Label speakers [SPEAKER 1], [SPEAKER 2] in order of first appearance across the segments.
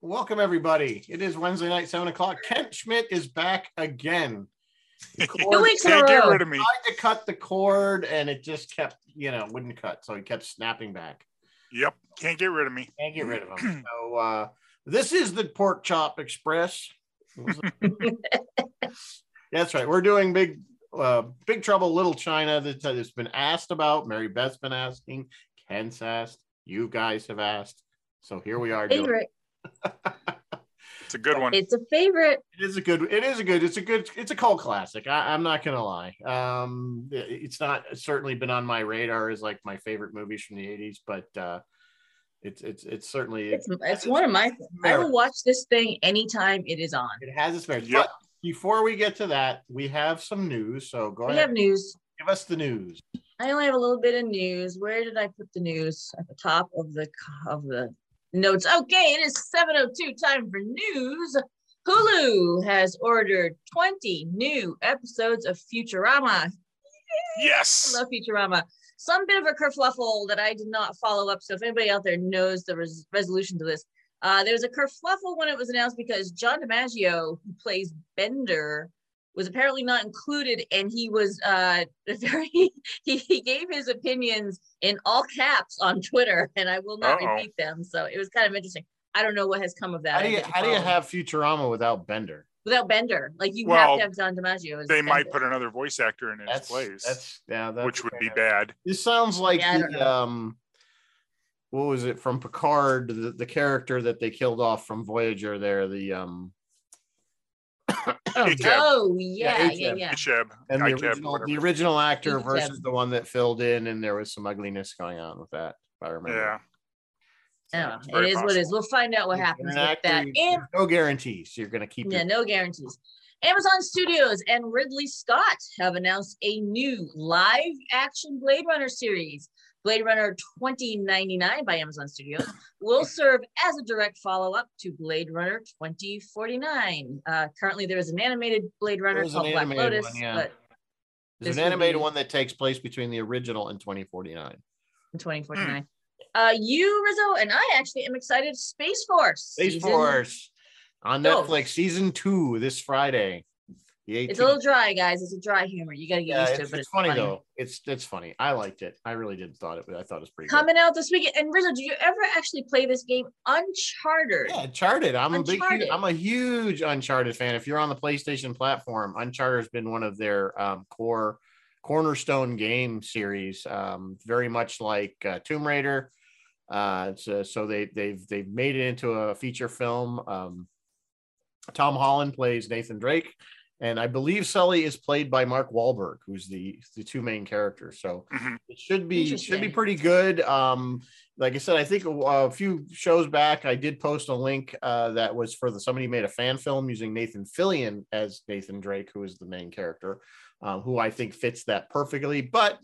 [SPEAKER 1] welcome everybody. It is Wednesday night, seven o'clock. Kent Schmidt is back again. The
[SPEAKER 2] Two
[SPEAKER 1] cord
[SPEAKER 2] weeks in a
[SPEAKER 3] Can't get
[SPEAKER 2] row.
[SPEAKER 3] rid of me.
[SPEAKER 1] tried to cut the cord, and it just kept, you know, wouldn't cut, so he kept snapping back.
[SPEAKER 3] Yep. Can't get rid of me.
[SPEAKER 1] Can't get rid of him. So uh, this is the Pork Chop Express. That's right. We're doing big, uh, big trouble, Little China. That that has been asked about. Mary Beth's been asking. Kent's asked. You guys have asked. So here we are. Doing
[SPEAKER 2] Favorite.
[SPEAKER 3] It's a good one.
[SPEAKER 2] It's a favorite.
[SPEAKER 1] It is a good. It is a good. It's a good. It's a cult classic. I, I'm not gonna lie. Um, it- it's not it's certainly been on my radar as like my favorite movies from the '80s, but uh, it's it's it's certainly
[SPEAKER 2] It's, it's one of my. I will watch this thing anytime it is on.
[SPEAKER 1] It has its merits.
[SPEAKER 3] Yep.
[SPEAKER 1] But before we get to that, we have some news. So go
[SPEAKER 2] We
[SPEAKER 1] ahead,
[SPEAKER 2] have news.
[SPEAKER 1] give us the news.
[SPEAKER 2] I only have a little bit of news. Where did I put the news? At the top of the of the notes. Okay, it is 7:02 time for news. Hulu has ordered 20 new episodes of Futurama I
[SPEAKER 3] Yes.
[SPEAKER 2] love Futurama. Some bit of a kerfluffle that I did not follow up. So if anybody out there knows the res- resolution to this, uh, there was a kerfluffle when it was announced because John DiMaggio, who plays Bender, was apparently not included, and he was uh, very he, he gave his opinions in all caps on Twitter, and I will not
[SPEAKER 3] Uh-oh.
[SPEAKER 2] repeat them. So it was kind of interesting. I don't know what has come of
[SPEAKER 1] How
[SPEAKER 2] that.
[SPEAKER 1] do
[SPEAKER 2] I um,
[SPEAKER 1] you
[SPEAKER 2] didn't
[SPEAKER 1] how do you
[SPEAKER 2] follow.
[SPEAKER 1] have Futurama without Bender?
[SPEAKER 2] without Bender? Like you
[SPEAKER 3] Well,
[SPEAKER 2] have to have John DiMaggio. As
[SPEAKER 3] They might
[SPEAKER 2] Bender.
[SPEAKER 3] put another voice actor in his
[SPEAKER 1] That's
[SPEAKER 3] place,
[SPEAKER 1] that's yeah, that's
[SPEAKER 3] which would be bad.
[SPEAKER 1] This sounds like
[SPEAKER 2] Yeah, I don't
[SPEAKER 1] the
[SPEAKER 2] know.
[SPEAKER 1] um, what was it from Picard? The, the character that they killed off from Voyager. There, the um,
[SPEAKER 3] Hey, Jeb.
[SPEAKER 2] Oh yeah, yeah,
[SPEAKER 1] H-Jeb.
[SPEAKER 2] yeah.
[SPEAKER 3] Sheb,
[SPEAKER 1] and the
[SPEAKER 3] Ikeb,
[SPEAKER 1] original,
[SPEAKER 3] whatever.
[SPEAKER 1] the original actor
[SPEAKER 2] Icab.
[SPEAKER 1] versus the one that filled in, and there was some ugliness going on with that. If I remember,
[SPEAKER 3] Yeah.
[SPEAKER 2] Yeah,
[SPEAKER 3] it's
[SPEAKER 2] it
[SPEAKER 3] very
[SPEAKER 2] is what it is.
[SPEAKER 3] possible.
[SPEAKER 2] We'll find out what
[SPEAKER 1] If you're an
[SPEAKER 2] happens with
[SPEAKER 1] actor,
[SPEAKER 2] that.
[SPEAKER 1] you-
[SPEAKER 2] And
[SPEAKER 1] there's no guarantees you're going to keep
[SPEAKER 2] yeah,
[SPEAKER 1] your
[SPEAKER 2] no guarantees. Amazon Studios and Ridley Scott have announced a new live action Blade Runner series. Blade Runner 2099 by Amazon Studios will serve as a direct follow up to Blade Runner 2049. Uh, currently, there is an animated Blade Runner
[SPEAKER 1] There's an
[SPEAKER 2] called Black
[SPEAKER 1] animated
[SPEAKER 2] Lotus,
[SPEAKER 1] one, yeah.
[SPEAKER 2] but
[SPEAKER 1] There's
[SPEAKER 2] This
[SPEAKER 1] an
[SPEAKER 2] would
[SPEAKER 1] animated
[SPEAKER 2] be-
[SPEAKER 1] one that takes place between the original and 2049.
[SPEAKER 2] in 2049. Uh, you, Rizzo, and I actually am excited. Space Force.
[SPEAKER 1] Space
[SPEAKER 2] season-
[SPEAKER 1] Force on
[SPEAKER 2] Oh.
[SPEAKER 1] Netflix, season two, this Friday. The 18th.
[SPEAKER 2] It's a little dry, guys. It's a dry humor. You got to get
[SPEAKER 1] yeah,
[SPEAKER 2] used
[SPEAKER 1] it's,
[SPEAKER 2] to it, but
[SPEAKER 1] it's funny, though. It's it's funny. I liked it. I really did thought it. I thought it was pretty
[SPEAKER 2] coming out this weekend. And Rizzo, did you ever actually play this game Uncharted?
[SPEAKER 1] good. Yeah, Uncharted. I'm a big,
[SPEAKER 2] Uncharted.
[SPEAKER 1] I'm a huge Uncharted fan. If you're on the PlayStation platform, Uncharted has been one of their um, core cornerstone game series. Um, very much like uh, Tomb Raider. Uh, so, so they they've they've made it into a feature film. Um, Tom Holland plays Nathan Drake, and I believe Sully is played by Mark Wahlberg, who's the the two main characters. So
[SPEAKER 3] Mhm.
[SPEAKER 1] it should be should be
[SPEAKER 2] Interesting.
[SPEAKER 1] pretty good. Um, like I said, I think a, a few shows back I did post a link uh, that was for the somebody made a fan film using Nathan Fillion as Nathan Drake, who is the main character, um, who I think fits that perfectly. But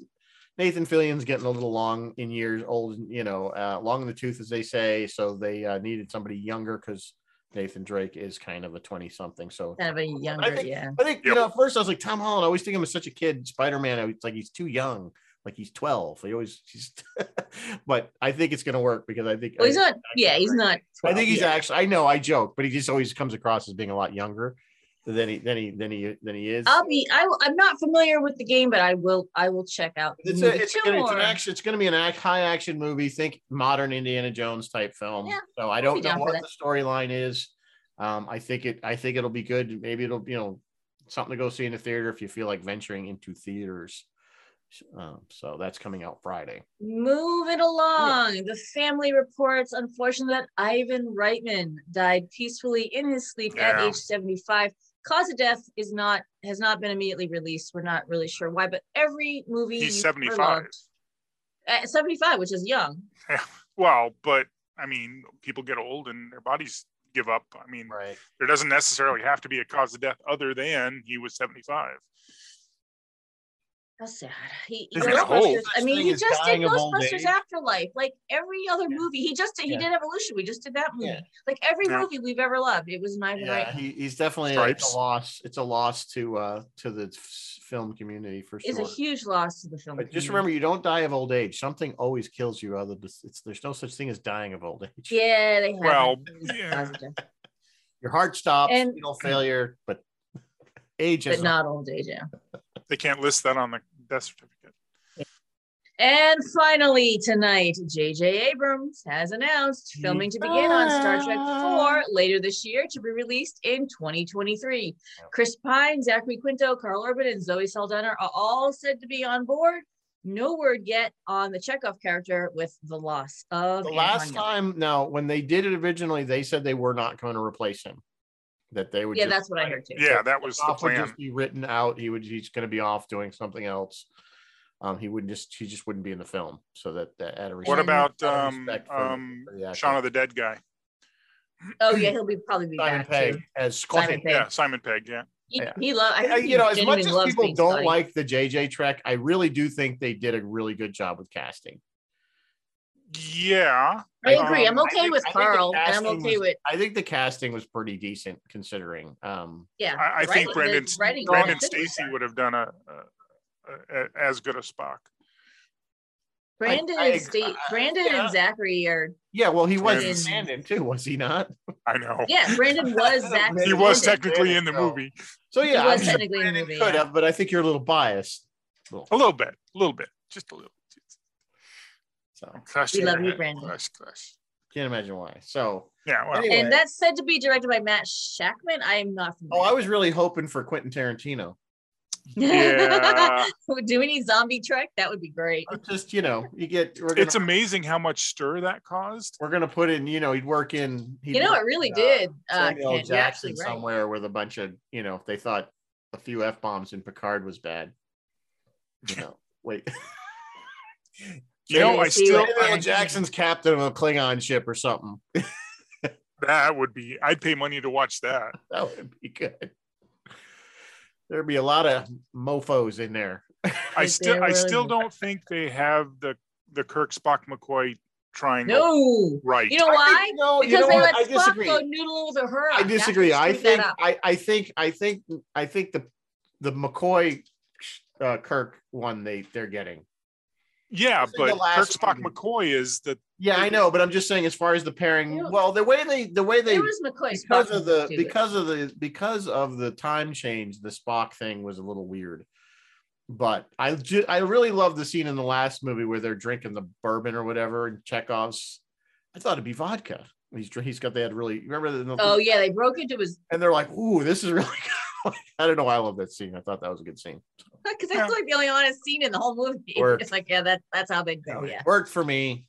[SPEAKER 1] Nathan Fillion's getting a little long in years, old, you know, uh, long in the tooth, as they say. So they uh, needed somebody younger because Nathan Drake is kind of a 20 something. So
[SPEAKER 2] Kind of a younger,
[SPEAKER 1] think-
[SPEAKER 2] yeah.
[SPEAKER 1] I think, you
[SPEAKER 3] Yep.
[SPEAKER 1] know, at first I was like, Tom Holland, I always think of him as such a kid. Spider Man, it's like he's too young, like he's 12. He always, he's, but I think it's going to work because I think,
[SPEAKER 2] Well, he's
[SPEAKER 1] I,
[SPEAKER 2] not. Yeah, he's not.
[SPEAKER 1] I think he's
[SPEAKER 2] yeah.
[SPEAKER 1] actually, I know I joke, but he just always comes across as being a lot younger than he, than he, than he, than he is.
[SPEAKER 2] I'll be. I, will- I'm not familiar with the game, but I will. I will check out. the
[SPEAKER 1] It's, a,
[SPEAKER 2] movie.
[SPEAKER 1] it's,
[SPEAKER 2] Two
[SPEAKER 1] gonna, it's an
[SPEAKER 2] more.
[SPEAKER 1] action. It's going to be an act, high action movie. Think modern Indiana Jones type film.
[SPEAKER 2] Yeah,
[SPEAKER 1] so I
[SPEAKER 2] be
[SPEAKER 1] don't know
[SPEAKER 2] down for
[SPEAKER 1] what
[SPEAKER 2] that.
[SPEAKER 1] the storyline is. Um, I think it. I think it'll be good. Maybe it'll you know something to go see in the theater if you feel like venturing into theaters. Um, so that's coming out Friday.
[SPEAKER 2] Moving along, the family reports, unfortunately, that Ivan Reitman died peacefully in his sleep at
[SPEAKER 3] Yeah.
[SPEAKER 2] age 75. Cause of death is not has not been immediately released. We're not really sure why, but every movie
[SPEAKER 3] He's
[SPEAKER 2] you've
[SPEAKER 3] 75.
[SPEAKER 2] heard of- at 75, which is young.
[SPEAKER 3] Well, but I mean, people get old and their bodies give up. I mean,
[SPEAKER 1] Right.
[SPEAKER 3] there doesn't necessarily have to be a cause of death other than he was 75.
[SPEAKER 2] How sad. He,
[SPEAKER 3] He's got holes.
[SPEAKER 2] Ghostbusters. I mean,
[SPEAKER 1] Thing
[SPEAKER 2] he
[SPEAKER 1] is
[SPEAKER 2] just did
[SPEAKER 1] dying of old
[SPEAKER 2] Ghostbusters
[SPEAKER 1] age.
[SPEAKER 2] Afterlife, like every other movie. He just did, he
[SPEAKER 1] Yeah.
[SPEAKER 2] did Evolution. We just did that movie.
[SPEAKER 1] Yeah.
[SPEAKER 2] Like every
[SPEAKER 3] Yeah.
[SPEAKER 2] movie we've ever loved, it was an Ivan
[SPEAKER 1] Yeah,
[SPEAKER 2] Reitman.
[SPEAKER 1] he, he's definitely like,
[SPEAKER 3] Stripes.
[SPEAKER 1] a loss. It's a loss to uh to the f- film community for
[SPEAKER 2] It's
[SPEAKER 1] sure.
[SPEAKER 2] a huge loss to the film.
[SPEAKER 1] But just
[SPEAKER 2] community.
[SPEAKER 1] remember, you don't die of old age. Something always kills you. Other than it's, there's no such thing as dying of old age.
[SPEAKER 2] Yeah, they have.
[SPEAKER 3] Well, yeah.
[SPEAKER 1] Your heart stops,
[SPEAKER 2] And-
[SPEAKER 1] renal failure, but age
[SPEAKER 2] but
[SPEAKER 1] is
[SPEAKER 2] not old age. Yeah.
[SPEAKER 3] They can't list that on the death certificate.
[SPEAKER 2] And finally, tonight, J.J. Abrams has announced filming to begin on Star Trek 4 later this year to be released in 2023. Chris Pine, Zachary Quinto, Carl Urban, and Zoe Saldana are all said to be on board. No word yet on the Chekhov character with the loss of
[SPEAKER 1] the last
[SPEAKER 2] Anton Yelchin.
[SPEAKER 1] time. Now, when they did it originally, they said they were not going to replace him. That they would.
[SPEAKER 2] Yeah,
[SPEAKER 1] just,
[SPEAKER 2] that's what I heard too.
[SPEAKER 3] Yeah, that was the
[SPEAKER 1] off would
[SPEAKER 3] plan.
[SPEAKER 1] just be written out. He would. He's going to be off doing something else. Um, he wouldn't just. He just wouldn't be in the film. So that that out of
[SPEAKER 3] What
[SPEAKER 1] respect- out
[SPEAKER 3] about
[SPEAKER 1] of
[SPEAKER 3] um,
[SPEAKER 1] respect for-
[SPEAKER 3] um,
[SPEAKER 1] for the actor.
[SPEAKER 3] Shaun of the Dead guy?
[SPEAKER 2] Oh yeah, he'll be probably be
[SPEAKER 1] Simon
[SPEAKER 2] back too.
[SPEAKER 1] Pegg as
[SPEAKER 2] Simon
[SPEAKER 1] Scotty.
[SPEAKER 2] Pegg.
[SPEAKER 3] Yeah, Simon Pegg. Yeah,
[SPEAKER 2] He,
[SPEAKER 1] Yeah.
[SPEAKER 2] he lo- I
[SPEAKER 1] I-
[SPEAKER 2] think he
[SPEAKER 1] you know, as much
[SPEAKER 2] genuinely
[SPEAKER 1] as
[SPEAKER 2] loves
[SPEAKER 1] people
[SPEAKER 2] being
[SPEAKER 1] don't
[SPEAKER 2] Scotty.
[SPEAKER 1] like the JJ Trek, I really do think they did a really good job with casting.
[SPEAKER 3] yeah.
[SPEAKER 2] I agree. I'm
[SPEAKER 1] um, I
[SPEAKER 2] okay
[SPEAKER 1] think-
[SPEAKER 2] with
[SPEAKER 1] I think the
[SPEAKER 2] Carl, and I'm
[SPEAKER 1] casting
[SPEAKER 2] okay
[SPEAKER 1] was-
[SPEAKER 2] with
[SPEAKER 1] I think the casting was pretty decent considering. Um,
[SPEAKER 2] yeah.
[SPEAKER 3] I, I
[SPEAKER 2] the
[SPEAKER 3] think
[SPEAKER 2] writing-
[SPEAKER 3] Brendan
[SPEAKER 2] the writing was
[SPEAKER 3] Brendan
[SPEAKER 2] good with
[SPEAKER 3] Stacy
[SPEAKER 2] that.
[SPEAKER 3] would have done a, a, a as good a Spock.
[SPEAKER 2] Brandon
[SPEAKER 1] I- I-
[SPEAKER 2] and State,
[SPEAKER 1] I-
[SPEAKER 2] Brandon
[SPEAKER 1] yeah.
[SPEAKER 2] and Zachary are
[SPEAKER 1] yeah, well, he was in
[SPEAKER 2] And-
[SPEAKER 1] Sandin too, was he not?
[SPEAKER 3] I know
[SPEAKER 2] yeah. Brandon was Zachary.
[SPEAKER 3] he was
[SPEAKER 2] Brandon.
[SPEAKER 3] technically in the
[SPEAKER 1] So-
[SPEAKER 3] movie
[SPEAKER 1] So
[SPEAKER 2] He
[SPEAKER 1] yeah, I'm
[SPEAKER 2] was
[SPEAKER 1] sure
[SPEAKER 2] technically in
[SPEAKER 1] Brandon
[SPEAKER 2] the movie.
[SPEAKER 1] could
[SPEAKER 2] yeah.
[SPEAKER 1] have, but I think you're a little biased. Well,
[SPEAKER 3] a little bit, a little bit, just a little.
[SPEAKER 1] So
[SPEAKER 3] Crashing
[SPEAKER 2] love
[SPEAKER 3] your
[SPEAKER 2] you,
[SPEAKER 3] head.
[SPEAKER 2] Brandon.
[SPEAKER 3] Crush, crush.
[SPEAKER 1] can't imagine why. So
[SPEAKER 3] Yeah, well,
[SPEAKER 1] anyway,
[SPEAKER 2] And that's said to be directed by Matt Shackman. I am
[SPEAKER 1] oh,
[SPEAKER 2] not.
[SPEAKER 1] I
[SPEAKER 2] Familiar.
[SPEAKER 1] was really hoping for Quentin Tarantino.
[SPEAKER 3] yeah.
[SPEAKER 2] Do we need zombie Trek? That would be great.
[SPEAKER 1] Just you know, you get we're gonna
[SPEAKER 3] It's amazing how much stir that caused.
[SPEAKER 1] we're gonna put in. You know, he'd work in. He'd
[SPEAKER 2] You know,
[SPEAKER 1] work
[SPEAKER 2] it really
[SPEAKER 1] in, uh,
[SPEAKER 2] did. Uh,
[SPEAKER 1] Samuel
[SPEAKER 2] Kent,
[SPEAKER 1] Jackson
[SPEAKER 2] you're actually right.
[SPEAKER 1] somewhere with a bunch of, you know, they thought a few F bombs in Picard was bad. You know, wait.
[SPEAKER 3] You know,
[SPEAKER 2] Yeah,
[SPEAKER 3] I
[SPEAKER 2] see
[SPEAKER 3] still
[SPEAKER 2] what-
[SPEAKER 1] Samuel Jackson's captain of a Klingon ship or something.
[SPEAKER 3] that would be. I'd pay money to watch that.
[SPEAKER 1] That would be good. There'd be a lot of mofos in there.
[SPEAKER 3] I
[SPEAKER 2] Like,
[SPEAKER 3] still,
[SPEAKER 2] there
[SPEAKER 3] I
[SPEAKER 2] was-
[SPEAKER 3] still don't think they have the the Kirk Spock McCoy triangle
[SPEAKER 2] No,
[SPEAKER 3] right.
[SPEAKER 2] you know
[SPEAKER 1] I
[SPEAKER 2] why?
[SPEAKER 1] think- no, you
[SPEAKER 2] because
[SPEAKER 1] know
[SPEAKER 2] they
[SPEAKER 1] what?
[SPEAKER 2] let
[SPEAKER 1] I
[SPEAKER 2] Spock
[SPEAKER 1] disagree.
[SPEAKER 2] go noodle with her.
[SPEAKER 1] I disagree. I think I, I think I think I think the the McCoy uh, Kirk one they they're getting.
[SPEAKER 3] yeah,
[SPEAKER 1] This is the
[SPEAKER 3] but Kirk
[SPEAKER 1] last
[SPEAKER 3] Spock
[SPEAKER 1] movie.
[SPEAKER 3] McCoy is the
[SPEAKER 1] Yeah, I know, but I'm just saying as far as the pairing,
[SPEAKER 2] Ew.
[SPEAKER 1] well, the way they the way they
[SPEAKER 2] it was McCoy
[SPEAKER 1] because
[SPEAKER 2] Spock
[SPEAKER 1] of the
[SPEAKER 2] was stupid.
[SPEAKER 1] because of the because of the time change, the Spock thing was a little weird. But I ju- I really love the scene in the last movie where they're drinking the bourbon or whatever and Chekhov's. I thought it'd be vodka. He's dr- he's got that really remember the,
[SPEAKER 2] oh yeah, they broke into his
[SPEAKER 1] and they're like, ooh, this is really good. I don't know why I love that scene. I thought that was a good scene.
[SPEAKER 2] because
[SPEAKER 3] Yeah.
[SPEAKER 2] that's like the only honest scene in the whole movie.
[SPEAKER 1] Worked.
[SPEAKER 2] It's like yeah, that that's how they go. Yeah.
[SPEAKER 1] It worked for me.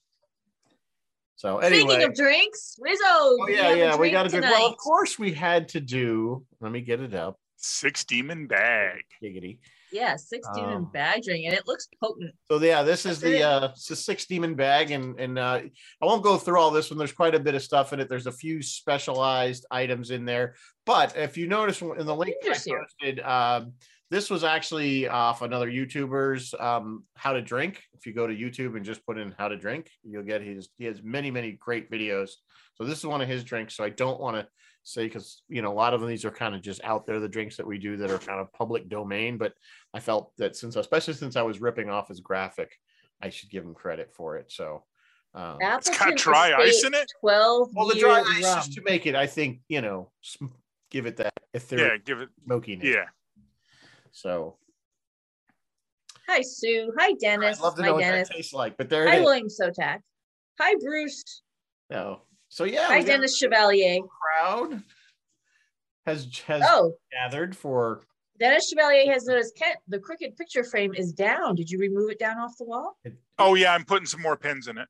[SPEAKER 1] So anyway,
[SPEAKER 2] Speaking of drinks, Rizzo.
[SPEAKER 1] Oh
[SPEAKER 2] we
[SPEAKER 1] yeah,
[SPEAKER 2] have a
[SPEAKER 1] yeah, we
[SPEAKER 2] drink
[SPEAKER 1] got to do.
[SPEAKER 2] tonight.
[SPEAKER 1] Well, of course we had to do. Let me get it up.
[SPEAKER 3] six demon bag.
[SPEAKER 1] Giggity.
[SPEAKER 2] Yeah, six demon
[SPEAKER 1] Um,
[SPEAKER 2] bag drink, and it looks potent.
[SPEAKER 1] So yeah, this is
[SPEAKER 2] That's it.
[SPEAKER 1] the uh, it's the six demon bag, and and uh, I won't go through all this one. There's quite a bit of stuff in it. There's a few specialized items in there, but if you notice in the link that I
[SPEAKER 2] Ginger syrup.
[SPEAKER 1] posted, um, this was actually off another YouTuber's um, how to drink. If you go to YouTube and just put in how to drink, you'll get his. He has many many great videos. So this is one of his drinks. So I don't want to say because you know a lot of these are kind of just out there the drinks that we do that are kind of public domain but i felt that since especially since i was ripping off his graphic i should give him credit for it so um,
[SPEAKER 3] It's
[SPEAKER 2] Appleton
[SPEAKER 3] got dry ice
[SPEAKER 2] Estate
[SPEAKER 3] in it.
[SPEAKER 2] Twelve
[SPEAKER 1] well the
[SPEAKER 2] year
[SPEAKER 1] dry
[SPEAKER 2] rum.
[SPEAKER 1] ice just to make it i think you know sm- give it that etheric
[SPEAKER 3] Yeah, give it.
[SPEAKER 1] smokiness
[SPEAKER 3] Yeah,
[SPEAKER 1] so
[SPEAKER 2] Hi Sue. Hi Dennis.
[SPEAKER 1] i'd love to
[SPEAKER 2] Hi
[SPEAKER 1] know what
[SPEAKER 2] Dennis.
[SPEAKER 1] that tastes like but there
[SPEAKER 2] Hi
[SPEAKER 1] it is
[SPEAKER 2] William Sotak. Hi Bruce.
[SPEAKER 1] so, so yeah
[SPEAKER 2] Hi
[SPEAKER 1] we got a
[SPEAKER 2] Dennis Chevalier.
[SPEAKER 1] crowd has has
[SPEAKER 2] Oh,
[SPEAKER 1] gathered for
[SPEAKER 2] Dennis Chevalier has noticed Kent. The crooked picture frame is down. Did you remove it down off the wall?
[SPEAKER 3] Oh yeah, I'm putting some more pins in it,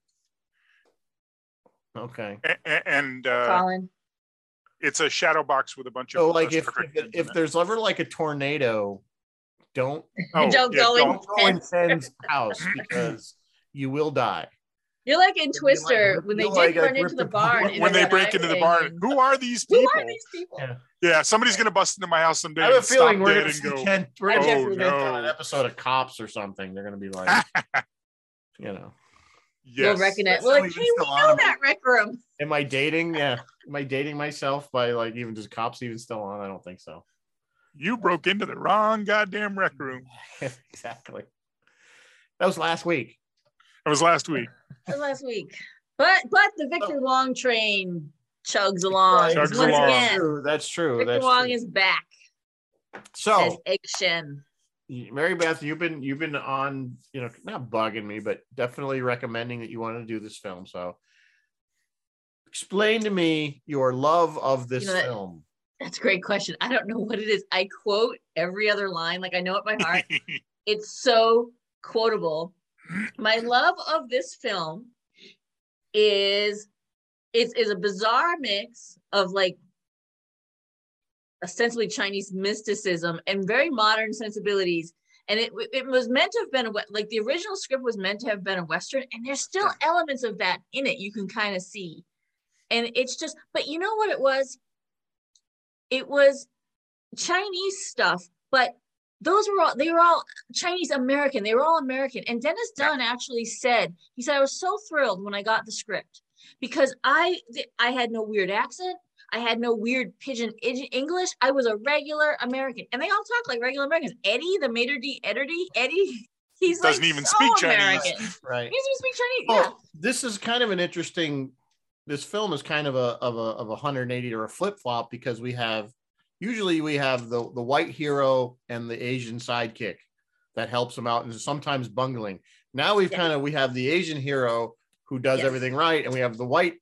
[SPEAKER 1] okay
[SPEAKER 3] A- a- and uh,
[SPEAKER 2] Colin.
[SPEAKER 3] it's a shadow box with a bunch of.
[SPEAKER 1] so like
[SPEAKER 3] uh,
[SPEAKER 1] if
[SPEAKER 3] Star Trek
[SPEAKER 1] if,
[SPEAKER 3] pins in
[SPEAKER 1] if
[SPEAKER 3] it.
[SPEAKER 1] there's ever like a tornado don't
[SPEAKER 3] Oh,
[SPEAKER 2] Don't
[SPEAKER 3] yeah,
[SPEAKER 2] go in.
[SPEAKER 3] don't.
[SPEAKER 1] don't go in Sen's house because you will die.
[SPEAKER 2] You're like in
[SPEAKER 1] like-
[SPEAKER 2] Twister when they
[SPEAKER 1] you're
[SPEAKER 2] did
[SPEAKER 1] like-
[SPEAKER 2] run
[SPEAKER 1] like
[SPEAKER 2] into the
[SPEAKER 1] Rip-
[SPEAKER 2] barn.
[SPEAKER 1] when-
[SPEAKER 2] and
[SPEAKER 3] when they
[SPEAKER 2] got
[SPEAKER 3] break
[SPEAKER 2] ice
[SPEAKER 3] into the
[SPEAKER 2] thing
[SPEAKER 3] barn.
[SPEAKER 2] and-
[SPEAKER 3] Who are these
[SPEAKER 2] Who
[SPEAKER 3] people?
[SPEAKER 2] are these people?
[SPEAKER 1] Yeah.
[SPEAKER 3] Yeah, somebody's gonna bust into my house someday.
[SPEAKER 1] I have a
[SPEAKER 3] and stop
[SPEAKER 1] feeling we're
[SPEAKER 3] dead
[SPEAKER 1] gonna
[SPEAKER 3] and
[SPEAKER 1] see
[SPEAKER 3] go,
[SPEAKER 1] Ken, we're gonna
[SPEAKER 3] "Oh,
[SPEAKER 1] definitely get
[SPEAKER 3] no."
[SPEAKER 1] on an episode of Cops or something. They're gonna be like, you know,
[SPEAKER 3] yes.
[SPEAKER 2] We'll
[SPEAKER 1] That's
[SPEAKER 2] recognize. We're
[SPEAKER 1] how
[SPEAKER 2] like,
[SPEAKER 1] we
[SPEAKER 2] hey, we
[SPEAKER 1] used to
[SPEAKER 2] know
[SPEAKER 1] automate.
[SPEAKER 2] that rec room.
[SPEAKER 1] am I dating? Yeah, am I dating myself by like even just Cops even still on? I don't think so.
[SPEAKER 3] You broke into the wrong goddamn rec room.
[SPEAKER 1] exactly. That was last week.
[SPEAKER 3] That was last week.
[SPEAKER 2] That was last week. But but the Victor Wong train chugs along.
[SPEAKER 3] Chugs
[SPEAKER 2] Oh, Once
[SPEAKER 3] along.
[SPEAKER 2] again,
[SPEAKER 1] Oh. True, That's true.
[SPEAKER 2] Victor
[SPEAKER 1] That's
[SPEAKER 2] Wong
[SPEAKER 1] true. Oh.
[SPEAKER 2] is back as
[SPEAKER 1] so
[SPEAKER 2] Egg Shen.
[SPEAKER 1] Mary Beth, you've been you've been on, you know, not bugging me, but definitely recommending that you want to do this film. So explain to me your love of this
[SPEAKER 2] You know that-
[SPEAKER 1] film.
[SPEAKER 2] That's a great question. I don't know what it is. I quote every other line, like I know it by heart. it's so quotable. My love of this film is is is a bizarre mix of like ostensibly Chinese mysticism and very modern sensibilities. And it it was meant to have been a we- like the original script was meant to have been a western, and there's still elements of that in it you can kind of see. And it's just, but you know what it was? It was Chinese stuff, but those were all they were all Chinese American. They were all American. And Dennis Dunn actually said, he said, I was so thrilled when I got the script because I th- I had no weird accent. I had no weird pigeon id- English. I was a regular American. And they all talk like regular Americans. Eddie, the maitre d' Eddie, Eddie, he's
[SPEAKER 3] Doesn't
[SPEAKER 2] like
[SPEAKER 3] even
[SPEAKER 2] so
[SPEAKER 3] speak Chinese.
[SPEAKER 2] American.
[SPEAKER 1] Right.
[SPEAKER 2] He doesn't even speak Chinese.
[SPEAKER 1] Well,
[SPEAKER 2] yeah.
[SPEAKER 1] this is kind of an interesting. This film is kind of a of a of a 180 or a flip flop because we have usually we have the the white hero and the Asian sidekick that helps him out and is sometimes bungling. Now we've
[SPEAKER 2] Yeah.
[SPEAKER 1] kind of we have the Asian hero who does
[SPEAKER 2] Yes.
[SPEAKER 1] everything right, and we have the white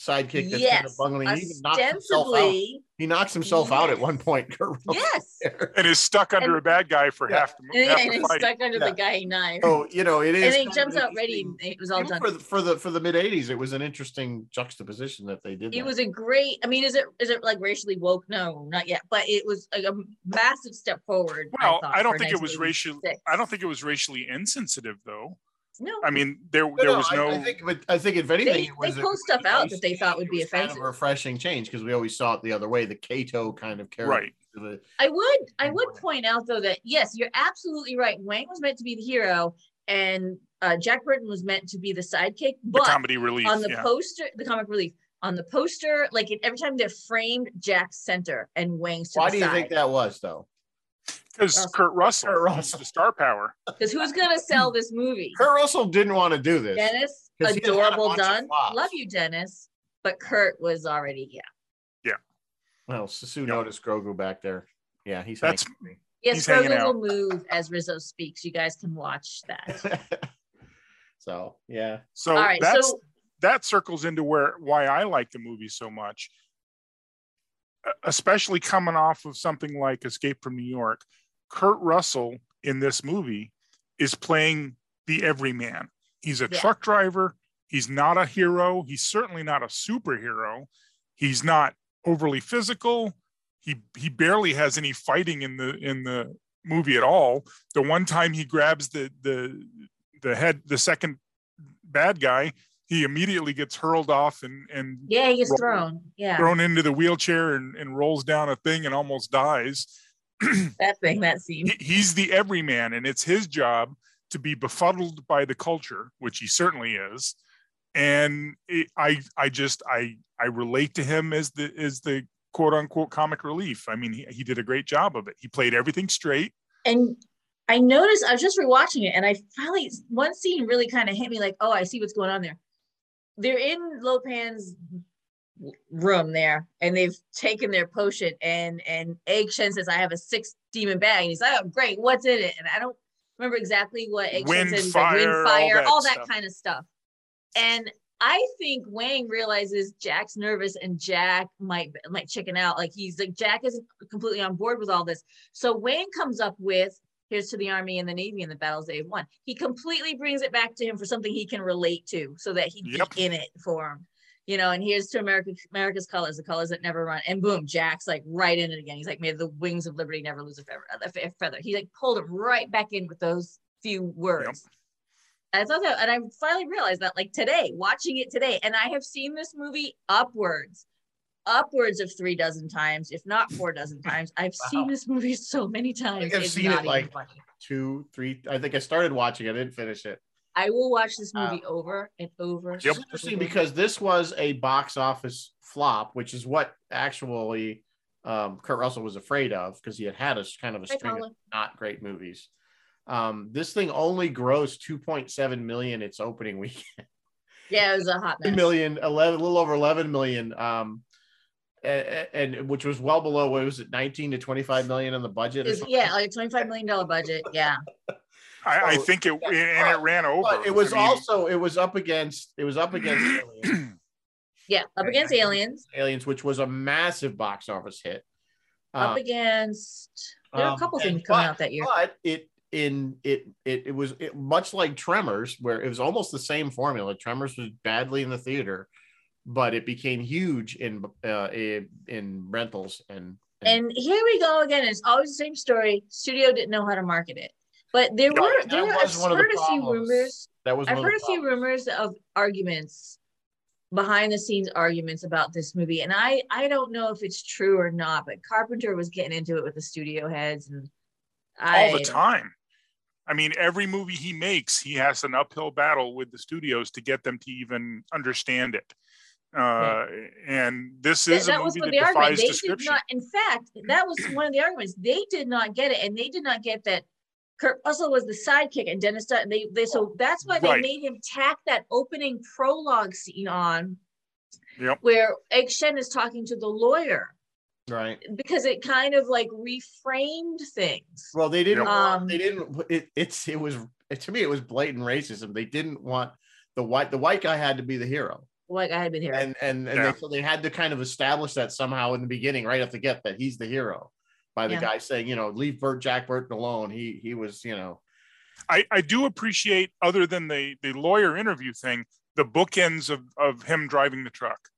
[SPEAKER 1] sidekick that's kind of bungling. He even knocks himself out.
[SPEAKER 2] ostensibly,
[SPEAKER 1] He knocks himself out at one point. Kurt Russell.
[SPEAKER 2] yes.
[SPEAKER 3] and is stuck under
[SPEAKER 2] And-
[SPEAKER 3] a bad guy for
[SPEAKER 1] Yeah.
[SPEAKER 3] half the,
[SPEAKER 2] And,
[SPEAKER 3] half
[SPEAKER 2] and
[SPEAKER 3] the
[SPEAKER 2] he's
[SPEAKER 3] fight.
[SPEAKER 2] stuck under
[SPEAKER 1] Yeah.
[SPEAKER 2] the guy knife.
[SPEAKER 3] Oh,
[SPEAKER 1] So you know it is.
[SPEAKER 2] and then he
[SPEAKER 1] kind of
[SPEAKER 2] jumps out ready.
[SPEAKER 1] interesting.
[SPEAKER 2] and It was all
[SPEAKER 1] Even
[SPEAKER 2] done.
[SPEAKER 1] for the for the for the mid 80s, it was an interesting juxtaposition that they did.
[SPEAKER 2] it
[SPEAKER 1] that.
[SPEAKER 2] was a great i mean is it is it like racially woke no not yet but it was a, a massive step forward
[SPEAKER 3] Well,
[SPEAKER 2] thought,
[SPEAKER 3] I don't
[SPEAKER 2] for
[SPEAKER 3] think it was
[SPEAKER 2] 1986.
[SPEAKER 3] I don't think it was racially insensitive though.
[SPEAKER 2] no
[SPEAKER 3] I mean, there there was
[SPEAKER 1] I-
[SPEAKER 3] no
[SPEAKER 1] I, think, but I think if anything,
[SPEAKER 2] They-
[SPEAKER 1] it was
[SPEAKER 2] they
[SPEAKER 1] a
[SPEAKER 2] pulled stuff
[SPEAKER 1] complete
[SPEAKER 2] out that they
[SPEAKER 1] change.
[SPEAKER 2] thought would
[SPEAKER 1] It
[SPEAKER 2] be
[SPEAKER 1] was kind of
[SPEAKER 2] offensive.
[SPEAKER 1] a refreshing change because we always saw it the other way, the Cato kind of character.
[SPEAKER 3] right.
[SPEAKER 1] to the-
[SPEAKER 2] i would i would point out though that yes you're absolutely right wang was meant to be the hero and uh, jack burton was meant to be the sidekick
[SPEAKER 3] The
[SPEAKER 2] but
[SPEAKER 3] comedy relief.
[SPEAKER 2] on the
[SPEAKER 3] yeah.
[SPEAKER 2] poster the comic relief on the poster like it, every time they're framed jack's center and wang's to
[SPEAKER 1] Why
[SPEAKER 2] the
[SPEAKER 1] do you
[SPEAKER 2] side
[SPEAKER 1] think that was though?
[SPEAKER 3] Because
[SPEAKER 2] Russell.
[SPEAKER 3] Kurt Russell,
[SPEAKER 1] Kurt
[SPEAKER 3] he's
[SPEAKER 1] Russell.
[SPEAKER 3] the star power.
[SPEAKER 2] because who's gonna sell this movie
[SPEAKER 1] Kurt Russell didn't want to do this.
[SPEAKER 2] Dennis,
[SPEAKER 1] 'Cause he had had a
[SPEAKER 2] adorable
[SPEAKER 1] bunch of
[SPEAKER 2] Dunn.
[SPEAKER 1] flops.
[SPEAKER 2] Love you, Dennis. But Kurt was already, yeah.
[SPEAKER 1] Well, Sue
[SPEAKER 3] Yeah.
[SPEAKER 1] noticed Grogu back there. Yeah, he's
[SPEAKER 3] That's
[SPEAKER 1] hanging
[SPEAKER 2] Yes,
[SPEAKER 3] He's hanging
[SPEAKER 2] Grogu
[SPEAKER 3] out.
[SPEAKER 2] will move as Rizzo speaks. You guys can watch that.
[SPEAKER 1] with me. so yeah,
[SPEAKER 3] so
[SPEAKER 2] All right.
[SPEAKER 3] that's
[SPEAKER 2] So
[SPEAKER 3] that circles into where why I like the movie so much. E- Especially coming off of something like Escape from New York, Kurt Russell in this movie is playing the everyman. He's a
[SPEAKER 2] Yeah.
[SPEAKER 3] truck driver. He's not a hero. He's certainly not a superhero. He's not overly physical. He he barely has any fighting in the in the movie at all. The one time he grabs the the the head the second bad guy, he immediately gets hurled off and and
[SPEAKER 2] yeah, he gets
[SPEAKER 3] Roll.
[SPEAKER 2] thrown. Yeah.
[SPEAKER 3] thrown into the wheelchair and, and rolls down a thing and almost dies.
[SPEAKER 2] That thing, that scene.
[SPEAKER 3] He- he's the everyman and it's his job to be befuddled by the culture which he certainly is and it, i i just i i relate to him as the as the quote unquote comic relief i mean he, he did a great job of it he played everything straight
[SPEAKER 2] And I noticed I was just rewatching it and I finally one scene really kind of hit me like, oh, I see what's going on there. They're in Lopan's room there and they've taken their potion and and Egg Shen says, I have a six demon bag. And he's like, Oh, great, what's in it? And I don't remember exactly what Egg Shen
[SPEAKER 3] Wind,
[SPEAKER 2] said. He's like,
[SPEAKER 3] fire, all
[SPEAKER 2] wind fire, all
[SPEAKER 3] that
[SPEAKER 2] that,
[SPEAKER 3] stuff.
[SPEAKER 2] kind of stuff. And I think Wang realizes Jack's nervous and Jack might might chicken out. Like he's like Jack isn't completely on board with all this. So Wang comes up with here's to the army and the navy and the battles they've won. He completely brings it back to him for something he can relate to, so that he'd
[SPEAKER 3] Yep.
[SPEAKER 2] be in it for him. You know, and here's to America, America's colors, the colors that never run. And boom, Jack's like right in it again. He's like, may the wings of liberty never lose a feather. A fe- a feather. He like pulled him right back in with those few words. I thought that, and I finally realized that like today, watching it today, and I have seen this movie upwards upwards of three dozen times, if not four dozen times. I've
[SPEAKER 1] Wow.
[SPEAKER 2] seen this movie so many times.
[SPEAKER 1] think I've
[SPEAKER 2] it's
[SPEAKER 1] seen it,
[SPEAKER 2] not even
[SPEAKER 1] like-
[SPEAKER 2] funny.
[SPEAKER 1] two, three. I think I started watching. I didn't finish it.
[SPEAKER 2] I will watch this
[SPEAKER 1] Wow.
[SPEAKER 2] movie over and over.
[SPEAKER 1] It's interesting uh, because this was a box office flop, which is what actually um, Kurt Russell was afraid of because he had had a s- kind of a
[SPEAKER 2] Hi,
[SPEAKER 1] string of
[SPEAKER 2] Paula.
[SPEAKER 1] not great movies. Um, this thing only grossed 2.7 million its opening week.
[SPEAKER 2] yeah, it was a hot mess.
[SPEAKER 1] 11 million 11 a little over 11 million um a- a- and, which was well below what was it 19 to 25 million on the budget
[SPEAKER 2] It
[SPEAKER 1] or
[SPEAKER 2] was-
[SPEAKER 1] something?
[SPEAKER 2] yeah, like a twenty-five million dollar budget. Yeah,
[SPEAKER 3] I, I
[SPEAKER 1] So-
[SPEAKER 3] think it and it ran over.
[SPEAKER 1] but it was
[SPEAKER 3] I mean,
[SPEAKER 1] also it was up against it was up against aliens,
[SPEAKER 2] yeah, up
[SPEAKER 1] Right,
[SPEAKER 2] against
[SPEAKER 1] I think-
[SPEAKER 2] aliens,
[SPEAKER 1] aliens which was a massive box office hit
[SPEAKER 2] up
[SPEAKER 1] Um,
[SPEAKER 2] against. There are
[SPEAKER 1] um,
[SPEAKER 2] a couple
[SPEAKER 1] and-
[SPEAKER 2] things coming out that year.
[SPEAKER 1] but it in it it it was it, much like Tremors, where it was almost the same formula. Tremors was badly in the theater, but it became huge in uh, in, in rentals and,
[SPEAKER 2] And here we go again. It's always the same story. Studio didn't know how to market it. But there
[SPEAKER 3] Yeah,
[SPEAKER 2] were
[SPEAKER 1] that
[SPEAKER 2] there were, I've
[SPEAKER 1] was one of the
[SPEAKER 2] heard a few
[SPEAKER 1] problems.
[SPEAKER 2] rumors.
[SPEAKER 1] that was.
[SPEAKER 2] I've
[SPEAKER 1] one of
[SPEAKER 2] heard
[SPEAKER 1] the
[SPEAKER 2] a few
[SPEAKER 1] problems.
[SPEAKER 2] rumors of arguments behind the scenes arguments about this movie. And I I don't know if it's true or not, but Carpenter was getting into it with the studio heads and I
[SPEAKER 3] all the time. I mean, every movie he makes, he has an uphill battle with the studios to get them to even understand it. Uh, And this
[SPEAKER 2] Th-
[SPEAKER 3] is a movie that
[SPEAKER 2] the
[SPEAKER 3] defies
[SPEAKER 2] They did
[SPEAKER 3] description.
[SPEAKER 2] not. In fact, that was one of the arguments. They did not get it, and they did not get that Kurt Russell was the sidekick, and Dennis Dutton. They, they so that's why
[SPEAKER 3] Right.
[SPEAKER 2] they made him tack that opening prologue scene on,
[SPEAKER 3] Yep.
[SPEAKER 2] where Egg Shen is talking to the lawyer
[SPEAKER 1] right?
[SPEAKER 2] because it kind of like reframed things.
[SPEAKER 1] Well, they didn't.
[SPEAKER 2] Yep.
[SPEAKER 1] want-
[SPEAKER 2] Um,
[SPEAKER 1] they didn't. It, it's it was to me it was blatant racism. They didn't want the white the white guy had to be the hero,
[SPEAKER 2] Like I had been here.
[SPEAKER 1] and and and
[SPEAKER 3] Yeah.
[SPEAKER 1] they, so they had to kind of establish that somehow in the beginning, right off the get, that he's the hero by the
[SPEAKER 2] Yeah.
[SPEAKER 1] guy saying, you know, leave Bert Jack Burton alone. He he was you know
[SPEAKER 3] I, I do appreciate, other than the, the lawyer interview thing, the bookends of, of him driving the truck.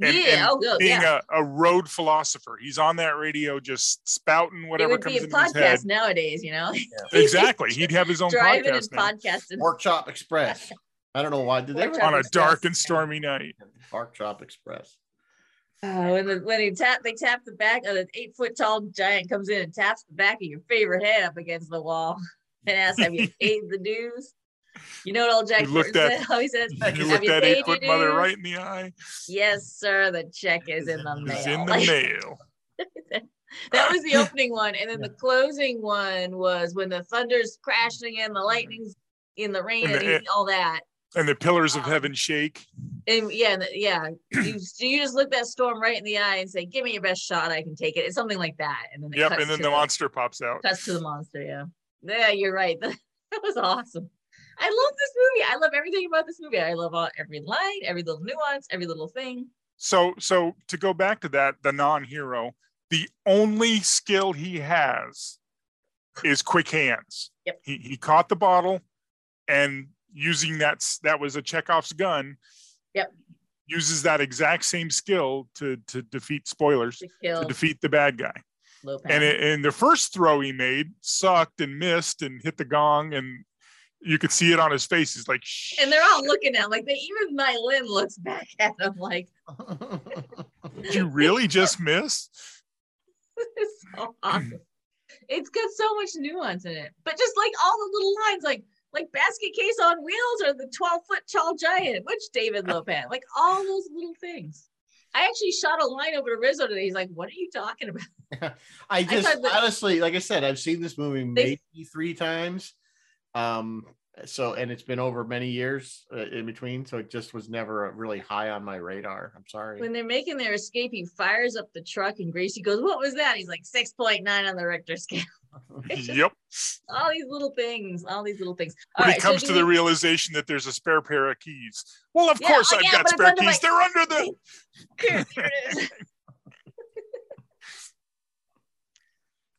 [SPEAKER 3] and- and
[SPEAKER 2] yeah. Oh, good.
[SPEAKER 3] Being
[SPEAKER 2] Yeah.
[SPEAKER 3] a, a road philosopher, he's on that radio just spouting
[SPEAKER 2] It
[SPEAKER 3] whatever
[SPEAKER 2] would be
[SPEAKER 3] comes
[SPEAKER 2] a
[SPEAKER 3] into his head.
[SPEAKER 2] podcast nowadays, you know.
[SPEAKER 3] Exactly. He'd have his own
[SPEAKER 2] Driving
[SPEAKER 3] podcast now.
[SPEAKER 2] and podcasting.
[SPEAKER 1] Workshop Express. I don't know why did they ever
[SPEAKER 2] Workshop
[SPEAKER 3] on a
[SPEAKER 2] Express.
[SPEAKER 3] dark and stormy night.
[SPEAKER 1] Workshop Express?
[SPEAKER 2] Oh, when the, when he tap they tap the back of the eight foot tall giant comes in and taps the back of your favorite head up against the wall and asks, "Have you paid the dues?" You know what old Jack
[SPEAKER 3] You looked
[SPEAKER 2] Burton said?
[SPEAKER 3] at-
[SPEAKER 2] Oh, he says, "Have
[SPEAKER 3] You looked
[SPEAKER 2] you
[SPEAKER 3] that
[SPEAKER 2] paid
[SPEAKER 3] eight foot
[SPEAKER 2] your
[SPEAKER 3] mother
[SPEAKER 2] dues?"
[SPEAKER 3] right in the eye.
[SPEAKER 2] Yes, sir. The check is in the mail.
[SPEAKER 3] It's in the
[SPEAKER 2] Like,
[SPEAKER 3] mail.
[SPEAKER 2] that was the opening one, and then the closing one was when the thunder's crashing and the lightning's in the rain
[SPEAKER 3] And
[SPEAKER 2] and,
[SPEAKER 3] Mm-hmm. the-
[SPEAKER 2] he's- all that.
[SPEAKER 3] And the pillars of
[SPEAKER 2] Um,
[SPEAKER 3] heaven shake.
[SPEAKER 2] And yeah, and the- yeah. You, you just look that storm right in the eye and say, "Give me your best shot. I can take it." It's something like that. And then it
[SPEAKER 3] Yep.
[SPEAKER 2] cuts
[SPEAKER 3] And then
[SPEAKER 2] to
[SPEAKER 3] the monster pops out.
[SPEAKER 2] Cuts to the monster, yeah. Yeah, you're right. that was awesome. I love this movie. I love everything about this movie. I love all, every line, every little nuance, every little thing.
[SPEAKER 3] So, so to go back to that, the non-hero, the only skill he has is quick hands.
[SPEAKER 2] Yep.
[SPEAKER 3] He he caught the bottle, and using that s- that was a Chekhov's gun.
[SPEAKER 2] Yep.
[SPEAKER 3] Uses that exact same skill to to defeat spoilers
[SPEAKER 2] To
[SPEAKER 3] to
[SPEAKER 2] kill
[SPEAKER 3] defeat the bad guy.
[SPEAKER 2] Lopez.
[SPEAKER 3] and it, and the first throw he made sucked and missed and hit the gong and you could see it on his face he's like "Shh."
[SPEAKER 2] and they're all looking at him, like they even my limb looks back at him like
[SPEAKER 3] did you really just miss
[SPEAKER 2] it's so awesome. It's got so much nuance in it. But just like all the little lines, like like basket case on wheels or the 12 foot tall giant, which David Lopez, like all those little things. I actually shot a line over to Rizzo today. He's like, what are you talking about?
[SPEAKER 1] I just
[SPEAKER 2] thought that-
[SPEAKER 1] honestly, like I said, I've seen this movie
[SPEAKER 2] They-
[SPEAKER 1] maybe three times. Um, so and it's been over many years uh, in between, so it just was never really high on my radar. I'm sorry.
[SPEAKER 2] When they're making their escape, he fires up the truck and Gracie goes, What was that? He's like 6.9 on the Richter scale. It's just
[SPEAKER 3] yep
[SPEAKER 2] all these little things, all these little things. All
[SPEAKER 3] when
[SPEAKER 2] right,
[SPEAKER 3] it
[SPEAKER 2] so
[SPEAKER 3] comes
[SPEAKER 2] do
[SPEAKER 3] to
[SPEAKER 2] we-
[SPEAKER 3] the realization that there's a spare pair of keys well of
[SPEAKER 2] Yeah,
[SPEAKER 3] course
[SPEAKER 2] oh,
[SPEAKER 3] i've
[SPEAKER 2] yeah,
[SPEAKER 3] got
[SPEAKER 2] but it's
[SPEAKER 3] spare
[SPEAKER 2] under
[SPEAKER 3] keys
[SPEAKER 2] my-
[SPEAKER 3] they're under the
[SPEAKER 2] Here, here it is.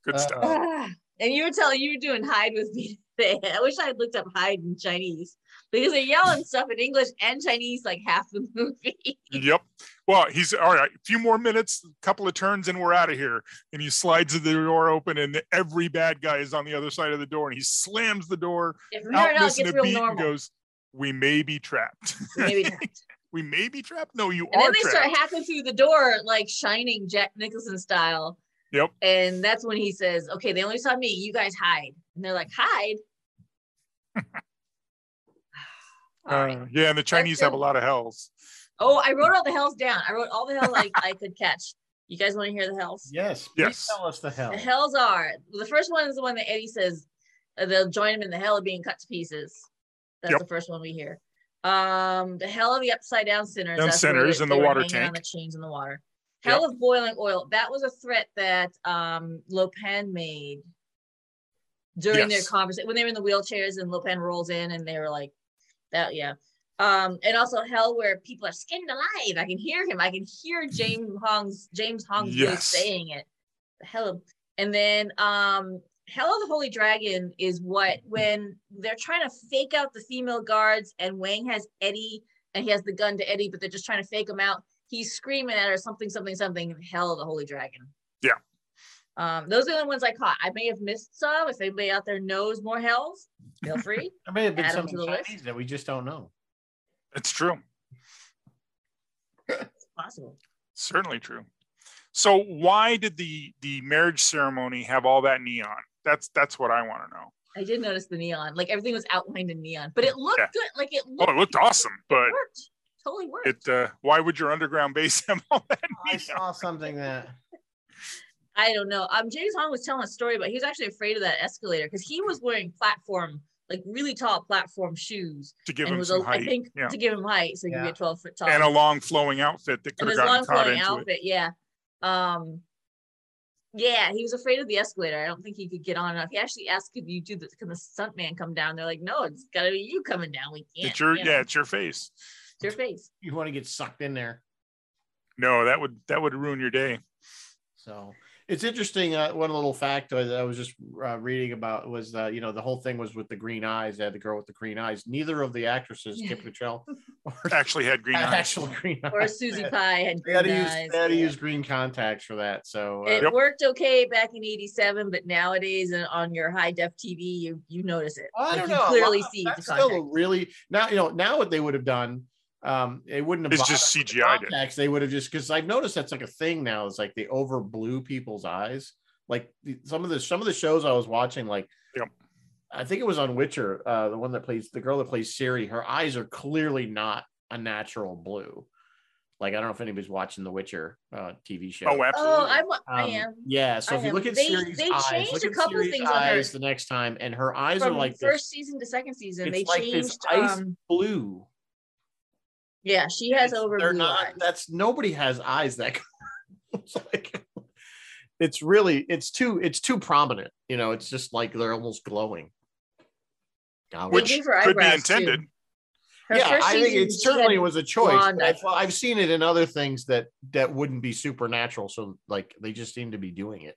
[SPEAKER 3] good stuff
[SPEAKER 1] Uh,
[SPEAKER 2] Ah, and you were telling you were doing hide with me today. I wish I had looked up hide in Chinese because they're yelling stuff in English and Chinese like half the movie.
[SPEAKER 3] yep well he's all right a few more minutes a couple of turns and we're out of here and he slides the door open and every bad guy is on the other side of the door and he slams the door
[SPEAKER 2] If from here
[SPEAKER 3] out
[SPEAKER 2] on out, it
[SPEAKER 3] missing
[SPEAKER 2] gets
[SPEAKER 3] a
[SPEAKER 2] real
[SPEAKER 3] beat and
[SPEAKER 2] normal.
[SPEAKER 3] goes we may be trapped
[SPEAKER 2] Maybe
[SPEAKER 3] we may be trapped. No, you
[SPEAKER 2] And
[SPEAKER 3] are
[SPEAKER 2] then they
[SPEAKER 3] trapped.
[SPEAKER 2] start hacking through the door, like shining Jack Nicholson style.
[SPEAKER 3] Yep.
[SPEAKER 2] And that's when he says, Okay, they only saw me. You guys hide. And they're like, Hide. All right.
[SPEAKER 3] Uh, yeah, and the Chinese have a
[SPEAKER 2] go.
[SPEAKER 3] lot of hells.
[SPEAKER 2] Oh, I wrote all the hells down. I wrote all the hells I, I could catch. You guys want to hear the hells?
[SPEAKER 1] Yes. Please
[SPEAKER 3] Yes.
[SPEAKER 1] tell us the hell.
[SPEAKER 2] The hells are the first one is the one that Eddie says uh, they'll join him in the hell of being cut to pieces. That's
[SPEAKER 3] Yep.
[SPEAKER 2] the first one we hear. Um, the hell of the upside down sinners.
[SPEAKER 3] Down
[SPEAKER 2] that's where
[SPEAKER 3] sinners
[SPEAKER 2] they-
[SPEAKER 3] in the
[SPEAKER 2] they were
[SPEAKER 3] water
[SPEAKER 2] hanging On
[SPEAKER 3] tank.
[SPEAKER 2] the chains in the water. Hell of boiling oil. That was a threat that um, Lopan made during
[SPEAKER 3] Yes.
[SPEAKER 2] their conversation when they were in the wheelchairs and Lopan rolls in and they were like, that yeah. Um, and also hell where people are skinned alive. I can hear him. I can hear James Hong's James Hong's voice
[SPEAKER 3] Mm. Yes.
[SPEAKER 2] saying it. The hell of, and then um Hell of the Holy Dragon is what when they're trying to fake out the female guards and Wang has Eddie and he has the gun to Eddie, but they're just trying to fake him out. He's screaming at her something, something, something. Hell of the Holy Dragon.
[SPEAKER 3] Yeah.
[SPEAKER 2] Um, those are the only ones I caught. I may have missed some. If anybody out there knows more hells, feel free.
[SPEAKER 1] There may have been
[SPEAKER 2] Add
[SPEAKER 1] some
[SPEAKER 2] 'em to the list.
[SPEAKER 1] Chinese that we just don't know.
[SPEAKER 3] It's true.
[SPEAKER 2] it's possible.
[SPEAKER 3] Certainly true. So why did the the marriage ceremony have all that neon? That's that's what I want to know.
[SPEAKER 2] I did notice the neon. Like everything was outlined in neon, but it looked
[SPEAKER 3] Yeah.
[SPEAKER 2] good. Like it looked,
[SPEAKER 3] Oh, it looked awesome, but
[SPEAKER 2] worked. Totally worked.
[SPEAKER 3] it uh, why would your underground base have all that
[SPEAKER 1] I
[SPEAKER 3] neon?
[SPEAKER 1] saw something that
[SPEAKER 2] I don't know. Um, James Hong was telling a story, but he was actually afraid of that escalator because he was wearing platform, like really tall platform shoes,
[SPEAKER 3] to give
[SPEAKER 2] and
[SPEAKER 3] him
[SPEAKER 2] was
[SPEAKER 3] some
[SPEAKER 2] a,
[SPEAKER 3] height?
[SPEAKER 2] I think
[SPEAKER 3] yeah.
[SPEAKER 2] to give him height, so he could
[SPEAKER 1] Yeah.
[SPEAKER 2] be a twelve foot tall.
[SPEAKER 3] and a long flowing outfit that could
[SPEAKER 2] And his
[SPEAKER 3] have gotten
[SPEAKER 2] long
[SPEAKER 3] caught
[SPEAKER 2] flowing
[SPEAKER 3] into it.
[SPEAKER 2] outfit, yeah. Um, yeah, he was afraid of the escalator. I don't think he could get on enough. He actually asked, "Could you do the Can the stuntman come down?" They're like, "No, it's got to be you coming down. We can't."
[SPEAKER 3] It's your
[SPEAKER 2] you
[SPEAKER 3] yeah.
[SPEAKER 2] know,
[SPEAKER 3] it's your face.
[SPEAKER 2] it's your face.
[SPEAKER 1] you want to get sucked in there.
[SPEAKER 3] No, that would that would ruin your day.
[SPEAKER 1] So it's interesting. Uh, one little fact I, I was just uh, reading about was uh, you know the whole thing was with the green eyes. They had the girl with the green eyes. Neither of the actresses, Kip Mitchell, or
[SPEAKER 3] Actually had green
[SPEAKER 1] had
[SPEAKER 3] eyes.
[SPEAKER 1] actual green eyes.
[SPEAKER 2] Or Susie Pie had
[SPEAKER 1] They
[SPEAKER 2] green
[SPEAKER 1] had to use
[SPEAKER 2] eyes.
[SPEAKER 1] they had to
[SPEAKER 2] yeah.
[SPEAKER 1] use green contacts for that. So uh,
[SPEAKER 2] It
[SPEAKER 3] Yep.
[SPEAKER 2] worked okay back in '87, but nowadays uh, on your high def TV, you you notice it.
[SPEAKER 1] Well, I
[SPEAKER 2] Like,
[SPEAKER 1] don't
[SPEAKER 2] you
[SPEAKER 1] know. a
[SPEAKER 2] Clearly
[SPEAKER 1] lot-
[SPEAKER 2] see the
[SPEAKER 1] that's still a
[SPEAKER 2] contact.
[SPEAKER 1] really now. You know now what they would have done. Um, it wouldn't have.
[SPEAKER 3] It's
[SPEAKER 1] bothered
[SPEAKER 3] just
[SPEAKER 1] with the
[SPEAKER 3] CGI'd it.
[SPEAKER 1] contacts. They would have just because I've noticed that's like a thing now. Is like they over blew people's eyes. Like the- some of the some of the shows I was watching, like
[SPEAKER 3] Yep.
[SPEAKER 1] I think it was on Witcher, uh, the one that plays the girl that plays Siri. Her eyes are clearly not a natural blue. Like I don't know if anybody's watching the Witcher uh, TV show.
[SPEAKER 3] Oh, absolutely.
[SPEAKER 2] Oh, I'm I
[SPEAKER 1] Um,
[SPEAKER 2] am.
[SPEAKER 1] Yeah. So
[SPEAKER 2] I
[SPEAKER 1] if you
[SPEAKER 2] am.
[SPEAKER 1] look at
[SPEAKER 2] They-
[SPEAKER 1] Siri's
[SPEAKER 2] they
[SPEAKER 1] eyes,
[SPEAKER 2] changed
[SPEAKER 1] look
[SPEAKER 2] a
[SPEAKER 1] at
[SPEAKER 2] couple
[SPEAKER 1] Siri's
[SPEAKER 2] things on her.
[SPEAKER 1] eyes the next time, and her eyes
[SPEAKER 2] From
[SPEAKER 1] are like this
[SPEAKER 2] first season to second season,
[SPEAKER 1] it's
[SPEAKER 2] they
[SPEAKER 1] like this
[SPEAKER 2] changed.
[SPEAKER 1] ice
[SPEAKER 2] um,
[SPEAKER 1] blue.
[SPEAKER 2] yeah, she has
[SPEAKER 1] It's-
[SPEAKER 2] over
[SPEAKER 1] they're
[SPEAKER 2] blue
[SPEAKER 1] not.
[SPEAKER 2] eyes.
[SPEAKER 1] That's nobody has eyes that. color. it's like it's really it's too it's too prominent. You know, it's just like they're almost glowing. God,
[SPEAKER 2] They
[SPEAKER 3] Which
[SPEAKER 2] gave her
[SPEAKER 3] could be
[SPEAKER 2] eyebrows, too.
[SPEAKER 3] intended.
[SPEAKER 2] Her
[SPEAKER 1] yeah,
[SPEAKER 2] first
[SPEAKER 1] I think
[SPEAKER 2] season,
[SPEAKER 1] it
[SPEAKER 2] she
[SPEAKER 1] certainly
[SPEAKER 2] had-
[SPEAKER 1] was a choice.
[SPEAKER 2] blonde
[SPEAKER 1] but I've, I've seen it in other things that that wouldn't be supernatural. So like they just seem to be doing it.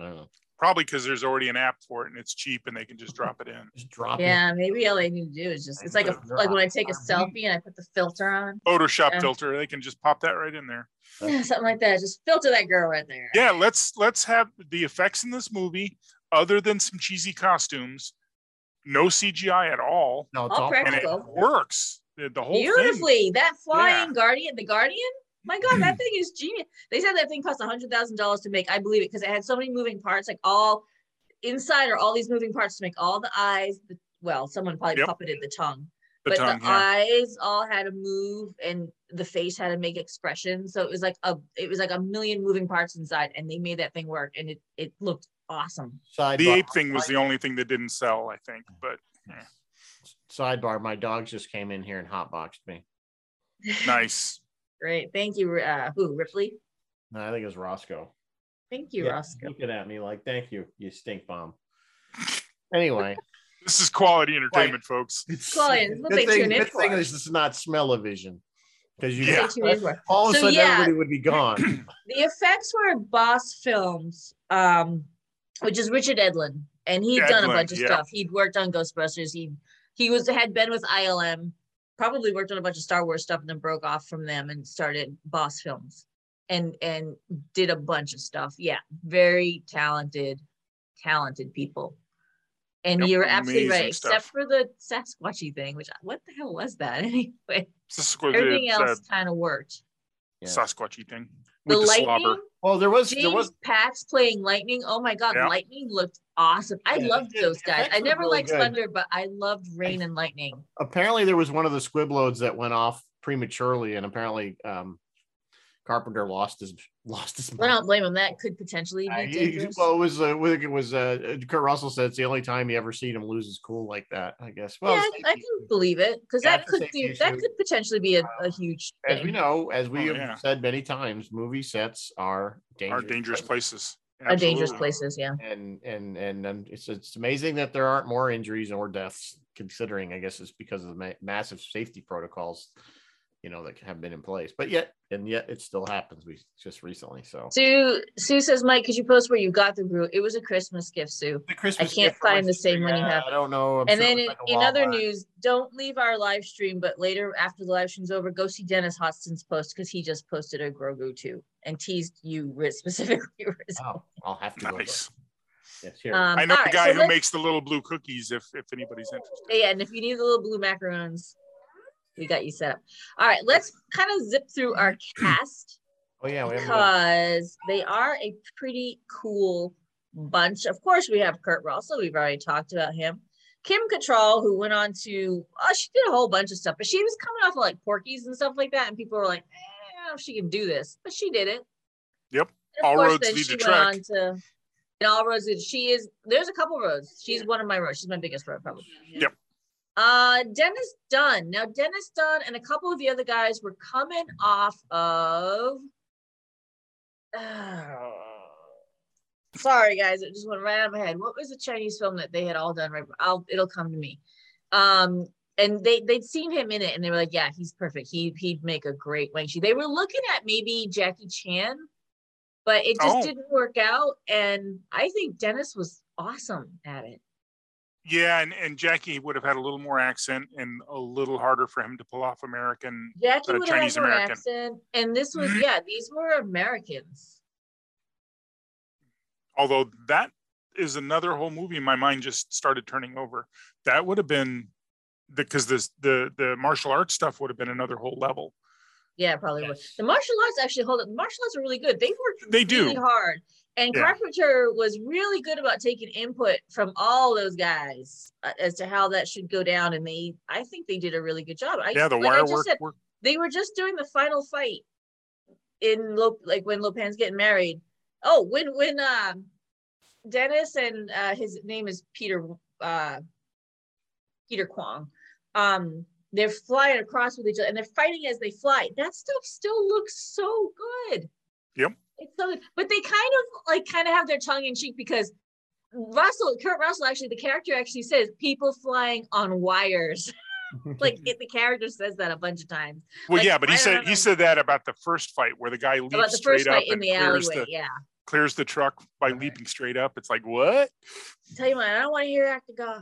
[SPEAKER 1] I don't know.
[SPEAKER 3] Probably because there's already an app for it and it's cheap and they can just drop it in.
[SPEAKER 1] Just drop it.
[SPEAKER 2] Yeah, maybe all I need to do is just it's like a like when I take a selfie and I put the filter on.
[SPEAKER 3] Photoshop
[SPEAKER 2] Yeah.
[SPEAKER 3] filter, they can just pop that right in there.
[SPEAKER 2] Yeah, something like that. Just filter that girl right there.
[SPEAKER 3] Yeah, let's let's have the effects in this movie, other than some cheesy costumes, no CGI at all,
[SPEAKER 1] No, it's
[SPEAKER 2] All
[SPEAKER 1] all
[SPEAKER 3] and it
[SPEAKER 2] Cool.
[SPEAKER 3] works. The, the whole thing.
[SPEAKER 2] Beautifully, that flying guardian, the guardian. My God, that thing is genius. They said that thing cost hundred thousand dollars to make. I believe it because it had so many moving parts, like all inside are all these moving parts to make all the eyes. The, well, someone probably
[SPEAKER 3] Yep.
[SPEAKER 2] puppeted the tongue,
[SPEAKER 3] The
[SPEAKER 2] but
[SPEAKER 3] tongue,
[SPEAKER 2] the
[SPEAKER 3] yeah.
[SPEAKER 2] eyes all had to move, and the face had to make expressions. So it was like a it was like a million moving parts inside, and they made that thing work, and it it looked awesome.
[SPEAKER 1] sidebar.
[SPEAKER 3] The ape thing was the only thing that didn't sell, I think. But
[SPEAKER 1] sidebar. My dogs just came in here and hotboxed me.
[SPEAKER 3] nice.
[SPEAKER 2] Great, thank you. Uh, who Ripley?
[SPEAKER 1] No, I think it was Roscoe.
[SPEAKER 2] Thank you,
[SPEAKER 1] Yeah,
[SPEAKER 2] Roscoe.
[SPEAKER 1] Looking at me like, thank you, you stink bomb. Anyway,
[SPEAKER 3] This is quality entertainment, folks.
[SPEAKER 2] Colin, it's what
[SPEAKER 1] good
[SPEAKER 2] they
[SPEAKER 1] thing,
[SPEAKER 2] tune in
[SPEAKER 1] good thing
[SPEAKER 2] for.
[SPEAKER 1] is this is not smell of vision because you
[SPEAKER 3] Yeah.
[SPEAKER 2] They tune in for.
[SPEAKER 1] all of a
[SPEAKER 2] So,
[SPEAKER 1] sudden
[SPEAKER 2] yeah.
[SPEAKER 1] everybody would be gone.
[SPEAKER 2] the effects were boss films um which is richard edlin and he had done a
[SPEAKER 3] Edlin,
[SPEAKER 2] bunch of
[SPEAKER 3] yeah.
[SPEAKER 2] stuff he'd worked on ghostbusters he he was had been with ilm probably worked on a bunch of star wars stuff and then broke off from them and started boss films and and did a bunch of stuff yeah very talented talented people And
[SPEAKER 3] Yep,
[SPEAKER 2] you're absolutely
[SPEAKER 3] amazing
[SPEAKER 2] right,
[SPEAKER 3] stuff.
[SPEAKER 2] except for the Sasquatchy thing, which what the hell was that anyway?
[SPEAKER 3] This is what
[SPEAKER 2] Everything
[SPEAKER 3] the,
[SPEAKER 2] else kind of worked.
[SPEAKER 3] the
[SPEAKER 1] Yeah.
[SPEAKER 3] uh, Sasquatchy thing
[SPEAKER 2] The
[SPEAKER 3] with the, slobber.
[SPEAKER 2] lightning,
[SPEAKER 1] Well, there was there
[SPEAKER 2] James
[SPEAKER 1] was
[SPEAKER 2] Pax playing lightning. Oh my god,
[SPEAKER 3] Yeah.
[SPEAKER 2] lightning looked awesome. I
[SPEAKER 1] Yeah,
[SPEAKER 2] loved
[SPEAKER 1] it-
[SPEAKER 2] those
[SPEAKER 1] it
[SPEAKER 2] guys. I
[SPEAKER 1] actually
[SPEAKER 2] never
[SPEAKER 1] really
[SPEAKER 2] liked
[SPEAKER 1] good.
[SPEAKER 2] thunder, but I loved rain and lightning.
[SPEAKER 1] apparently there was one of the squib loads that went off prematurely, and apparently um, Carpenter lost his lost his.
[SPEAKER 2] I
[SPEAKER 1] mind.
[SPEAKER 2] don't blame him. That could potentially
[SPEAKER 1] Uh,
[SPEAKER 2] be
[SPEAKER 1] he- he-
[SPEAKER 2] dangerous.
[SPEAKER 1] well, it was uh, I think it was uh, Kurt Russell said it's the only time you ever seen him lose his cool like that. I guess. Well,
[SPEAKER 2] yeah,
[SPEAKER 1] it's-
[SPEAKER 2] I, I can believe it because
[SPEAKER 1] Yeah,
[SPEAKER 2] that
[SPEAKER 1] it's a
[SPEAKER 2] could
[SPEAKER 1] safety
[SPEAKER 2] do, that
[SPEAKER 1] issue.
[SPEAKER 2] could potentially be a, a huge
[SPEAKER 1] as we
[SPEAKER 2] thing,
[SPEAKER 1] know, as we
[SPEAKER 3] Oh,
[SPEAKER 1] have
[SPEAKER 3] yeah.
[SPEAKER 1] said many times, movie sets are dangerous.
[SPEAKER 3] are dangerous places.
[SPEAKER 2] a dangerous
[SPEAKER 3] Absolutely.
[SPEAKER 2] places. Yeah,
[SPEAKER 1] And and and um, it's it's amazing that there aren't more injuries or deaths. Considering, I guess it's because of the ma- massive safety protocols, you know, that have been in place. But yet, and yet, it still happens. We just recently. So
[SPEAKER 2] Sue Sue says, Mike, could you post where you got the brew? It was a Christmas gift, Sue.
[SPEAKER 1] the Christmas
[SPEAKER 2] can't
[SPEAKER 1] gift for
[SPEAKER 2] find the
[SPEAKER 1] Winchester,
[SPEAKER 2] same one you
[SPEAKER 1] yeah,
[SPEAKER 2] have.
[SPEAKER 1] I don't know. I'm
[SPEAKER 2] and
[SPEAKER 1] sure
[SPEAKER 2] then
[SPEAKER 1] it
[SPEAKER 2] in,
[SPEAKER 1] was like a
[SPEAKER 2] in other
[SPEAKER 1] Walmart.
[SPEAKER 2] news, don't leave our live stream, but later after the live stream's over, go see Dennis Hodson's post because he just posted a Grogu too and teased you Riz- specifically. Riz.
[SPEAKER 1] Oh, I'll have to go. look.
[SPEAKER 3] Nice.
[SPEAKER 1] Yes, here.
[SPEAKER 2] Um,
[SPEAKER 3] I know
[SPEAKER 2] all
[SPEAKER 3] the
[SPEAKER 2] right,
[SPEAKER 3] guy
[SPEAKER 2] so
[SPEAKER 3] who
[SPEAKER 2] let's-
[SPEAKER 3] makes the little blue cookies. If if anybody's interested.
[SPEAKER 2] Yeah, and if you need the little blue macarons, we got you set up. All right, let's kind of zip through our cast
[SPEAKER 1] oh yeah, we haven't
[SPEAKER 2] uh,
[SPEAKER 1] done-
[SPEAKER 2] because they are a pretty cool bunch. Of course, we have Kurt Russell. We've already talked about him. Kim Cattrall, who went on to, oh, she did a whole bunch of stuff, but she was coming off of like Porkies and stuff like that, and people were like, eh, I don't know if she can do this, but she did it.
[SPEAKER 3] Yep.
[SPEAKER 2] And
[SPEAKER 3] All
[SPEAKER 2] course,
[SPEAKER 3] roads
[SPEAKER 2] then
[SPEAKER 3] lead
[SPEAKER 2] she went
[SPEAKER 3] to track.
[SPEAKER 2] on to. And all roads lead. She is. There's a couple roads. She's one of my roads. She's my biggest road, probably.
[SPEAKER 3] Yep.
[SPEAKER 2] Uh, Dennis Dunn. Now, Dennis Dunn and a couple of the other guys were coming off of. uh, sorry, guys, it just went right out of my head. What was the Chinese film that they had all done? Right, I'll, it'll come to me. Um, and they they'd seen him in it, and they were like, "Yeah, he's perfect. He he'd make a great Wang Chi." They were looking at maybe Jackie Chan, but it just
[SPEAKER 3] Oh.
[SPEAKER 2] didn't work out. And I think Dennis was awesome at it.
[SPEAKER 3] Yeah, and, and Jackie would have had a little more accent and a little harder for him to pull off American.
[SPEAKER 2] Jackie
[SPEAKER 3] Uh,
[SPEAKER 2] would have
[SPEAKER 3] Chinese
[SPEAKER 2] had more
[SPEAKER 3] American.
[SPEAKER 2] accent, and this was yeah, these were Americans.
[SPEAKER 3] Although that is another whole movie. My mind just started turning over. That would have been because this the the martial arts stuff would have been another whole level.
[SPEAKER 2] Yeah, probably would.
[SPEAKER 1] Yes.
[SPEAKER 2] The martial arts actually hold up. The martial arts are really good. They worked
[SPEAKER 3] They do.
[SPEAKER 2] really hard. And
[SPEAKER 3] Yeah.
[SPEAKER 2] Carpenter was really good about taking input from all those guys uh, as to how that should go down. And they, I think they did a really good job. I,
[SPEAKER 3] yeah, the
[SPEAKER 2] like I
[SPEAKER 3] wire
[SPEAKER 2] just
[SPEAKER 3] work,
[SPEAKER 2] said,
[SPEAKER 3] work.
[SPEAKER 2] they were just doing the final fight in Lo- like when Lopin's getting married. Oh, when when um Dennis and uh, his name is Peter uh, Peter Kwong. Um, they're flying across with each other and they're fighting as they fly. That stuff still looks so good.
[SPEAKER 3] Yep.
[SPEAKER 2] It's so good. But they kind of like kind of have their tongue in cheek because Russell, Kurt Russell, actually, the character actually says people flying on wires. like
[SPEAKER 1] Mm-hmm.
[SPEAKER 2] it, the character says that a bunch of times
[SPEAKER 3] Well,
[SPEAKER 2] like,
[SPEAKER 3] yeah, but he
[SPEAKER 2] I
[SPEAKER 3] said
[SPEAKER 2] don't know.
[SPEAKER 3] he said that about the first fight where the guy leaps
[SPEAKER 2] about the
[SPEAKER 3] straight
[SPEAKER 2] first
[SPEAKER 3] up
[SPEAKER 2] fight in
[SPEAKER 3] and
[SPEAKER 2] the
[SPEAKER 3] clears
[SPEAKER 2] alleyway.
[SPEAKER 3] the
[SPEAKER 2] Yeah.
[SPEAKER 3] clears the truck by leaping straight up. It's like what?
[SPEAKER 2] Tell you what, I don't want to hear act of God.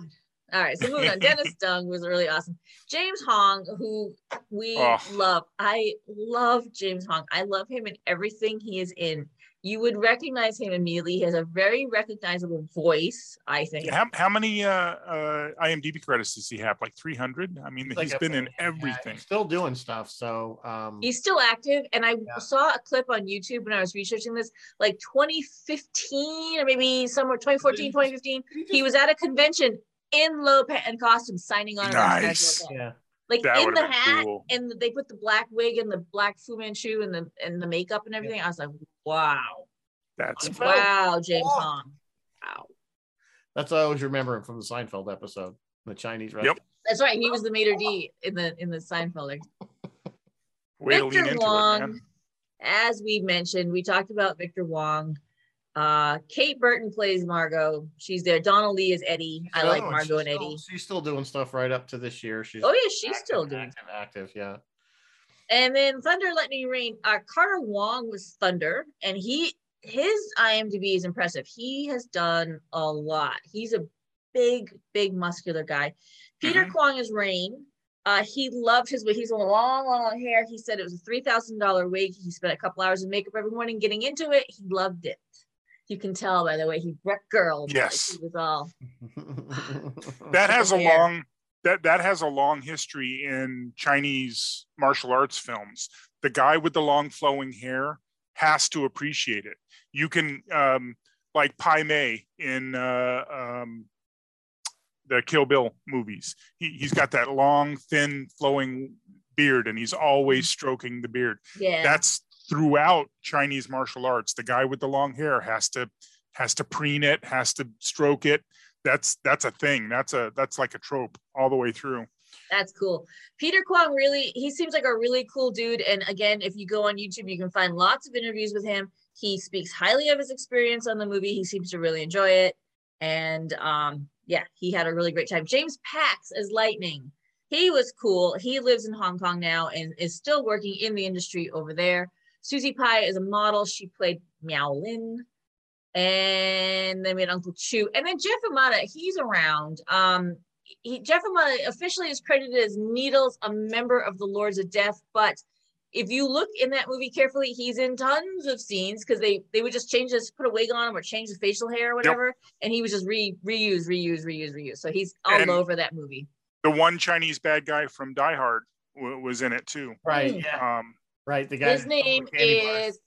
[SPEAKER 2] All right, so moving on. Dennis Dung was really awesome. James Hong, who we
[SPEAKER 3] Oh.
[SPEAKER 2] love. I love James Hong. I love him in everything he is in. You would recognize him immediately. He has a very recognizable voice, I think.
[SPEAKER 3] How, how many uh, uh, IMDb credits does he have? Like 300? I mean,
[SPEAKER 1] He's
[SPEAKER 3] he's
[SPEAKER 1] like a-
[SPEAKER 3] been in
[SPEAKER 1] yeah,
[SPEAKER 3] everything.
[SPEAKER 1] he's still doing stuff. So um,
[SPEAKER 2] He's still active. And I
[SPEAKER 1] Yeah.
[SPEAKER 2] saw a clip on YouTube when I was researching this, like 2015 or maybe somewhere 2014, 2015. He was at a convention in low and costume signing on.
[SPEAKER 3] Nice.
[SPEAKER 1] yeah,
[SPEAKER 2] Like
[SPEAKER 3] That
[SPEAKER 2] in
[SPEAKER 3] would
[SPEAKER 2] the
[SPEAKER 3] have been
[SPEAKER 2] hat,
[SPEAKER 3] cool.
[SPEAKER 2] and they put the black wig and the black Fu Manchu and the and the makeup and everything. I was like, wow,
[SPEAKER 3] That's
[SPEAKER 1] Wow.
[SPEAKER 2] wow, James
[SPEAKER 1] Wow.
[SPEAKER 2] Hong, wow.
[SPEAKER 1] that's what I always remember him from the Seinfeld episode, the Chinese restaurant.
[SPEAKER 2] That's right. He was the Mater D in the in the Seinfeld.
[SPEAKER 3] way to lean
[SPEAKER 2] Victor
[SPEAKER 3] into
[SPEAKER 2] Wong.
[SPEAKER 3] it, man.
[SPEAKER 2] As we mentioned, we talked about Victor Wong. Uh, Kate Burton plays Margot. She's there. Donald Lee is Eddie. I
[SPEAKER 1] Another
[SPEAKER 2] like
[SPEAKER 3] Oh,
[SPEAKER 1] one,
[SPEAKER 2] Margot
[SPEAKER 1] Oh, she's
[SPEAKER 2] and Eddie.
[SPEAKER 1] Still, she's still doing stuff right up to this year. She's
[SPEAKER 2] Oh yeah, she's
[SPEAKER 1] active,
[SPEAKER 2] still doing.
[SPEAKER 1] active, active. Yeah,
[SPEAKER 2] And then Thunder, Lightning, Rain. Uh, Carter Wong was Thunder, and he his IMDb is impressive. He has done a lot. He's a big, big muscular guy. Peter
[SPEAKER 3] Mhm.
[SPEAKER 2] Kwong is Rain. Uh, he loved his wig. He's on long, long, long hair. He said it was a three thousand dollar wig. He spent a couple hours in makeup every morning getting into it. He loved it. You can tell by the way he wrecked girl.
[SPEAKER 3] Yes.
[SPEAKER 2] He was all
[SPEAKER 1] Oh,
[SPEAKER 3] that has a
[SPEAKER 2] Fair.
[SPEAKER 3] long that that has a long history in Chinese martial arts films. The guy with the long flowing hair has to appreciate it. You can um, like Pai Mei in uh, um, the Kill Bill movies. He, he's got that long, thin, flowing beard, and he's always stroking the beard.
[SPEAKER 2] yeah.
[SPEAKER 3] That's throughout Chinese martial arts. The guy with the long hair has to has to preen it, has to stroke it. That's that's a thing. That's a that's like a trope all the way through.
[SPEAKER 2] That's cool. Peter Kwong really, he seems like a really cool dude. And again, if you go on YouTube, you can find lots of interviews with him. He speaks highly of his experience on the movie. He seems to really enjoy it. And um, yeah, he had a really great time. James Pax as Lightning. He was cool. He lives in Hong Kong now and is still working in the industry over there. Susie Pye is a model. She played Miao Lin. And then we had Uncle Chu. And then Jeff Amata, he's around. Um, he, Jeff Amata officially is credited as Needles, a member of the Lords of Death. But if you look in that movie carefully, he's in tons of scenes because they they would just change this, put a wig on him, or change the facial hair or whatever, and he was just re reuse, reuse, reuse, reuse. So he's all
[SPEAKER 3] And-
[SPEAKER 2] over that movie.
[SPEAKER 3] The one Chinese bad guy from Die Hard w- was in it too.
[SPEAKER 1] right, yeah,
[SPEAKER 3] Um,
[SPEAKER 1] right. The guy.
[SPEAKER 2] His name
[SPEAKER 1] Candy bar.
[SPEAKER 2] is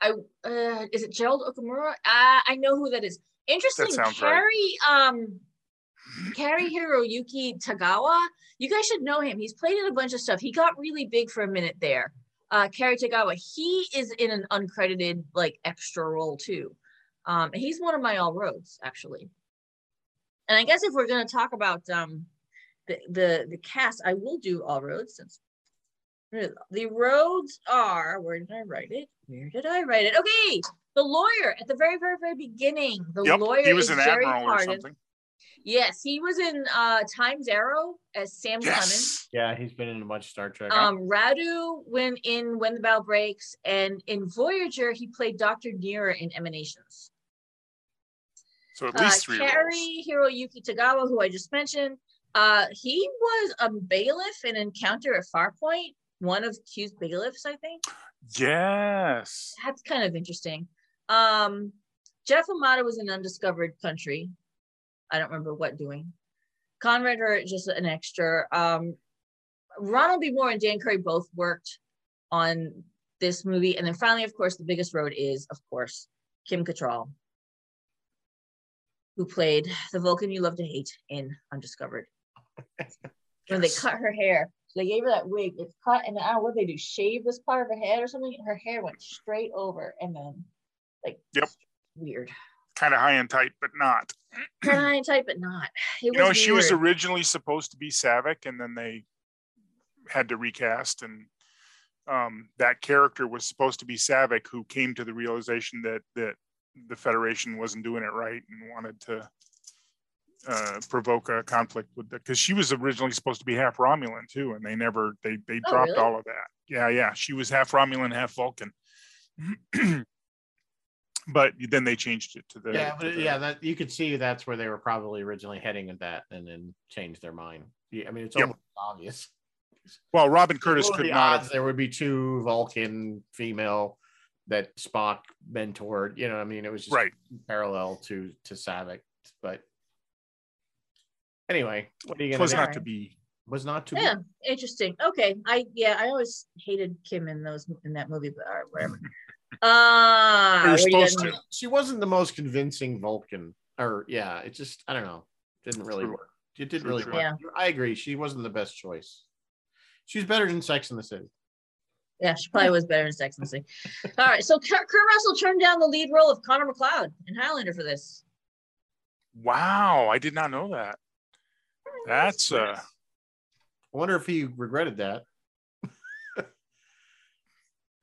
[SPEAKER 2] I uh, is it Gerald Okamura? Uh, I know who that is. Interesting,
[SPEAKER 3] sounds right.
[SPEAKER 2] Carrie um Carrie Hiroyuki Tagawa. You guys should know him. He's played in a bunch of stuff. He got really big for a minute there. Uh Carrie Tagawa, he is in an uncredited like extra role too. Um and he's one of my all roads actually. And I guess if we're gonna talk about um the the, the cast, I will do all roads since the roads are where did I write it? Where did I write it? Okay, the lawyer at the very, very, very beginning. The
[SPEAKER 3] yep,
[SPEAKER 2] lawyer
[SPEAKER 3] he was
[SPEAKER 2] is
[SPEAKER 3] an
[SPEAKER 2] Jerry
[SPEAKER 3] admiral or
[SPEAKER 2] Hardin.
[SPEAKER 3] something.
[SPEAKER 2] Yes, he was in uh, Time's Arrow as Sam Clemens.
[SPEAKER 3] Yes,
[SPEAKER 1] Yeah, he's been in a bunch of Star Trek.
[SPEAKER 2] Um, Radu when in When the Bell Breaks, and in Voyager he played Doctor Nira in Emanations.
[SPEAKER 3] so at
[SPEAKER 2] Uh,
[SPEAKER 3] least three. roles.
[SPEAKER 2] Carrie Hiroyuki Tagawa, who I just mentioned, uh, he was a bailiff in Encounter at Farpoint, one of Q's bailiffs, I think.
[SPEAKER 3] Yes,
[SPEAKER 2] that's kind of interesting. Um, Jeff Amata was an undiscovered country. I don't remember what doing. Conrad Hurt, just an extra. Um, Ronald B. Moore and Dan Curry both worked on this movie. And then finally, of course, the biggest road is, of course, Kim Cattrall, who played the Vulcan you love to hate in Undiscovered. When they
[SPEAKER 3] Yes.
[SPEAKER 2] cut her hair, so they gave her that wig. It's cut, and I don't know what they do, shave this part of her head or something. Her hair went straight over, and then like
[SPEAKER 3] Yep.
[SPEAKER 2] weird.
[SPEAKER 3] kind of high and tight, but not.
[SPEAKER 2] Kind of tight, but not. It
[SPEAKER 3] You know,
[SPEAKER 2] was
[SPEAKER 3] she was
[SPEAKER 2] weird.
[SPEAKER 3] originally supposed to be Savick, and then they had to recast, and um, that character was supposed to be Savick, who came to the realization that that the Federation wasn't doing it right and wanted to uh, provoke a conflict with the because she was originally supposed to be half Romulan too, and they never they they
[SPEAKER 2] Oh,
[SPEAKER 3] dropped
[SPEAKER 2] really?
[SPEAKER 3] all of that. Yeah, yeah, she was half Romulan, half Vulcan. but then they changed it to the
[SPEAKER 1] yeah,
[SPEAKER 3] to
[SPEAKER 1] but
[SPEAKER 3] the-
[SPEAKER 1] yeah, that you could see that's where they were probably originally heading at that, and then changed their mind. Yeah, I mean, it's
[SPEAKER 3] Yep.
[SPEAKER 1] almost obvious.
[SPEAKER 3] Well, Robin Curtis
[SPEAKER 1] what are
[SPEAKER 3] could
[SPEAKER 1] the
[SPEAKER 3] not have
[SPEAKER 1] odds there would be two Vulcan female that Spock mentored? You know, what I mean, it was just
[SPEAKER 3] right.
[SPEAKER 1] parallel to to Savick, but anyway, what are you gonna
[SPEAKER 3] was
[SPEAKER 1] do?
[SPEAKER 3] not to be.
[SPEAKER 1] was not too
[SPEAKER 2] Yeah, interesting. Okay, I yeah, I always hated Kim in those in that movie, but all right, whatever. Ah,
[SPEAKER 3] We were
[SPEAKER 2] what are you gonna
[SPEAKER 3] supposed
[SPEAKER 2] do?
[SPEAKER 3] to.
[SPEAKER 1] she wasn't the most convincing Vulcan, or yeah, it just I don't know, didn't really
[SPEAKER 3] True.
[SPEAKER 1] work. It didn't
[SPEAKER 3] True,
[SPEAKER 1] really
[SPEAKER 3] true.
[SPEAKER 1] work.
[SPEAKER 2] Yeah.
[SPEAKER 1] I agree, she wasn't the best choice. She's better than Sex in the City.
[SPEAKER 2] Yeah, she probably was better in Sex and the City. All right, so Kurt, Kurt Russell turned down the lead role of Connor McLeod in Highlander for this.
[SPEAKER 3] Wow, I did not know that. That's uh,
[SPEAKER 1] I wonder if he regretted that.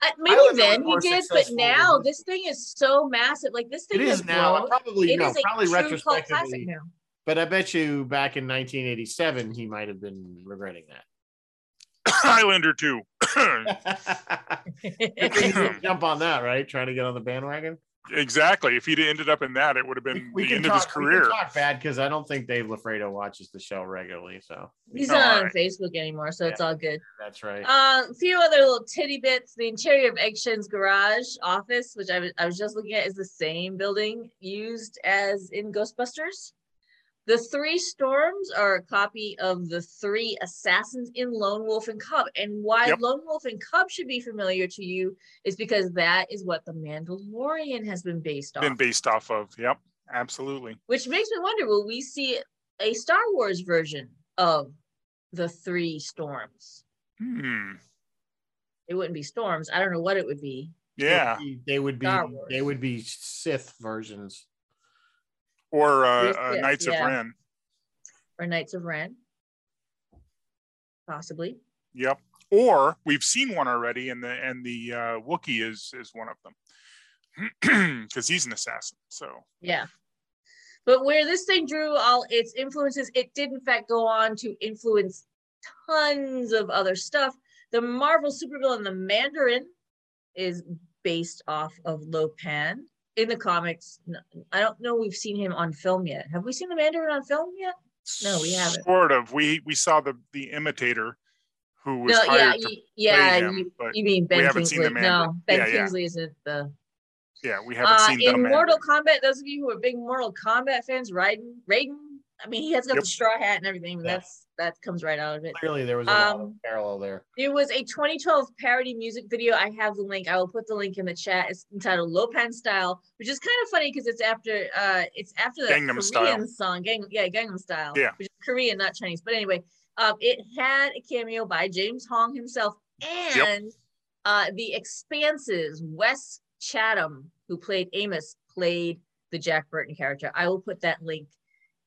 [SPEAKER 2] Uh, maybe
[SPEAKER 1] would've
[SPEAKER 2] then
[SPEAKER 1] been
[SPEAKER 2] he
[SPEAKER 1] more
[SPEAKER 2] did, but
[SPEAKER 1] successful
[SPEAKER 2] now
[SPEAKER 1] with it.
[SPEAKER 2] this thing is so massive. Like this thing
[SPEAKER 1] It is
[SPEAKER 2] has
[SPEAKER 1] now.
[SPEAKER 2] grown.
[SPEAKER 1] Probably
[SPEAKER 2] It
[SPEAKER 1] no.
[SPEAKER 2] is a
[SPEAKER 1] probably
[SPEAKER 2] true cult classic
[SPEAKER 1] retrospectively.
[SPEAKER 2] now.
[SPEAKER 1] But I bet you back in 1987 he might have been regretting
[SPEAKER 3] Highlander two.
[SPEAKER 1] that. Good thing you didn't Jump on that, right? Trying to get on the bandwagon.
[SPEAKER 3] Exactly. If he'd ended up in that, it would have been
[SPEAKER 1] We, we
[SPEAKER 3] the
[SPEAKER 1] can
[SPEAKER 3] end
[SPEAKER 1] talk,
[SPEAKER 3] of his
[SPEAKER 1] We
[SPEAKER 3] career.
[SPEAKER 1] can talk bad because I don't think Dave Lafredo watches the show regularly. So
[SPEAKER 2] He's
[SPEAKER 3] Oh,
[SPEAKER 2] not on
[SPEAKER 3] alright.
[SPEAKER 2] Facebook anymore, so it's all good.
[SPEAKER 1] that's right.
[SPEAKER 2] Uh, a few other little titty bits. The interior of Eggshen's garage office, which I was- I was just looking at, is the same building used as in Ghostbusters. The Three Storms are a copy of the Three Assassins in Lone Wolf and Cub. And why
[SPEAKER 3] Yep.
[SPEAKER 2] Lone Wolf and Cub should be familiar to you is because that is what The Mandalorian has been based on.
[SPEAKER 3] Been based off of. Yep. Absolutely.
[SPEAKER 2] Which makes me wonder will we see a Star Wars version of the Three Storms?
[SPEAKER 3] Hmm.
[SPEAKER 2] It wouldn't be storms. I don't know what it would be.
[SPEAKER 3] Yeah.
[SPEAKER 1] they would be
[SPEAKER 2] Star Wars.
[SPEAKER 1] they would be Sith versions.
[SPEAKER 3] Or uh,
[SPEAKER 2] Yes,
[SPEAKER 3] uh,
[SPEAKER 2] yes,
[SPEAKER 3] Knights
[SPEAKER 2] yeah.
[SPEAKER 3] of Ren.
[SPEAKER 2] or Knights of Ren, possibly.
[SPEAKER 3] Yep. Or we've seen one already, and the and the uh, Wookiee is is one of them because he's an assassin. So
[SPEAKER 2] Yeah. But where this thing drew all its influences, it did in fact go on to influence tons of other stuff. The Marvel supervillain, the Mandarin, is based off of Lopan in the comics. n- I don't know we've seen him on film yet. Have we seen the Mandarin on film yet? No, we haven't.
[SPEAKER 3] Sort of. We we saw the the imitator who was
[SPEAKER 2] no, yeah,
[SPEAKER 3] hired to
[SPEAKER 2] you, yeah.
[SPEAKER 3] him,
[SPEAKER 2] you,
[SPEAKER 3] but
[SPEAKER 2] you mean Ben
[SPEAKER 3] haven't
[SPEAKER 2] Kingsley?
[SPEAKER 3] seen the
[SPEAKER 2] no,
[SPEAKER 3] Mandarin.
[SPEAKER 2] Ben
[SPEAKER 3] Yeah, yeah.
[SPEAKER 2] Kingsley isn't the
[SPEAKER 3] yeah, we haven't
[SPEAKER 2] Uh,
[SPEAKER 3] seen
[SPEAKER 2] in
[SPEAKER 3] the man.
[SPEAKER 2] Mortal Kombat, those of you who are big Mortal Kombat fans, Raiden, Raiden. I mean, he has got
[SPEAKER 3] Yep.
[SPEAKER 2] the straw hat and everything. But
[SPEAKER 1] Yeah.
[SPEAKER 2] That's that comes right out of it.
[SPEAKER 1] Clearly, there was a lot of
[SPEAKER 2] Um,
[SPEAKER 1] parallel there.
[SPEAKER 2] There was a 2012 parody music video. I have the link. I will put the link in the chat. It's entitled "Lopan Style," which is kind of funny because it's after uh, it's after the Korean
[SPEAKER 3] Gangnam Style.
[SPEAKER 2] song, Gang, yeah, Gangnam Style,
[SPEAKER 3] Yeah.
[SPEAKER 2] which is Korean, not Chinese. But anyway, um, it had a cameo by James Hong himself and uh, the Expanses. Wes Chatham, who played Amos, played the Jack Burton character. I will put that link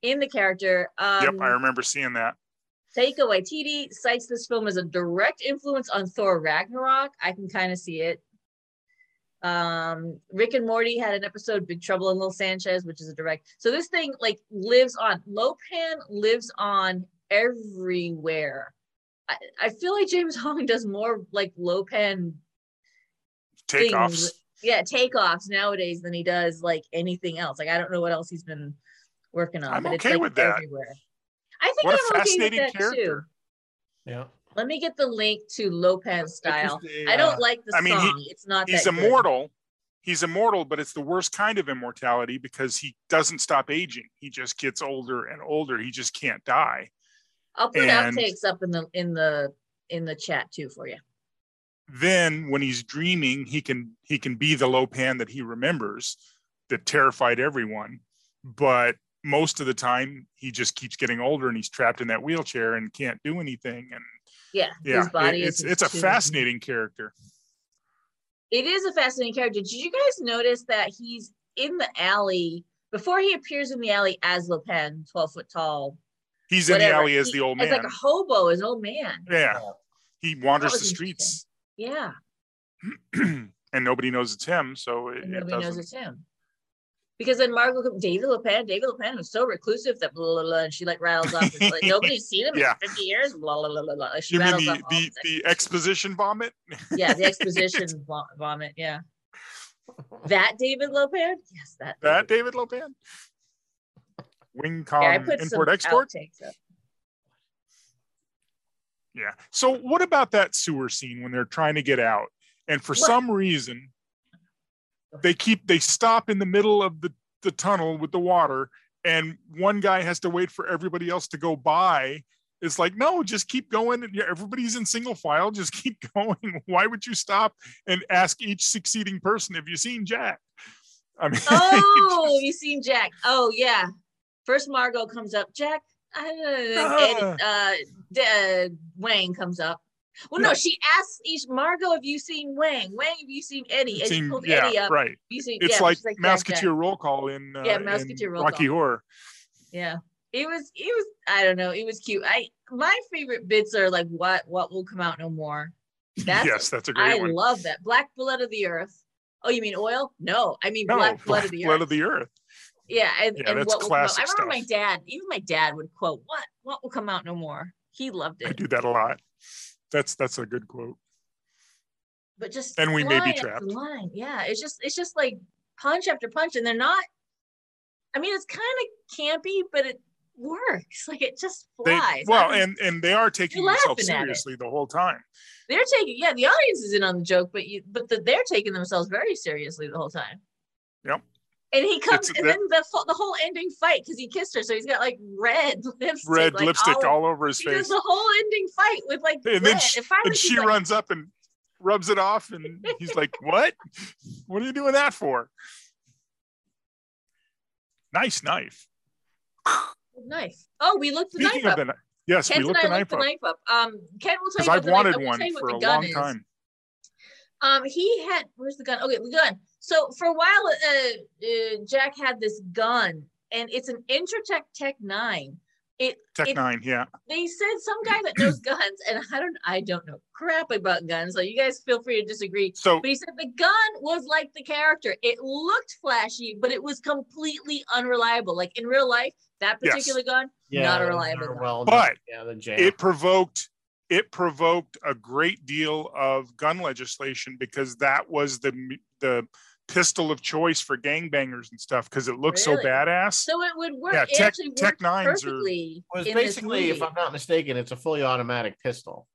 [SPEAKER 2] in the character. Um,
[SPEAKER 3] Yep, I remember seeing that.
[SPEAKER 2] Taika Waititi cites this film as a direct influence on Thor Ragnarok. I can kind of see it. Um, Rick and Morty had an episode, Big Trouble in Little Sanchez, which is a direct. So this thing like lives on. Lopan lives on everywhere. I, I feel like James Hong does more like Lopan, Things.
[SPEAKER 3] Takeoffs.
[SPEAKER 2] yeah, takeoffs nowadays than he does like anything else. Like I don't know what else he's been working on,
[SPEAKER 3] I'm
[SPEAKER 2] but it's
[SPEAKER 3] okay
[SPEAKER 2] like
[SPEAKER 3] with that.
[SPEAKER 2] everywhere. I think
[SPEAKER 3] What a
[SPEAKER 2] I'm
[SPEAKER 3] fascinating
[SPEAKER 2] okay with that Too.
[SPEAKER 3] character.
[SPEAKER 1] Yeah,
[SPEAKER 2] Let me get the link to Lopan style.
[SPEAKER 1] Interesting,
[SPEAKER 2] I
[SPEAKER 1] uh,
[SPEAKER 2] don't like the
[SPEAKER 3] I mean, he-
[SPEAKER 2] song. it's not
[SPEAKER 3] He's
[SPEAKER 2] that good.
[SPEAKER 3] immortal. He's immortal, but it's the worst kind of immortality because he doesn't stop aging. He just gets older and older. He just can't die.
[SPEAKER 2] I'll put
[SPEAKER 3] and-
[SPEAKER 2] outtakes up in the in the in the chat too for you.
[SPEAKER 3] Then when he's dreaming, he can he can be the Lopan that he remembers that terrified everyone. But most of the time he just keeps getting older and he's trapped in that wheelchair and can't do anything. And
[SPEAKER 2] Yeah,
[SPEAKER 3] yeah,
[SPEAKER 2] his body
[SPEAKER 3] it-
[SPEAKER 2] is
[SPEAKER 3] it's it's a
[SPEAKER 2] his tomb.
[SPEAKER 3] fascinating character.
[SPEAKER 2] it is a fascinating character. Did you guys notice that he's in the alley before he appears in the alley as Le Pen, 12 foot tall?
[SPEAKER 3] He's in
[SPEAKER 2] whatever,
[SPEAKER 3] the alley as
[SPEAKER 2] he-
[SPEAKER 3] the old
[SPEAKER 2] As
[SPEAKER 3] man.
[SPEAKER 2] like a hobo, as an old man.
[SPEAKER 3] yeah.
[SPEAKER 1] Yeah.
[SPEAKER 3] He wanders
[SPEAKER 2] That
[SPEAKER 3] the
[SPEAKER 2] was
[SPEAKER 3] streets
[SPEAKER 2] Yeah.
[SPEAKER 3] and nobody knows it's him. So it,
[SPEAKER 2] And
[SPEAKER 3] it
[SPEAKER 2] nobody knows
[SPEAKER 3] doesn't.
[SPEAKER 2] it's him. Because then Margot, Co- David LePan, David LePan was so reclusive that blah, blah, blah, and she like rattles off. and like, Nobody's seen him
[SPEAKER 3] Yeah.
[SPEAKER 2] in 50 years. Blah, blah, blah, blah, blah. She
[SPEAKER 3] You mean
[SPEAKER 2] rattles off
[SPEAKER 3] the,
[SPEAKER 2] all
[SPEAKER 3] the,
[SPEAKER 2] this
[SPEAKER 3] the exposition vomit?
[SPEAKER 2] yeah, the exposition vom- vomit. Yeah. That David Lopan? Yes, that.
[SPEAKER 3] That
[SPEAKER 2] David.
[SPEAKER 3] David Lopan? Wing
[SPEAKER 2] Yeah, I
[SPEAKER 3] com
[SPEAKER 2] put
[SPEAKER 3] Um, import
[SPEAKER 2] some
[SPEAKER 3] export?
[SPEAKER 2] outtakes up.
[SPEAKER 3] Yeah. So what about that sewer scene when they're trying to get out? And for
[SPEAKER 2] What?
[SPEAKER 3] some reason, they keep they stop in the middle of the, the tunnel with the water, and one guy has to wait for everybody else to go by. It's like, no, just keep going. and yeah, Everybody's in single file. Just keep going. Why would you stop and ask each succeeding person, have you seen Jack? I mean,
[SPEAKER 2] Oh, have you seen Jack? Oh yeah. First Margot comes up. Jack. I don't
[SPEAKER 3] Ah.
[SPEAKER 2] know. uh, D- uh, Wang comes up. Well, no,
[SPEAKER 3] No.
[SPEAKER 2] she asks each Margot, "Have you seen Wang? Wang, have you seen Eddie?" And she
[SPEAKER 3] Seen-
[SPEAKER 2] pulls
[SPEAKER 3] yeah,
[SPEAKER 2] Eddie up.
[SPEAKER 3] right.
[SPEAKER 2] You see,
[SPEAKER 3] It's
[SPEAKER 2] yeah,
[SPEAKER 3] like,
[SPEAKER 2] she's "Jack,
[SPEAKER 3] Masketeer
[SPEAKER 2] Jack."
[SPEAKER 3] roll call in, uh,
[SPEAKER 2] Yeah,
[SPEAKER 3] in
[SPEAKER 2] Mouseketeer roll
[SPEAKER 3] Rocky
[SPEAKER 2] call.
[SPEAKER 3] Horror.
[SPEAKER 2] Yeah. It was it was I don't know, it was cute. I my favorite bits are like what what will come out no more. That's
[SPEAKER 3] yes, that's a great
[SPEAKER 2] I
[SPEAKER 3] one.
[SPEAKER 2] love that. Black blood of the earth. Oh, you mean oil? No, I mean
[SPEAKER 3] No,
[SPEAKER 2] black blood of the
[SPEAKER 3] Blood
[SPEAKER 2] earth.
[SPEAKER 3] of the Earth.
[SPEAKER 2] yeah, and,
[SPEAKER 3] Yeah,
[SPEAKER 2] and
[SPEAKER 3] that's
[SPEAKER 2] what will come out. I
[SPEAKER 3] classic
[SPEAKER 2] remember my
[SPEAKER 3] stuff.
[SPEAKER 2] dad, even my dad would quote, What what will come out no more? He loved
[SPEAKER 3] I
[SPEAKER 2] it.
[SPEAKER 3] do that a lot. That's that's a good quote.
[SPEAKER 2] But just
[SPEAKER 3] And we may be
[SPEAKER 2] line after
[SPEAKER 3] trapped.
[SPEAKER 2] Line. Yeah. It's just it's just like punch after punch, and they're not. I mean, it's kind of campy, but it works. Like it just
[SPEAKER 3] They,
[SPEAKER 2] flies.
[SPEAKER 3] well,
[SPEAKER 2] I mean,
[SPEAKER 3] and and they are taking
[SPEAKER 2] You're
[SPEAKER 3] themselves
[SPEAKER 2] laughing at it.
[SPEAKER 3] seriously the whole time.
[SPEAKER 2] they're taking yeah, the audience is in on the joke, but you but the, they're taking themselves very seriously the whole time.
[SPEAKER 3] Yep.
[SPEAKER 2] And he comes,
[SPEAKER 3] It's-
[SPEAKER 2] and then the fu- the whole ending fight because he kissed her, so he's got like red lipstick,
[SPEAKER 3] Red
[SPEAKER 2] like,
[SPEAKER 3] lipstick
[SPEAKER 2] all
[SPEAKER 3] all over his
[SPEAKER 2] She does
[SPEAKER 3] face,
[SPEAKER 2] the whole ending fight with like
[SPEAKER 3] And then
[SPEAKER 2] red.
[SPEAKER 3] she-
[SPEAKER 2] finally
[SPEAKER 3] and
[SPEAKER 2] she's
[SPEAKER 3] she
[SPEAKER 2] like,
[SPEAKER 3] runs up and rubs it off, and he's like, "What? What are you doing that for?" Nice knife.
[SPEAKER 2] knife. Oh, we looked the
[SPEAKER 3] Speaking
[SPEAKER 2] knife
[SPEAKER 3] of
[SPEAKER 2] up.
[SPEAKER 3] the knife, yes,
[SPEAKER 2] Ken
[SPEAKER 3] we
[SPEAKER 2] and
[SPEAKER 3] looked
[SPEAKER 2] I
[SPEAKER 3] the
[SPEAKER 2] looked
[SPEAKER 3] knife
[SPEAKER 2] the
[SPEAKER 3] up
[SPEAKER 2] knife up. Um, Ken will tell
[SPEAKER 3] because
[SPEAKER 2] you. about
[SPEAKER 3] I've
[SPEAKER 2] the knife. I won't
[SPEAKER 3] wanted one
[SPEAKER 2] tell you what
[SPEAKER 3] for
[SPEAKER 2] the
[SPEAKER 3] a
[SPEAKER 2] gun
[SPEAKER 3] long
[SPEAKER 2] is.
[SPEAKER 3] time.
[SPEAKER 2] Um, he had where's the gun? Okay, the gun. So for a while, uh, uh, Jack had this gun, and it's an Intratech Tech Nine.
[SPEAKER 3] Tech
[SPEAKER 2] It-
[SPEAKER 3] nine, yeah.
[SPEAKER 2] They said some guy that knows guns, and I don't, I don't know crap about guns. So you guys feel free to disagree.
[SPEAKER 3] So
[SPEAKER 2] But he said the gun was like the character. It looked flashy, but it was completely unreliable. Like in real life, that
[SPEAKER 3] Yes.
[SPEAKER 2] particular gun, Not a reliable gun.
[SPEAKER 1] Well,
[SPEAKER 3] But
[SPEAKER 1] yeah, the jam.
[SPEAKER 3] it provoked it provoked a great deal of gun legislation because that was the the pistol of choice for gangbangers and stuff because it looked
[SPEAKER 2] Really?
[SPEAKER 3] so badass.
[SPEAKER 2] so it would work.
[SPEAKER 3] Yeah,
[SPEAKER 2] it
[SPEAKER 3] Tech-
[SPEAKER 2] actually worked
[SPEAKER 3] Tech nines are
[SPEAKER 2] perfectly.
[SPEAKER 1] was
[SPEAKER 2] in this
[SPEAKER 1] basically, if
[SPEAKER 2] movie.
[SPEAKER 1] I'm not mistaken, it's a fully automatic pistol.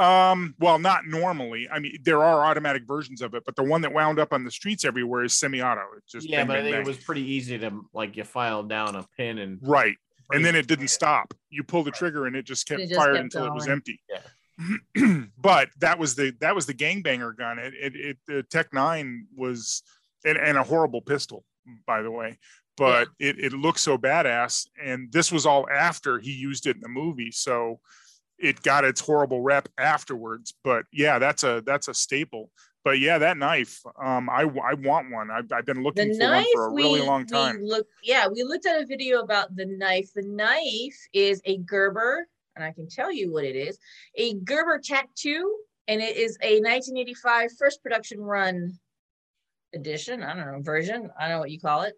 [SPEAKER 3] Um, well, not normally. I mean, there are automatic versions of it, but the one that wound up on the streets everywhere is semi-auto. It's just
[SPEAKER 1] yeah,
[SPEAKER 3] bang,
[SPEAKER 1] but I
[SPEAKER 3] bang,
[SPEAKER 1] think
[SPEAKER 3] bang.
[SPEAKER 1] it was pretty easy to like you file down a pin and
[SPEAKER 3] right. And then it
[SPEAKER 1] Yeah.
[SPEAKER 3] didn't stop. You pull the trigger and it just kept
[SPEAKER 2] It just
[SPEAKER 3] fired
[SPEAKER 2] kept
[SPEAKER 3] until it was
[SPEAKER 2] going.
[SPEAKER 3] empty. but that was the that was the gangbanger gun. It it, it the Tech Nine was and, and a horrible pistol, by the way. But it, it looked so badass. And this was all after he used it in the movie. So it got its horrible rep afterwards. But yeah, that's a that's a staple. But yeah, that knife, um, I, w- I want one. I've, I've been
[SPEAKER 2] the
[SPEAKER 3] looking for
[SPEAKER 2] knife
[SPEAKER 3] one for a really long time.
[SPEAKER 2] We looked, yeah, we looked at a video about the knife. The knife is a Gerber, and I can tell you what it is: a Gerber tattoo, and it is a 1985 first production run edition. I don't know version. I don't know what you call it.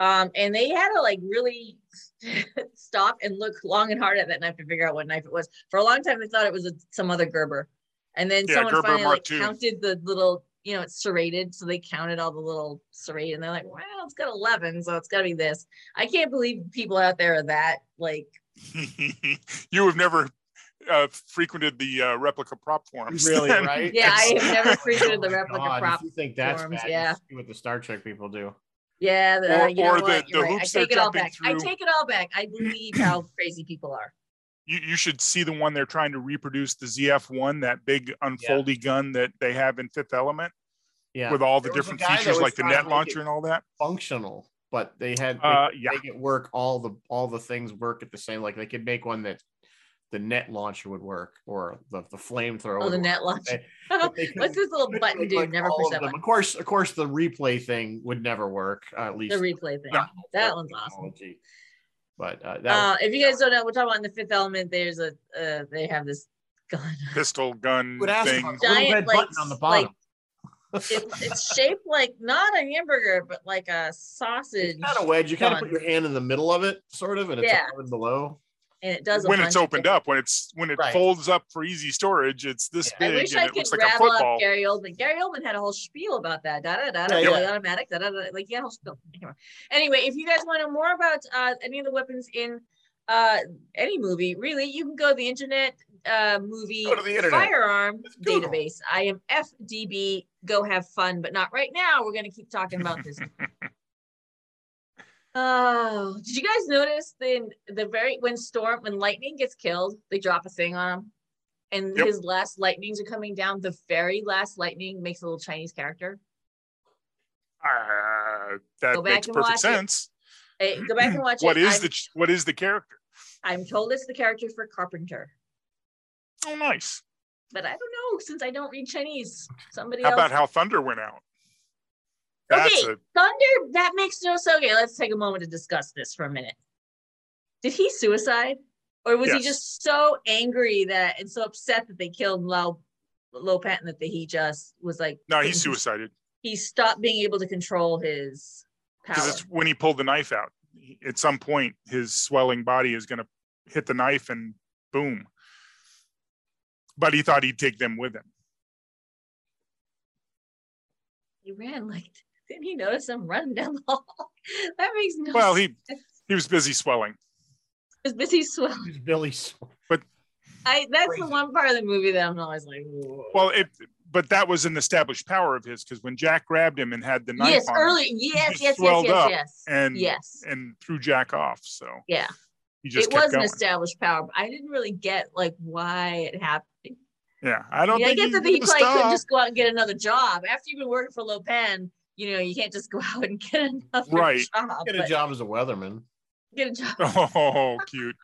[SPEAKER 2] Um, and they had to like really stop and look long and hard at that knife to figure out what knife it was. For a long time, they thought it was a, some other Gerber, and then
[SPEAKER 3] Yeah,
[SPEAKER 2] someone
[SPEAKER 3] Gerber
[SPEAKER 2] finally
[SPEAKER 3] Mark
[SPEAKER 2] like
[SPEAKER 3] II.
[SPEAKER 2] counted the little, you know, it's serrated, so they counted all the little serrate, and they're like, well, it's got eleven, so it's got to be this. I can't believe people out there are that like
[SPEAKER 3] you have never uh, frequented the uh, replica prop forums.
[SPEAKER 1] really
[SPEAKER 3] then.
[SPEAKER 1] right.
[SPEAKER 2] Yeah, I have never
[SPEAKER 1] Oh
[SPEAKER 2] frequented the
[SPEAKER 1] my
[SPEAKER 2] replica
[SPEAKER 1] God, if
[SPEAKER 2] prop
[SPEAKER 1] You think that's
[SPEAKER 2] forums,
[SPEAKER 1] bad, you
[SPEAKER 2] yeah.
[SPEAKER 1] see what the Star Trek people do?
[SPEAKER 2] Yeah, the,
[SPEAKER 3] Or-
[SPEAKER 2] you know
[SPEAKER 3] or the-
[SPEAKER 2] what? You're
[SPEAKER 3] the
[SPEAKER 2] right. I
[SPEAKER 3] hoops they're
[SPEAKER 2] take it all
[SPEAKER 3] jumping
[SPEAKER 2] back. I
[SPEAKER 3] through.
[SPEAKER 2] take it all back. I believe how crazy people are.
[SPEAKER 3] you, you should see the one they're trying to reproduce the ZF1, that big unfoldy gun that they have in Fifth Element
[SPEAKER 1] Yeah,
[SPEAKER 3] with all the
[SPEAKER 1] There was a
[SPEAKER 3] different
[SPEAKER 1] guy that
[SPEAKER 3] features
[SPEAKER 1] was
[SPEAKER 3] like the
[SPEAKER 1] trying to
[SPEAKER 3] net
[SPEAKER 1] make
[SPEAKER 3] launcher
[SPEAKER 1] it-
[SPEAKER 3] and all that.
[SPEAKER 1] functional, but they had they
[SPEAKER 3] Uh,
[SPEAKER 1] could
[SPEAKER 3] yeah.
[SPEAKER 1] make it work. All the all the things work at the same. Like they could make one that the net launcher would work, or the the flamethrower.
[SPEAKER 2] Oh,
[SPEAKER 1] would
[SPEAKER 2] the
[SPEAKER 1] work.
[SPEAKER 2] net launcher.
[SPEAKER 1] They- but they couldn't-
[SPEAKER 2] What's this little
[SPEAKER 1] couldn't
[SPEAKER 2] button
[SPEAKER 1] make,
[SPEAKER 2] do?
[SPEAKER 1] like,
[SPEAKER 2] Never
[SPEAKER 1] all
[SPEAKER 2] push
[SPEAKER 1] of
[SPEAKER 2] that
[SPEAKER 1] them.
[SPEAKER 2] one.
[SPEAKER 1] Of course, of course, the replay thing would never work. uh, at least
[SPEAKER 2] The replay thing.
[SPEAKER 3] No.
[SPEAKER 2] That one's awesome.
[SPEAKER 1] technology. But uh, that
[SPEAKER 2] Uh, if you guys don't know, we're talking about in the fifth element. There's a uh, they have this gun.
[SPEAKER 3] Pistol gun
[SPEAKER 1] would ask
[SPEAKER 3] thing.
[SPEAKER 1] about the little
[SPEAKER 2] Giant,
[SPEAKER 1] red
[SPEAKER 2] like,
[SPEAKER 1] button on the bottom.
[SPEAKER 2] It's, it's shaped like not a hamburger, but like a sausage,
[SPEAKER 1] kind of wedge. You kind of
[SPEAKER 2] gun.
[SPEAKER 1] put your hand in the middle of it, sort of, and it's
[SPEAKER 2] Yeah.
[SPEAKER 1] above and below.
[SPEAKER 2] and it does a
[SPEAKER 3] when
[SPEAKER 2] bunch
[SPEAKER 3] it's
[SPEAKER 2] of
[SPEAKER 3] opened
[SPEAKER 2] different-
[SPEAKER 3] up, when it's when it
[SPEAKER 1] Right.
[SPEAKER 3] folds up for easy storage, it's this
[SPEAKER 1] Yeah.
[SPEAKER 2] I
[SPEAKER 3] big
[SPEAKER 2] wish
[SPEAKER 3] and
[SPEAKER 2] I
[SPEAKER 3] it
[SPEAKER 2] could
[SPEAKER 3] looks like a
[SPEAKER 2] rattle
[SPEAKER 3] football.
[SPEAKER 2] up Gary Oldman. Gary Oldman had a whole spiel about that. Da da da da.
[SPEAKER 1] Yeah,
[SPEAKER 2] fully
[SPEAKER 1] yeah.
[SPEAKER 2] Automatic. Da da da. Like yeah, whole spiel. Anyway. Anyway, if you guys want to know more about uh, any of the weapons in uh, any movie, really, you can go to the internet uh, movie
[SPEAKER 1] Go to the internet.
[SPEAKER 2] firearm
[SPEAKER 1] Just Google.
[SPEAKER 2] database. I am FDB. Go have fun, but not right now. We're gonna keep talking about this. Oh, did you guys notice then the very when Storm when Lightning gets killed, they drop a thing on him, and
[SPEAKER 3] Yep.
[SPEAKER 2] his last lightnings are coming down. The very last lightning makes a little Chinese character.
[SPEAKER 3] Uh, that
[SPEAKER 2] Go back
[SPEAKER 3] makes
[SPEAKER 2] and
[SPEAKER 3] perfect
[SPEAKER 2] watch it.
[SPEAKER 3] sense.
[SPEAKER 2] Hey, go back and watch
[SPEAKER 3] What
[SPEAKER 2] it.
[SPEAKER 3] is
[SPEAKER 2] I'm,
[SPEAKER 3] the ch- what is the character?
[SPEAKER 2] I'm told it's the character for Carpenter,
[SPEAKER 3] Oh, nice.
[SPEAKER 2] but I don't know since I don't read Chinese. Somebody
[SPEAKER 3] How
[SPEAKER 2] else.
[SPEAKER 3] about how thunder went out? That's
[SPEAKER 2] okay,
[SPEAKER 3] a
[SPEAKER 2] Thunder. That makes no sense. Okay, let's take a moment to discuss this for a minute. Did he suicide, or was he
[SPEAKER 3] Yes.
[SPEAKER 2] just so angry that and so upset that they killed Lau Lo Patton that he just was like
[SPEAKER 3] no. He
[SPEAKER 2] couldn't-
[SPEAKER 3] suicided
[SPEAKER 2] He stopped being able to control his
[SPEAKER 3] because
[SPEAKER 2] power.
[SPEAKER 3] it's when he pulled the knife out. At some point, his swelling body is going to hit the knife and boom. But he thought he'd take them with him.
[SPEAKER 2] He ran like Didn't he notice him running down the hall? that makes no
[SPEAKER 3] Well,
[SPEAKER 2] sense.
[SPEAKER 3] he he was busy swelling.
[SPEAKER 2] He was busy swell.
[SPEAKER 1] It's Billy's.
[SPEAKER 2] I that's the
[SPEAKER 1] Crazy.
[SPEAKER 2] one part of the movie that I'm always like, "Whoa."
[SPEAKER 3] Well, it but that was an established power of his because when Jack grabbed him and had the knife
[SPEAKER 2] yes,
[SPEAKER 3] on him
[SPEAKER 2] early, yes,
[SPEAKER 3] he
[SPEAKER 2] yes, yes,
[SPEAKER 3] swelled
[SPEAKER 2] yes,
[SPEAKER 3] up
[SPEAKER 2] yes,
[SPEAKER 3] and-
[SPEAKER 2] yes,
[SPEAKER 3] and threw Jack off, so
[SPEAKER 2] yeah.
[SPEAKER 3] he just
[SPEAKER 2] It
[SPEAKER 3] kept
[SPEAKER 2] was an
[SPEAKER 3] going.
[SPEAKER 2] established power, but I didn't really get like why it happened.
[SPEAKER 3] yeah, I don't
[SPEAKER 2] Yeah, I
[SPEAKER 3] think
[SPEAKER 2] get
[SPEAKER 3] he's
[SPEAKER 2] that he
[SPEAKER 3] gonna
[SPEAKER 2] probably couldn't
[SPEAKER 3] stop.
[SPEAKER 2] just go out and get another job after you've been working for Lopan. You know, you can't just go out and get another
[SPEAKER 3] Right.
[SPEAKER 2] job.
[SPEAKER 1] Get a
[SPEAKER 2] but
[SPEAKER 1] job as a weatherman.
[SPEAKER 2] Get a job.
[SPEAKER 3] Oh, cute.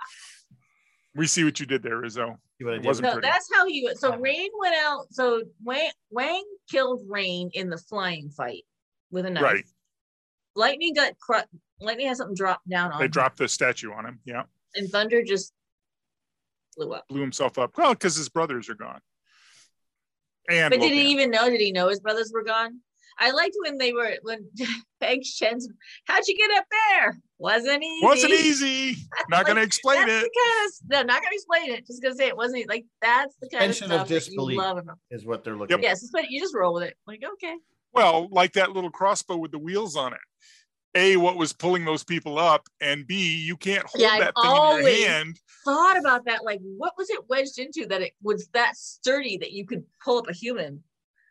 [SPEAKER 3] We see what you did there, Rizzo.
[SPEAKER 1] See what I
[SPEAKER 3] It
[SPEAKER 1] did?
[SPEAKER 3] wasn't
[SPEAKER 2] No,
[SPEAKER 3] pretty.
[SPEAKER 2] that's how he. So
[SPEAKER 1] Yeah.
[SPEAKER 2] Rain went out. So Wang Wang killed Rain in the flying fight with a knife.
[SPEAKER 3] Right.
[SPEAKER 2] Lightning got cru- lightning had something dropped down on.
[SPEAKER 3] They
[SPEAKER 2] him,
[SPEAKER 3] dropped the statue on him. Yeah,
[SPEAKER 2] and thunder just blew up.
[SPEAKER 3] blew himself up. Well, because his brothers are gone. And
[SPEAKER 2] But did
[SPEAKER 3] Lopan.
[SPEAKER 2] he even know? Did he know his brothers were gone? I liked when they were when Peg Shen's. How'd you get up there? Wasn't easy.
[SPEAKER 3] wasn't easy. Not
[SPEAKER 2] Like,
[SPEAKER 3] going to explain
[SPEAKER 2] that's
[SPEAKER 3] it.
[SPEAKER 2] the kind of no, not gonna explain it. Just gonna say it wasn't like that's the kind
[SPEAKER 1] Suspension
[SPEAKER 2] of
[SPEAKER 1] of
[SPEAKER 2] stuff that you
[SPEAKER 1] disbelief.
[SPEAKER 2] love. About.
[SPEAKER 1] Is what they're looking.
[SPEAKER 2] Yes, but you just roll with it. Like okay,
[SPEAKER 3] Well, like that little crossbow with the wheels on it. A, what was pulling those people up, and B, you can't hold
[SPEAKER 2] Yeah, I've
[SPEAKER 3] that thing in
[SPEAKER 2] always-
[SPEAKER 3] your hand.
[SPEAKER 2] thought about that. Like what was it wedged into that it was that sturdy that you could pull up a human?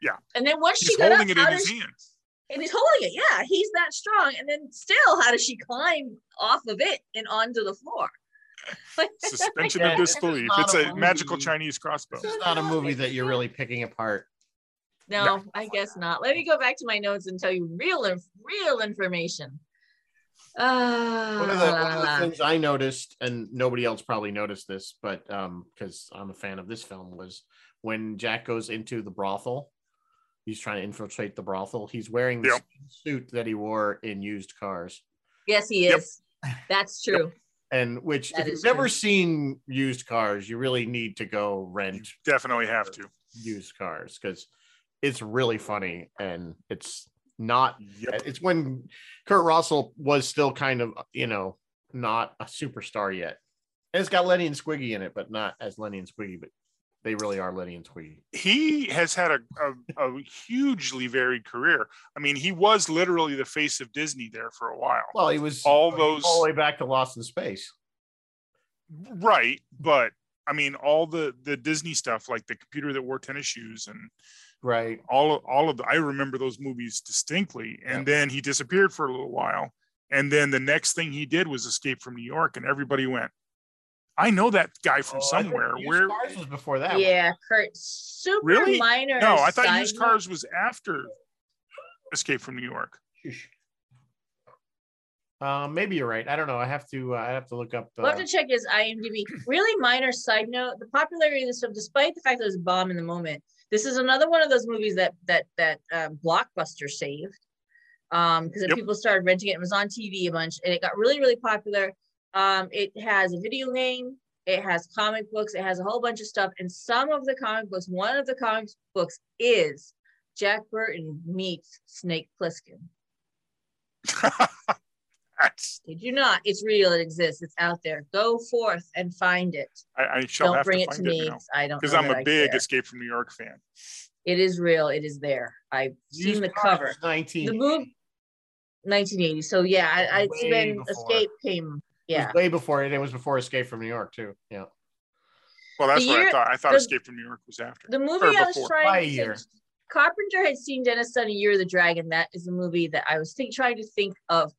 [SPEAKER 3] Yeah.
[SPEAKER 2] And then once
[SPEAKER 3] He's
[SPEAKER 2] she got
[SPEAKER 3] holding
[SPEAKER 2] up,
[SPEAKER 3] it
[SPEAKER 2] how
[SPEAKER 3] in
[SPEAKER 2] does
[SPEAKER 3] his
[SPEAKER 2] she-
[SPEAKER 3] hand.
[SPEAKER 2] and he's holding it. Yeah, he's that strong. And then still, how does she climb off of it and onto the floor? Like,
[SPEAKER 3] Suspension
[SPEAKER 1] Yeah,
[SPEAKER 3] of
[SPEAKER 1] this is
[SPEAKER 3] disbelief.
[SPEAKER 1] not
[SPEAKER 3] It's
[SPEAKER 1] a
[SPEAKER 3] a
[SPEAKER 1] movie.
[SPEAKER 3] magical Chinese crossbow.
[SPEAKER 1] This is not a movie that you're really picking apart.
[SPEAKER 2] no,
[SPEAKER 3] No.
[SPEAKER 2] I guess not. Let me go back to my notes and tell you real, inf- real information.
[SPEAKER 3] Ah.
[SPEAKER 2] Uh,
[SPEAKER 1] One of the, one of the things I noticed, and nobody else probably noticed this, but because I'm a fan of this film, was when Jack goes into the brothel, he's trying to infiltrate the brothel. He's wearing the
[SPEAKER 3] Yep.
[SPEAKER 1] same suit that he wore in used cars.
[SPEAKER 2] yes, he
[SPEAKER 3] Yep.
[SPEAKER 2] is. That's true.
[SPEAKER 1] And which, if
[SPEAKER 2] That is
[SPEAKER 1] you've
[SPEAKER 2] true.
[SPEAKER 1] never seen used cars, you really need to go rent
[SPEAKER 3] Definitely have to.
[SPEAKER 1] used cars because it's really funny and it's not
[SPEAKER 3] Yep.
[SPEAKER 1] it's when Kurt Russell was still kind of, you know, not a superstar yet. And it's got Lenny and Squiggy in it, but not as Lenny and Squiggy, but they really are Lenny and Squiggy.
[SPEAKER 3] He has had a, a, a hugely varied career. I mean, he was literally the face of Disney there for a while.
[SPEAKER 1] Well, he was
[SPEAKER 3] All those-
[SPEAKER 1] all the way back to Lost in Space.
[SPEAKER 3] Right. But I mean, all the, the Disney stuff, like the computer that wore tennis shoes and
[SPEAKER 1] Right.
[SPEAKER 3] all of all of the, I remember those movies distinctly. And then he disappeared for a little while. And then the next thing he did was escape from New York, and everybody went, "I know that guy
[SPEAKER 2] Oh,
[SPEAKER 3] from
[SPEAKER 1] Oh,
[SPEAKER 3] somewhere."
[SPEAKER 1] Where
[SPEAKER 3] Where?
[SPEAKER 1] cars was before that. one.
[SPEAKER 2] Yeah, Kurt. Super
[SPEAKER 3] Really?
[SPEAKER 2] minor.
[SPEAKER 3] No, I thought
[SPEAKER 2] side
[SPEAKER 3] used
[SPEAKER 2] note.
[SPEAKER 3] cars was after Escape from New York.
[SPEAKER 1] Uh, maybe you're right. I don't know. I have to. Uh, I have to look up.
[SPEAKER 2] We'll have
[SPEAKER 1] Uh,
[SPEAKER 2] to check his IMDb. Really minor side note: the popularity of this film, despite the fact that it was a bomb in the moment, this is another one of those movies that that that um, Blockbuster saved because
[SPEAKER 3] Yep.
[SPEAKER 2] people started renting it. It was on TV a bunch, and it got really really popular. Um, it has a video game. It has comic books. It has a whole bunch of stuff. And some of the comic books, one of the comic books is Jack Burton meets Snake Plissken.
[SPEAKER 3] That's-
[SPEAKER 2] Did you not? It's real. It exists. It's out there. Go forth and find it.
[SPEAKER 3] I, I shall
[SPEAKER 2] don't
[SPEAKER 3] have
[SPEAKER 2] bring
[SPEAKER 3] to
[SPEAKER 2] it to
[SPEAKER 3] find
[SPEAKER 2] me.
[SPEAKER 3] it now
[SPEAKER 2] 'cause I don't
[SPEAKER 3] because
[SPEAKER 2] know
[SPEAKER 3] I'm
[SPEAKER 2] that
[SPEAKER 3] a
[SPEAKER 2] I
[SPEAKER 3] big
[SPEAKER 2] care.
[SPEAKER 3] Escape from New York fan.
[SPEAKER 2] It is real. It is there. I've seen
[SPEAKER 1] Used
[SPEAKER 2] the
[SPEAKER 1] Cars
[SPEAKER 2] cover.
[SPEAKER 1] was Nineteen.
[SPEAKER 2] The move, 1980. So yeah, I, I, it's
[SPEAKER 1] Way
[SPEAKER 2] been
[SPEAKER 1] before.
[SPEAKER 2] Escape came.
[SPEAKER 1] It was
[SPEAKER 2] Yeah,
[SPEAKER 1] Way before it. It was before Escape from New York too. Yeah.
[SPEAKER 3] Well, that's
[SPEAKER 2] The
[SPEAKER 3] what
[SPEAKER 2] year-
[SPEAKER 3] I thought. I thought
[SPEAKER 2] the-
[SPEAKER 3] Escape from New York was after.
[SPEAKER 2] the movie
[SPEAKER 3] Or
[SPEAKER 2] I was
[SPEAKER 3] before.
[SPEAKER 1] By a
[SPEAKER 2] trying to
[SPEAKER 1] year.
[SPEAKER 2] think- Carpenter had seen Dennis Dunn a Year of the Dragon. That is a movie that I was think, trying to think of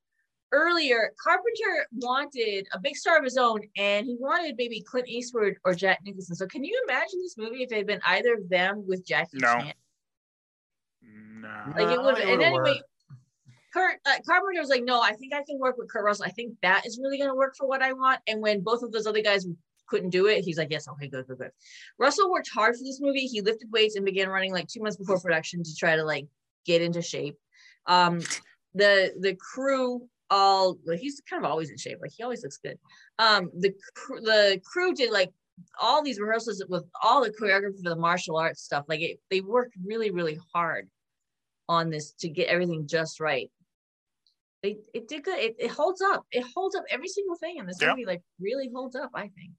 [SPEAKER 2] earlier. Carpenter wanted a big star of his own, and he wanted maybe Clint Eastwood or Jack Nicholson. So can you imagine this movie if it had been either of them with Jackie
[SPEAKER 3] No.
[SPEAKER 2] Chan?
[SPEAKER 3] Nah.
[SPEAKER 2] Like it
[SPEAKER 1] Nah,
[SPEAKER 2] would,
[SPEAKER 1] it
[SPEAKER 2] and
[SPEAKER 1] Uh, would've
[SPEAKER 2] anyway,
[SPEAKER 1] worked.
[SPEAKER 2] Kurt uh, Carpenter was like, "No, I think I can work with Kurt Russell. I think that is really going to work for what I want." And when both of those other guys couldn't do it, he's like, "Yes, okay, good, good, good." Russell worked hard for this movie. He lifted weights and began running like two months before production to try to like get into shape. Um, the the crew all well, he's kind of always in shape. Like he always looks good. Um, the cr- the crew did like all these rehearsals with all the choreography for the martial arts stuff. Like it, they worked really, really hard on this to get everything just right. They it did good. It, it holds up. It holds up every single thing in this
[SPEAKER 3] Yeah.
[SPEAKER 2] movie. Like really holds up. I think.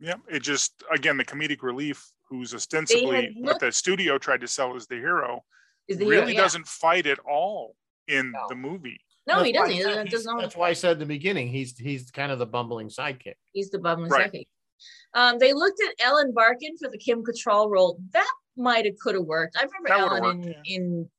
[SPEAKER 3] Yeah, it just again the comedic relief who's ostensibly what
[SPEAKER 2] looked-
[SPEAKER 3] the studio tried to sell as the hero
[SPEAKER 2] Is the hero,
[SPEAKER 3] really
[SPEAKER 2] yeah.
[SPEAKER 3] doesn't fight at all in
[SPEAKER 1] No.
[SPEAKER 3] the movie.
[SPEAKER 2] No, he
[SPEAKER 1] That's
[SPEAKER 2] doesn't. He
[SPEAKER 1] why I
[SPEAKER 2] doesn't,
[SPEAKER 1] said-
[SPEAKER 2] doesn't know.
[SPEAKER 1] That's why I said at the beginning he's he's kind of the bumbling sidekick.
[SPEAKER 2] He's the Bob Misaki.
[SPEAKER 3] Right.
[SPEAKER 2] Um, they looked at Ellen Barkin for the Kim Cattrall role. That might have could have worked. I remember
[SPEAKER 3] That would've
[SPEAKER 2] Ellen
[SPEAKER 3] worked,
[SPEAKER 2] in in.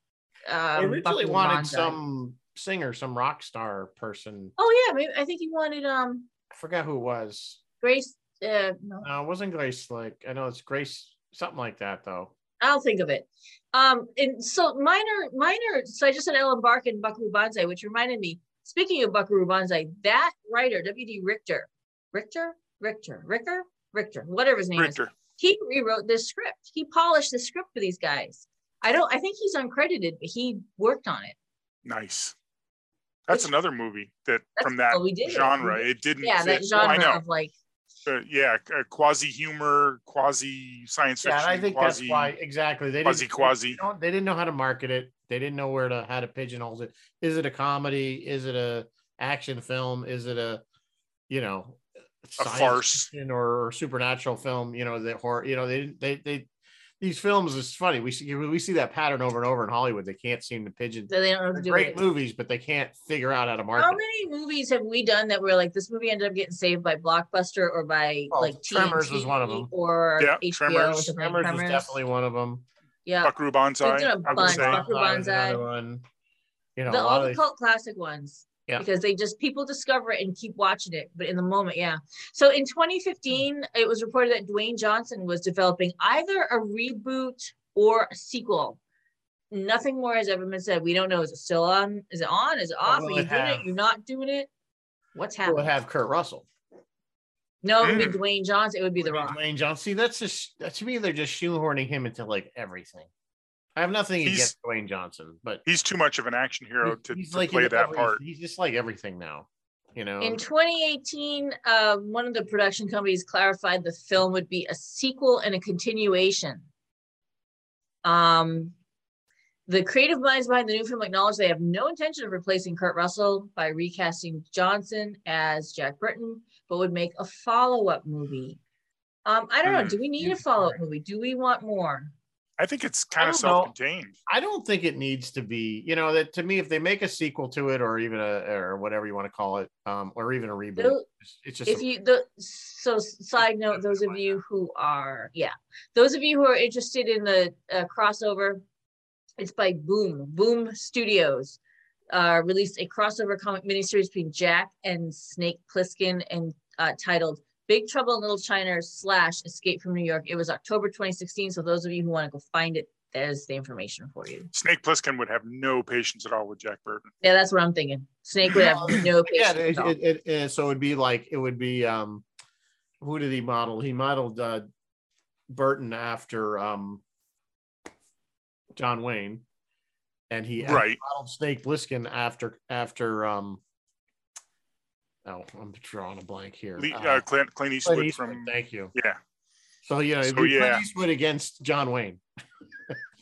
[SPEAKER 1] I
[SPEAKER 2] Um,
[SPEAKER 1] originally
[SPEAKER 2] Buffy
[SPEAKER 1] wanted
[SPEAKER 2] Monza.
[SPEAKER 1] some singer, some rock star person.
[SPEAKER 2] Oh yeah, maybe, I think he wanted um
[SPEAKER 1] I forgot who it was.
[SPEAKER 2] Grace. Uh, no,
[SPEAKER 1] No, it wasn't Grace. Like I know it's Grace, something like that though.
[SPEAKER 2] I'll think of it. Um, and so minor, minor. So I just said Ellen Barkin, Buckaroo Banzai, which reminded me. Speaking of Buckaroo Banzai, that writer W.D. Richter, Richter, Richter, Ricker, Richter, whatever his name is,
[SPEAKER 3] Richter.
[SPEAKER 2] he rewrote this script. He polished the script for these guys. I don't. I think he's uncredited, but he worked on it.
[SPEAKER 3] Nice. That's
[SPEAKER 2] It's-
[SPEAKER 3] another movie that from that
[SPEAKER 2] Well, we did it.
[SPEAKER 3] genre. It didn't
[SPEAKER 2] Yeah,
[SPEAKER 3] fit.
[SPEAKER 2] that
[SPEAKER 3] Well, I
[SPEAKER 2] genre
[SPEAKER 3] know.
[SPEAKER 2] of like
[SPEAKER 3] Uh, yeah, quasi humor, quasi science
[SPEAKER 1] Yeah,
[SPEAKER 3] fiction.
[SPEAKER 1] and I think
[SPEAKER 3] quasi,
[SPEAKER 1] that's why exactly they
[SPEAKER 3] quasi
[SPEAKER 1] didn't
[SPEAKER 3] quasi.
[SPEAKER 1] they don't- they didn't know how to market it. They didn't know where to how to pigeonhole it. Is it a comedy? Is it a action film? Is it a you know science
[SPEAKER 3] farce.
[SPEAKER 1] fiction or supernatural film? You know that horror. You know they didn't- they they these films is funny. We see we see that pattern over and over in Hollywood. They can't seem to pigeon.
[SPEAKER 2] they don't know what
[SPEAKER 1] They're
[SPEAKER 2] to do.
[SPEAKER 1] great
[SPEAKER 2] with it.
[SPEAKER 1] movies, but they can't figure out how to market.
[SPEAKER 2] How
[SPEAKER 1] it.
[SPEAKER 2] many movies have we done that were like this movie ended up getting saved by Blockbuster or by
[SPEAKER 1] Oh,
[SPEAKER 2] like
[SPEAKER 1] Tremors
[SPEAKER 2] TNT
[SPEAKER 1] was one of them.
[SPEAKER 2] or
[SPEAKER 3] Yeah,
[SPEAKER 2] HBO or
[SPEAKER 3] Tremors.
[SPEAKER 2] something.
[SPEAKER 1] Tremors was definitely one of them.
[SPEAKER 2] yeah.
[SPEAKER 3] Buckaroo Banzai.
[SPEAKER 2] We've done a
[SPEAKER 3] I would
[SPEAKER 2] bunch.
[SPEAKER 3] say.
[SPEAKER 2] Buckaroo
[SPEAKER 1] was another
[SPEAKER 2] Banzai.
[SPEAKER 1] one. You know,
[SPEAKER 2] the,
[SPEAKER 1] a lot
[SPEAKER 2] all
[SPEAKER 1] of
[SPEAKER 2] the
[SPEAKER 1] these-
[SPEAKER 2] cult classic ones.
[SPEAKER 1] Yeah.
[SPEAKER 2] Because they just people discover it and keep watching it, but in the moment, yeah. So in 2015, it was reported that Dwayne Johnson was developing either a reboot or a sequel. Nothing more has ever been said. We don't know. Is it still on? Is it on? Is it off? Are
[SPEAKER 1] will
[SPEAKER 2] you
[SPEAKER 1] it
[SPEAKER 2] doing it?
[SPEAKER 1] have-
[SPEAKER 2] You're not doing it? What's
[SPEAKER 1] people
[SPEAKER 2] happening?
[SPEAKER 1] would have Kurt Russell.
[SPEAKER 2] no, it would be
[SPEAKER 3] Mm.
[SPEAKER 2] Dwayne Johnson. It would be The
[SPEAKER 1] Would be
[SPEAKER 2] Rock.
[SPEAKER 1] Dwayne Johnson. See, that's just that, to me, they're just shoehorning him into like everything. I have nothing
[SPEAKER 3] He's-
[SPEAKER 1] against Dwayne Johnson, but
[SPEAKER 3] He's too much of an action hero
[SPEAKER 1] he-
[SPEAKER 3] to, to
[SPEAKER 1] like
[SPEAKER 3] play
[SPEAKER 1] in
[SPEAKER 3] that
[SPEAKER 1] every-
[SPEAKER 3] part.
[SPEAKER 1] He's just like everything now, you know.
[SPEAKER 2] In 2018, um, one of the production companies clarified the film would be a sequel and a continuation. Um, the creative minds behind the new film acknowledge they have no intention of replacing Kurt Russell by recasting Johnson as Jack Burton, but would make a follow up movie. Um, I don't know.
[SPEAKER 3] Hmm.
[SPEAKER 2] Do we need a
[SPEAKER 1] Interesting.
[SPEAKER 2] follow up movie? Do we want more?
[SPEAKER 3] I think it's
[SPEAKER 1] I
[SPEAKER 3] kind of
[SPEAKER 1] don't know.
[SPEAKER 3] self-contained.
[SPEAKER 1] I don't think it needs to be, you know, that to me, if they make a sequel to it or even a or whatever you want to call it, um, or even a reboot,
[SPEAKER 2] Though-
[SPEAKER 1] it's- it's just
[SPEAKER 2] if
[SPEAKER 1] a-
[SPEAKER 2] you the so side note those of you who are yeah those of you who are interested in the uh, crossover it's by boom boom studios uh, released a crossover comic miniseries between jack and snake plissken and uh, titled big trouble in little china slash escape from new york it was october 2016 so those of you who want to go find it there's the information for you
[SPEAKER 3] Snake Plissken would have no patience at all with Jack Burton.
[SPEAKER 2] yeah that's what i'm thinking snake would have no
[SPEAKER 1] yeah, it,
[SPEAKER 2] patience at all.
[SPEAKER 1] it, it, it- so it'd be like it would be um, who did he model? He modeled uh, Burton after um, John Wayne, and he
[SPEAKER 3] Right.
[SPEAKER 1] modeled Snake Bliskin after after um. Oh, I'm drawing a blank here.
[SPEAKER 3] Le-
[SPEAKER 1] Uh,
[SPEAKER 3] uh, Clint, Clint Eastwood,
[SPEAKER 1] Clint Eastwood,
[SPEAKER 3] from
[SPEAKER 1] thank you.
[SPEAKER 3] yeah.
[SPEAKER 1] So you know, it'd
[SPEAKER 3] So,
[SPEAKER 1] be Clint
[SPEAKER 3] yeah.
[SPEAKER 1] Eastwood against John Wayne.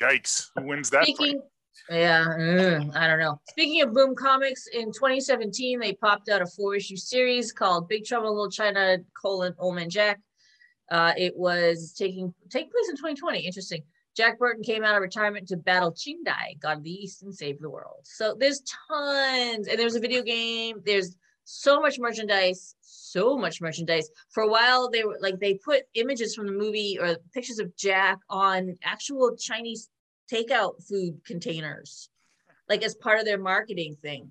[SPEAKER 3] Yikes! Who wins that? fight?
[SPEAKER 2] Speaking, yeah, mm, I don't know. Speaking of Boom Comics, in 2017 they popped out a four-issue series called Big Trouble in Little China: colon, Old Man Jack. Uh, it was taking take place in 2020. Interesting. Jack Burton came out of retirement to battle Qingdai, God of the East, and save the world. So there's tons, and there's a video game. There's so much merchandise, so much merchandise. For a while, they were like they put images from the movie or pictures of Jack on actual Chinese takeout food containers, like as part of their marketing thing.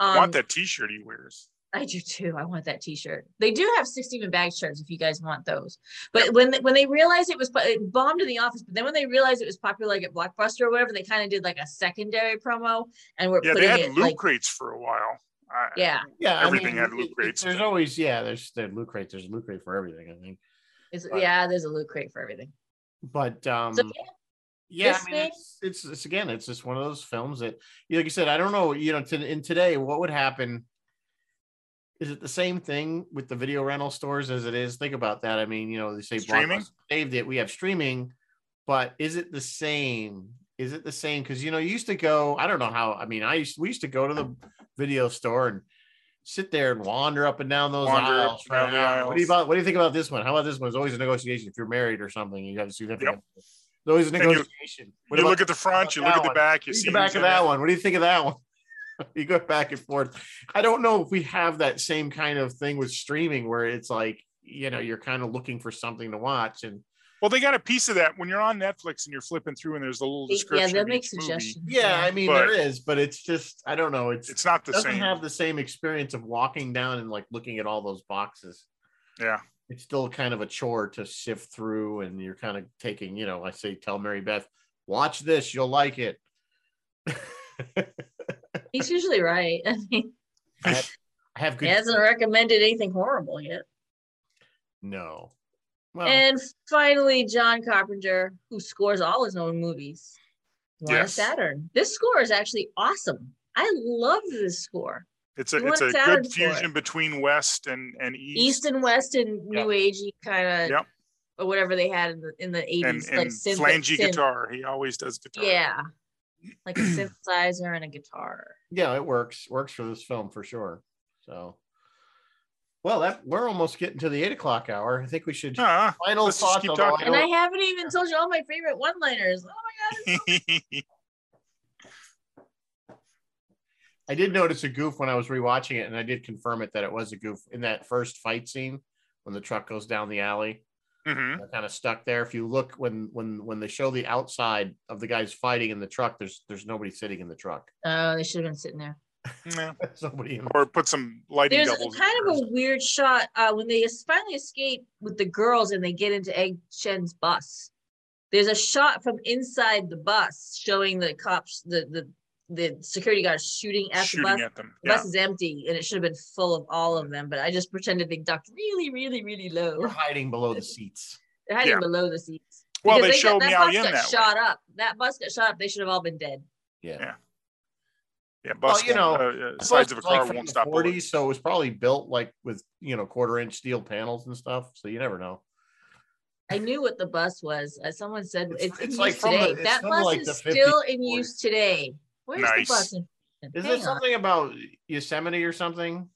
[SPEAKER 3] I
[SPEAKER 2] Um,
[SPEAKER 3] want that T-shirt he wears.
[SPEAKER 2] I do too. I want that T-shirt. They do have six Stephen Bags shirts if you guys want those. But when when they realized it was po- it bombed in the office, but then when they realized it was popular like at Blockbuster or whatever, they kind of did like a secondary promo and were
[SPEAKER 3] Yeah, they
[SPEAKER 2] putting
[SPEAKER 3] had
[SPEAKER 2] it
[SPEAKER 3] loot
[SPEAKER 2] like
[SPEAKER 3] crates for a while. I,
[SPEAKER 2] yeah,
[SPEAKER 1] Yeah,
[SPEAKER 3] Everything had loot
[SPEAKER 1] it- it-
[SPEAKER 3] crates.
[SPEAKER 1] There's always yeah, there's there's loot crate. There's a loot crate for everything, I think.
[SPEAKER 2] it's,
[SPEAKER 1] Right.
[SPEAKER 2] yeah. There's a loot crate for everything.
[SPEAKER 1] But um,
[SPEAKER 2] So yeah,
[SPEAKER 1] yeah,
[SPEAKER 2] This
[SPEAKER 1] I mean,
[SPEAKER 2] thing-
[SPEAKER 1] it's, it's it's again, it's just one of those films that, like you said, I don't know, you know, to, in today, what would happen? Is it the same thing with the video rental stores as it is? Think about that. I mean, you know, they say
[SPEAKER 3] Streaming?
[SPEAKER 1] Blockbuster saved it. We have streaming, but is it the same? Is it the same? Because you know, you used to go. I don't know how. I mean, I used we used to go to the video store and sit there and wander up and down those
[SPEAKER 3] Wander up
[SPEAKER 1] aisles.
[SPEAKER 3] and down the
[SPEAKER 1] What do you
[SPEAKER 3] aisles.
[SPEAKER 1] about? What do you think about this one? How about this one? It's always a negotiation. If you're married or something, you have a significant. It's always a
[SPEAKER 3] And you-
[SPEAKER 1] negotiation. What
[SPEAKER 3] you
[SPEAKER 1] about-
[SPEAKER 3] look at the front, you
[SPEAKER 1] about
[SPEAKER 3] look
[SPEAKER 1] that
[SPEAKER 3] at the
[SPEAKER 1] one?
[SPEAKER 3] back, you
[SPEAKER 1] Read
[SPEAKER 3] see
[SPEAKER 1] the back
[SPEAKER 3] who's
[SPEAKER 1] of
[SPEAKER 3] in it.
[SPEAKER 1] that one. What do you think of that one? you go back and forth. I don't know if we have that same kind of thing with streaming where it's like, you know, you're kind of looking for something to watch. And
[SPEAKER 3] Well, they got a piece of that when you're on Netflix and you're flipping through, and there's a little
[SPEAKER 2] yeah,
[SPEAKER 3] description.
[SPEAKER 2] they'll
[SPEAKER 3] of
[SPEAKER 2] make
[SPEAKER 3] each movie.
[SPEAKER 2] suggestions.
[SPEAKER 1] yeah, I mean,
[SPEAKER 3] But-
[SPEAKER 1] there is, but it's just, I don't know. It's, it
[SPEAKER 3] It's not the
[SPEAKER 1] doesn't
[SPEAKER 3] same.
[SPEAKER 1] have the same experience of walking down and like looking at all those boxes.
[SPEAKER 3] yeah,
[SPEAKER 1] It's still kind of a chore to sift through and you're kind of taking, you know, I say, tell Mary Beth, watch this, you'll like it.
[SPEAKER 2] He's usually right. I mean,
[SPEAKER 1] I have, I have
[SPEAKER 2] he
[SPEAKER 1] good.
[SPEAKER 2] hasn't recommended anything horrible yet.
[SPEAKER 1] no.
[SPEAKER 3] Oh.
[SPEAKER 1] Well,
[SPEAKER 2] And finally, John Carpenter, who scores all his own movies, won a
[SPEAKER 3] Yes.
[SPEAKER 2] Saturn. This score is actually awesome. I love this score.
[SPEAKER 3] it's a
[SPEAKER 2] You
[SPEAKER 3] it's a
[SPEAKER 2] want Saturn
[SPEAKER 3] good
[SPEAKER 2] for
[SPEAKER 3] fusion between West and and East,
[SPEAKER 2] East and West and New Agey kind of,
[SPEAKER 3] Yep.
[SPEAKER 2] or whatever they had in the in the
[SPEAKER 3] and,
[SPEAKER 2] eighties,
[SPEAKER 3] and
[SPEAKER 2] like synth-
[SPEAKER 3] flangy
[SPEAKER 2] synth-
[SPEAKER 3] guitar. He always does guitar.
[SPEAKER 2] Yeah, like a synthesizer and a guitar.
[SPEAKER 1] yeah, it works. Works for this film for sure. So, well, that we're almost getting to the eight o'clock hour. I think we should
[SPEAKER 3] Ah.
[SPEAKER 1] final
[SPEAKER 3] let's just
[SPEAKER 1] thoughts.
[SPEAKER 3] keep
[SPEAKER 1] although I
[SPEAKER 3] talking.
[SPEAKER 2] And
[SPEAKER 1] don't-
[SPEAKER 2] I haven't even told you all my favorite one-liners. Oh my god!
[SPEAKER 1] I did notice a goof when I was rewatching it, and I did confirm it that it was a goof in that first fight scene when the truck goes down the alley.
[SPEAKER 3] Mhm.
[SPEAKER 1] They're kind of stuck there. If you look when when when they show the outside of the guys fighting in the truck, there's there's nobody sitting in the truck.
[SPEAKER 2] Oh, they should have been sitting there.
[SPEAKER 3] Yeah.
[SPEAKER 1] There's nobody in.
[SPEAKER 3] Or put some lighting
[SPEAKER 2] There's
[SPEAKER 3] doubles. in
[SPEAKER 2] kind of
[SPEAKER 3] there.
[SPEAKER 2] a weird shot uh, when they es- finally escape with the girls and they get into Egg Shen's bus. There's a shot from inside the bus showing the cops, the the the security guards shooting at the
[SPEAKER 3] shooting
[SPEAKER 2] bus.
[SPEAKER 3] at them.
[SPEAKER 2] The
[SPEAKER 3] Yeah.
[SPEAKER 2] bus is empty, and it should have been full of all of them. But I just pretended they ducked really, really, really
[SPEAKER 1] They're
[SPEAKER 2] low.
[SPEAKER 1] hiding below the seats.
[SPEAKER 2] They're hiding
[SPEAKER 3] Yeah.
[SPEAKER 2] below the seats.
[SPEAKER 3] Well,
[SPEAKER 2] Because
[SPEAKER 3] they
[SPEAKER 2] got-
[SPEAKER 3] showed
[SPEAKER 2] that
[SPEAKER 3] Miao
[SPEAKER 2] bus
[SPEAKER 3] Yin
[SPEAKER 2] got
[SPEAKER 3] that way.
[SPEAKER 2] shot up. That bus got shot up. They should have all been dead.
[SPEAKER 1] Yeah.
[SPEAKER 3] Yeah. Yeah, bus.
[SPEAKER 1] you
[SPEAKER 3] won't- uh, uh, sides of a
[SPEAKER 1] Plus,
[SPEAKER 3] car
[SPEAKER 1] like, from
[SPEAKER 3] won't
[SPEAKER 1] the
[SPEAKER 3] stop.
[SPEAKER 1] 40s,
[SPEAKER 3] bullets.
[SPEAKER 1] so it was probably built like with you know quarter inch steel panels and stuff. So you never know.
[SPEAKER 2] I knew what the bus was. Uh, someone said
[SPEAKER 1] It's-
[SPEAKER 2] it's, in
[SPEAKER 1] it's
[SPEAKER 2] use
[SPEAKER 1] like from the-
[SPEAKER 2] today.
[SPEAKER 1] it's
[SPEAKER 2] that
[SPEAKER 1] from
[SPEAKER 2] bus
[SPEAKER 1] like the
[SPEAKER 2] is
[SPEAKER 1] 50s,
[SPEAKER 2] still in use today. Where's
[SPEAKER 3] Nice.
[SPEAKER 2] the bus? In-
[SPEAKER 1] Is
[SPEAKER 2] Hang
[SPEAKER 1] there
[SPEAKER 2] on.
[SPEAKER 1] something about Yosemite or something?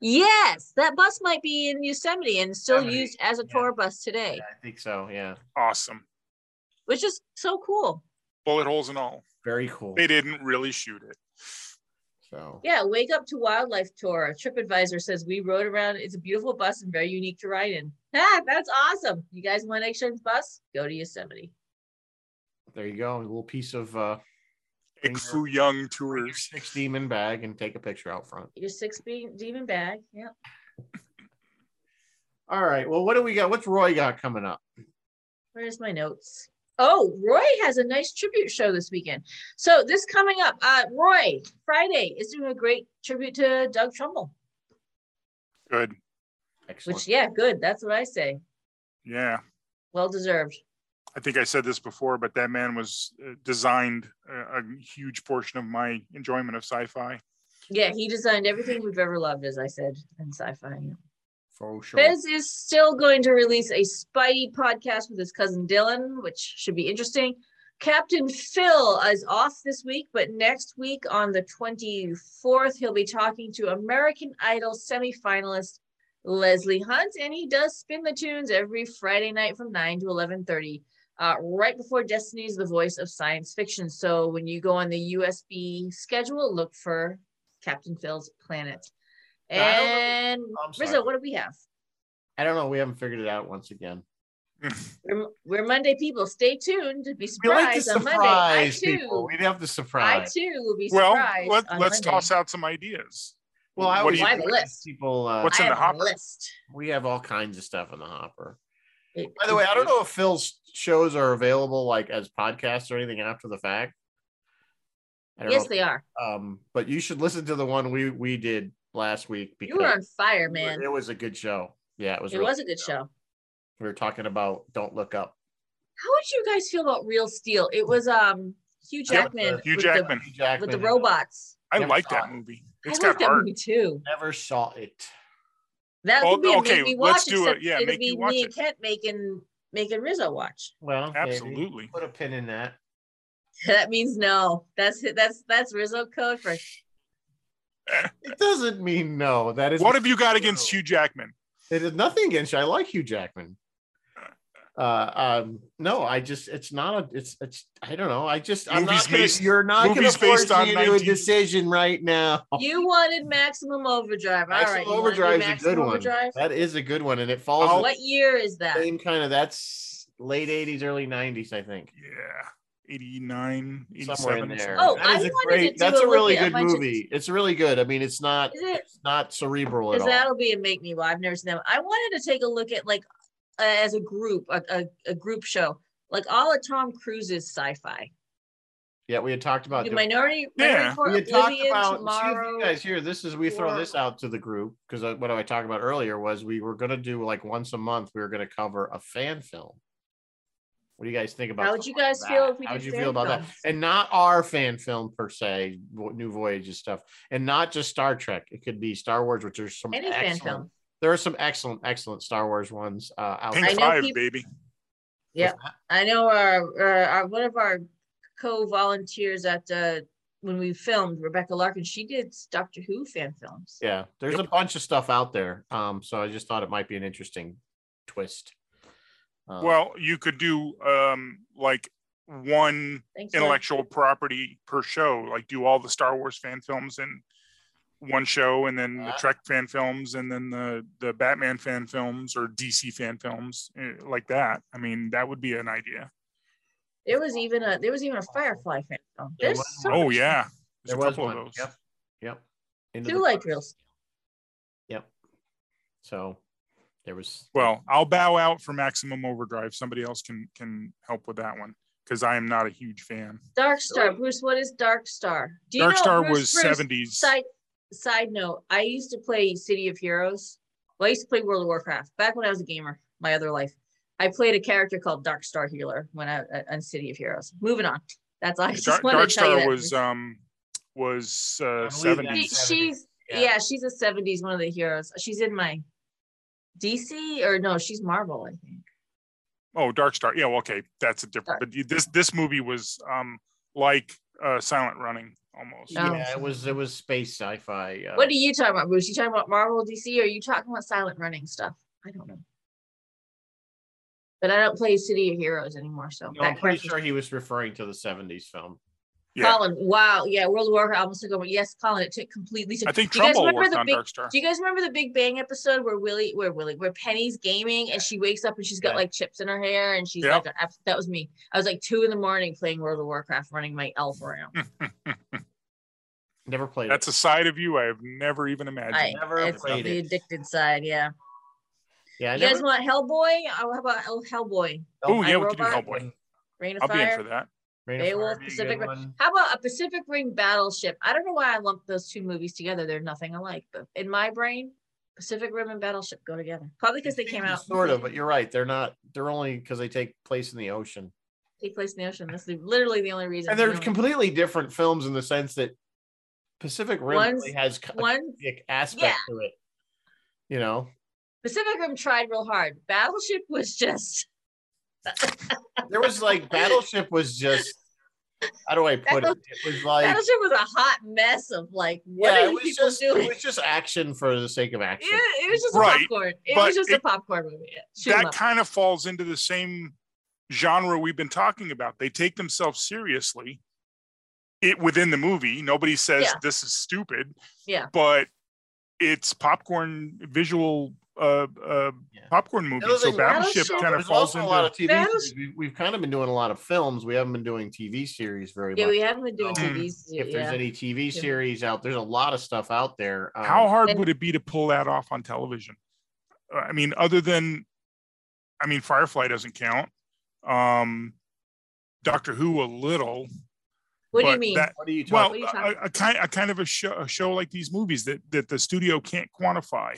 [SPEAKER 2] Yes, that bus might be in Yosemite and still
[SPEAKER 1] Yosemite,
[SPEAKER 2] used as a
[SPEAKER 1] yeah.
[SPEAKER 2] tour bus today,
[SPEAKER 1] Yeah, I think so. Yeah,
[SPEAKER 3] Awesome.
[SPEAKER 2] which is so cool.
[SPEAKER 3] Bullet holes and all.
[SPEAKER 1] very cool.
[SPEAKER 3] They didn't really shoot it.
[SPEAKER 1] So
[SPEAKER 2] Yeah, Wake Up to Wildlife Tour. TripAdvisor says we rode around. It's a beautiful bus and very unique to ride in. Ah, that's awesome. You guys want Extern's bus? Go to Yosemite.
[SPEAKER 1] there you go. A little piece of uh,
[SPEAKER 3] Ik Fu Young tours.
[SPEAKER 1] six demon bag and take a picture out front.
[SPEAKER 2] Your six be- demon bag. Yeah.
[SPEAKER 1] All right. Well, what do we got? What's Roy got coming up?
[SPEAKER 2] Where's my notes? Oh, Roy has a nice tribute show this weekend. So this coming up, uh, Roy Friday is doing a great tribute to Doug Trumbull.
[SPEAKER 3] Good.
[SPEAKER 1] Excellent.
[SPEAKER 2] Which, yeah, good. That's what I say.
[SPEAKER 3] Yeah.
[SPEAKER 2] Well deserved.
[SPEAKER 3] I think I said this before, but that man was uh, designed a, a huge portion of my enjoyment of sci-fi.
[SPEAKER 2] Yeah, he designed everything we've ever loved, as I said in sci-fi.
[SPEAKER 1] For sure.
[SPEAKER 2] Fez is still going to release a Spidey podcast with his cousin Dylan, which should be interesting. Captain Phil is off this week, but next week on the 24th, he'll be talking to American Idol semifinalist Leslie Hunt, and he does spin the tunes every Friday night from 9 to 11:30, uh, right before Destiny's The Voice of Science Fiction. So when you go on the USB schedule, look for Captain Phil's Planet.
[SPEAKER 1] Yeah, I don't know-
[SPEAKER 2] And
[SPEAKER 1] I'm sorry.
[SPEAKER 2] Rizzo, what do we have?
[SPEAKER 1] I don't know. We haven't figured it out once again.
[SPEAKER 2] We're, we're Monday people. Stay tuned. Be
[SPEAKER 1] We like to
[SPEAKER 2] surprised on Monday. I
[SPEAKER 1] surprise people.
[SPEAKER 2] too.
[SPEAKER 1] We'd have to
[SPEAKER 2] I
[SPEAKER 1] surprise.
[SPEAKER 2] too will be
[SPEAKER 3] well,
[SPEAKER 2] surprised.
[SPEAKER 3] let,
[SPEAKER 2] on
[SPEAKER 3] let's
[SPEAKER 2] Monday.
[SPEAKER 3] toss out some ideas.
[SPEAKER 1] Well, I
[SPEAKER 3] What
[SPEAKER 1] always
[SPEAKER 3] do you-
[SPEAKER 2] Why the list?
[SPEAKER 1] people. Uh,
[SPEAKER 3] What's
[SPEAKER 2] I
[SPEAKER 3] in the
[SPEAKER 2] have a
[SPEAKER 3] hopper?
[SPEAKER 2] List.
[SPEAKER 1] we have all kinds of stuff in the hopper.
[SPEAKER 2] It-
[SPEAKER 1] By the way, I don't know if Phil's shows are available like as podcasts or anything after the fact. I don't
[SPEAKER 2] Yes,
[SPEAKER 1] know.
[SPEAKER 2] they are.
[SPEAKER 1] Um, but you should listen to the one we we did last week
[SPEAKER 2] You were
[SPEAKER 1] because
[SPEAKER 2] on fire, man.
[SPEAKER 1] it was a good show. Yeah, it was.
[SPEAKER 2] It
[SPEAKER 1] really-
[SPEAKER 2] was a good show.
[SPEAKER 1] We were talking about "Don't Look Up."
[SPEAKER 2] How would you guys feel about Real Steel? It was um Hugh Jackman.
[SPEAKER 3] uh, Hugh
[SPEAKER 2] with
[SPEAKER 3] Jackman.
[SPEAKER 1] Hugh
[SPEAKER 2] The, with
[SPEAKER 1] Jackman
[SPEAKER 2] the robots.
[SPEAKER 3] I
[SPEAKER 1] Never
[SPEAKER 3] like
[SPEAKER 1] saw
[SPEAKER 3] that
[SPEAKER 1] it.
[SPEAKER 3] movie.
[SPEAKER 2] I
[SPEAKER 3] It's
[SPEAKER 2] like
[SPEAKER 3] got
[SPEAKER 2] that
[SPEAKER 3] heart.
[SPEAKER 2] movie too.
[SPEAKER 1] never saw it.
[SPEAKER 2] That
[SPEAKER 3] Well,
[SPEAKER 2] would be a
[SPEAKER 3] okay,
[SPEAKER 2] make me watch.
[SPEAKER 3] let's do it.
[SPEAKER 2] except
[SPEAKER 3] Yeah,
[SPEAKER 2] it'd
[SPEAKER 3] make
[SPEAKER 2] be
[SPEAKER 3] you watch
[SPEAKER 2] me
[SPEAKER 3] it.
[SPEAKER 2] and Kent making making Rizzo watch.
[SPEAKER 1] Well, maybe.
[SPEAKER 3] Absolutely.
[SPEAKER 1] Put a pin in that.
[SPEAKER 2] that means no. That's that's that's Rizzo code for
[SPEAKER 1] It doesn't mean no. That is
[SPEAKER 3] What have you got against Hugh Jackman?
[SPEAKER 1] It is nothing against you. I like Hugh Jackman. uh, um, no, I just it's not a it's it's I don't know. I just I'm
[SPEAKER 3] Movies
[SPEAKER 1] not gonna,
[SPEAKER 3] based-
[SPEAKER 1] you're not going to
[SPEAKER 3] movies
[SPEAKER 1] force
[SPEAKER 3] based on
[SPEAKER 1] me into a
[SPEAKER 3] 19
[SPEAKER 1] decision right now.
[SPEAKER 2] You wanted Maximum Overdrive. All right.
[SPEAKER 1] Oh. Maximum
[SPEAKER 2] you wanna do
[SPEAKER 1] Overdrive is a
[SPEAKER 2] Maximum
[SPEAKER 1] good one.
[SPEAKER 2] Overdrive?
[SPEAKER 1] That is a good one, and it falls in
[SPEAKER 2] What year is
[SPEAKER 1] the
[SPEAKER 2] that?
[SPEAKER 1] same kind of that's late '80s, early '90s, I think.
[SPEAKER 3] Yeah. 89,
[SPEAKER 1] Somewhere in
[SPEAKER 3] 87.
[SPEAKER 1] there.
[SPEAKER 2] Oh,
[SPEAKER 1] That is
[SPEAKER 2] I
[SPEAKER 1] a
[SPEAKER 2] wanted to do
[SPEAKER 1] That's
[SPEAKER 2] a
[SPEAKER 1] a
[SPEAKER 2] look
[SPEAKER 1] really
[SPEAKER 2] at a
[SPEAKER 1] good
[SPEAKER 2] bunch of-
[SPEAKER 1] movie. It's really good. I mean, it's not
[SPEAKER 2] Is it?
[SPEAKER 1] it's not cerebral at
[SPEAKER 2] Because
[SPEAKER 1] all.
[SPEAKER 2] that'll be a make me well. I've never seen that. I wanted to take a look at like uh, as a group, a, a, a group show, like all of Tom Cruise's sci-fi.
[SPEAKER 1] yeah, we had talked about
[SPEAKER 2] The
[SPEAKER 1] doing-
[SPEAKER 2] Minority, Minority
[SPEAKER 3] Yeah.
[SPEAKER 2] Report,
[SPEAKER 1] Oh, we had talked
[SPEAKER 2] Oblivion,
[SPEAKER 1] about see if
[SPEAKER 2] Tomorrow.
[SPEAKER 1] you guys here. This is we throw
[SPEAKER 2] or-
[SPEAKER 1] this out to the group because what I talked about earlier was we were gonna do like once a month. We were gonna cover a fan film. What do you guys think about?
[SPEAKER 2] How would you
[SPEAKER 1] something like
[SPEAKER 2] guys feel
[SPEAKER 1] that?
[SPEAKER 2] if we
[SPEAKER 1] How would
[SPEAKER 2] did
[SPEAKER 1] you
[SPEAKER 2] fan
[SPEAKER 1] feel about that?
[SPEAKER 2] films?
[SPEAKER 1] And not our fan film per se, Vo- New Voyages stuff, and not just Star Trek. It could be Star Wars, which there's some
[SPEAKER 2] Any fan
[SPEAKER 1] excellent.
[SPEAKER 2] film.
[SPEAKER 1] There are some excellent, excellent Star Wars ones uh, out.
[SPEAKER 3] Pink
[SPEAKER 2] I know
[SPEAKER 3] Five,
[SPEAKER 2] people-
[SPEAKER 3] baby.
[SPEAKER 2] I know our, our, our one of our co-volunteers at uh, when we filmed Rebecca Larkin, she did Doctor Who fan films.
[SPEAKER 1] Yeah, there's a bunch of stuff out there. Um, so I just thought it might be an interesting twist. Um,
[SPEAKER 3] Well, you could do um, like one
[SPEAKER 2] Thanks. Mike.
[SPEAKER 3] intellectual property per show, like do all the Star Wars fan films in one show, and then the
[SPEAKER 1] Yeah.
[SPEAKER 3] Trek fan films, and then the the Batman fan films or DC fan films eh, like that. I mean, that would be an idea.
[SPEAKER 2] There was even a there was even a Firefly fan film.
[SPEAKER 1] There
[SPEAKER 2] There's
[SPEAKER 1] was
[SPEAKER 2] so
[SPEAKER 1] one.
[SPEAKER 3] Oh yeah,
[SPEAKER 1] there
[SPEAKER 3] there's a
[SPEAKER 1] was
[SPEAKER 3] couple
[SPEAKER 1] one.
[SPEAKER 3] of those.
[SPEAKER 1] Yep. Yep. Into
[SPEAKER 2] two
[SPEAKER 1] the-
[SPEAKER 2] light drills.
[SPEAKER 1] So there was.
[SPEAKER 3] Well, I'll bow out for Maximum Overdrive. Somebody else can can help with that one because I am not a huge fan.
[SPEAKER 2] Dark Star, Bruce. What is Dark Star? Do
[SPEAKER 3] Dark Star
[SPEAKER 2] Bruce-
[SPEAKER 3] was
[SPEAKER 2] Bruce,
[SPEAKER 3] seventies.
[SPEAKER 2] Side side note, I used to play City of Heroes. Well, I used to play World of Warcraft back when I was a gamer. My other life, I played a character called Dark Star Healer when I uh, on City of Heroes. Moving on. That's all I just
[SPEAKER 3] Dark,
[SPEAKER 2] wanted
[SPEAKER 3] Dark
[SPEAKER 2] to tell you
[SPEAKER 3] Star
[SPEAKER 2] that.
[SPEAKER 3] was um was
[SPEAKER 1] believe
[SPEAKER 3] uh
[SPEAKER 1] that.
[SPEAKER 2] She-
[SPEAKER 3] seventies.
[SPEAKER 2] she's
[SPEAKER 1] Yeah.
[SPEAKER 2] yeah. she's a '70s one of the heroes. She's in my DC or no, she's Marvel, I think.
[SPEAKER 3] Oh, Dark Star. Yeah, well, okay, that's a different. But you- this this movie was um like uh Silent Running almost.
[SPEAKER 2] Oh.
[SPEAKER 1] Yeah, it was it was space sci-fi. Uh,
[SPEAKER 2] What are you talking about, Bruce? You talking about Marvel, DC, or are you talking about silent running stuff? I don't know. But I don't play City of Heroes anymore, so
[SPEAKER 1] No, I'm
[SPEAKER 2] that
[SPEAKER 1] pretty
[SPEAKER 2] question-
[SPEAKER 1] sure he was referring to the '70s film.
[SPEAKER 3] Yeah,
[SPEAKER 2] Colin, wow, yeah, World of Warcraft. I almost took over. Yes, Colin, it took completely. Took,
[SPEAKER 3] I think
[SPEAKER 2] Do you guys
[SPEAKER 3] Trumbull
[SPEAKER 2] remember
[SPEAKER 3] worked
[SPEAKER 2] the
[SPEAKER 3] on
[SPEAKER 2] big-
[SPEAKER 3] Dark Star.
[SPEAKER 2] Do you guys remember the Big Bang episode where Willie, where Willie, where Penny's gaming and she wakes up and she's got
[SPEAKER 1] Yeah.
[SPEAKER 2] like chips in her hair and she's
[SPEAKER 3] Yeah.
[SPEAKER 2] like, "Abs- that was me. I was like two in the morning playing World of Warcraft, running my elf around.
[SPEAKER 1] Never played.
[SPEAKER 3] That's a side of you I have never even imagined.
[SPEAKER 2] I,
[SPEAKER 1] never
[SPEAKER 2] it's
[SPEAKER 1] played
[SPEAKER 2] the
[SPEAKER 1] it.
[SPEAKER 2] addicted side, yeah.
[SPEAKER 1] it. Yeah, I
[SPEAKER 2] You guys
[SPEAKER 1] never-
[SPEAKER 2] want Hellboy? Oh, How about El- Hellboy?
[SPEAKER 3] oh yeah, we
[SPEAKER 2] I,
[SPEAKER 3] could do
[SPEAKER 2] Robot?
[SPEAKER 3] Hellboy.
[SPEAKER 2] Rain of
[SPEAKER 3] I'll be in
[SPEAKER 2] Fire?
[SPEAKER 3] for that.
[SPEAKER 1] Rain of Fire
[SPEAKER 2] Beowulf,
[SPEAKER 1] would be a
[SPEAKER 2] Pacific
[SPEAKER 1] good
[SPEAKER 2] Rim.
[SPEAKER 1] one.
[SPEAKER 2] How about a Pacific Ring Battleship? I don't know why I lumped those two movies together. They're nothing alike, but in my brain, Pacific Rim and Battleship go together. Probably because they came out
[SPEAKER 1] Sort of, but you're right. They're not. They're only because they take place in the ocean,
[SPEAKER 2] take place in the ocean. That's the, literally the only reason.
[SPEAKER 1] and they're
[SPEAKER 2] you know,
[SPEAKER 1] completely different films in the sense that Pacific Rim
[SPEAKER 2] One's-
[SPEAKER 1] really has co- a
[SPEAKER 2] one
[SPEAKER 1] comedic aspect to it. You know,
[SPEAKER 2] Pacific Rim tried real hard. Battleship was just
[SPEAKER 1] there was like Battleship was just. How do I put it? It was like
[SPEAKER 2] Battleship was a hot mess of like what
[SPEAKER 1] yeah,
[SPEAKER 2] are
[SPEAKER 1] it
[SPEAKER 2] you
[SPEAKER 1] was
[SPEAKER 2] people
[SPEAKER 1] just
[SPEAKER 2] doing?
[SPEAKER 1] it was just action for the sake of action.
[SPEAKER 2] Yeah, it was just
[SPEAKER 3] Right,
[SPEAKER 2] a popcorn. It
[SPEAKER 3] but
[SPEAKER 2] was just a
[SPEAKER 3] it-
[SPEAKER 2] popcorn movie. Yeah, shoot 'em
[SPEAKER 3] That
[SPEAKER 2] up.
[SPEAKER 3] kind of falls into the same genre we've been talking about. They take themselves seriously. It within the movie, nobody says
[SPEAKER 2] Yeah.
[SPEAKER 3] this is stupid.
[SPEAKER 2] Yeah.
[SPEAKER 3] but it's popcorn visual. Uh, uh,
[SPEAKER 1] Yeah.
[SPEAKER 3] popcorn movie.
[SPEAKER 1] Another
[SPEAKER 3] So
[SPEAKER 1] thing-
[SPEAKER 3] Battleship
[SPEAKER 2] Battleship-
[SPEAKER 3] kind of
[SPEAKER 1] There's
[SPEAKER 3] falls
[SPEAKER 1] also a
[SPEAKER 3] into
[SPEAKER 1] lot of TV.
[SPEAKER 2] Battle-
[SPEAKER 1] series. We- We've kind of been doing a lot of films. We haven't been doing TV series very
[SPEAKER 2] yeah,
[SPEAKER 1] much.
[SPEAKER 2] we haven't been doing
[SPEAKER 1] So,
[SPEAKER 2] TVs.
[SPEAKER 1] Um, if there's
[SPEAKER 2] Yeah.
[SPEAKER 1] any TV
[SPEAKER 2] Yeah.
[SPEAKER 1] series out, there's a lot of stuff out there. Um,
[SPEAKER 3] how hard
[SPEAKER 2] And-
[SPEAKER 3] would it be to pull that off on television Uh, i mean other than i mean firefly doesn't count um doctor who a little
[SPEAKER 2] What do you
[SPEAKER 3] but
[SPEAKER 2] mean?
[SPEAKER 3] that-
[SPEAKER 1] What are you talking?
[SPEAKER 3] well
[SPEAKER 2] are you
[SPEAKER 3] a,
[SPEAKER 2] talking
[SPEAKER 3] a kind a kind of a show, a show like these movies that that the studio can't quantify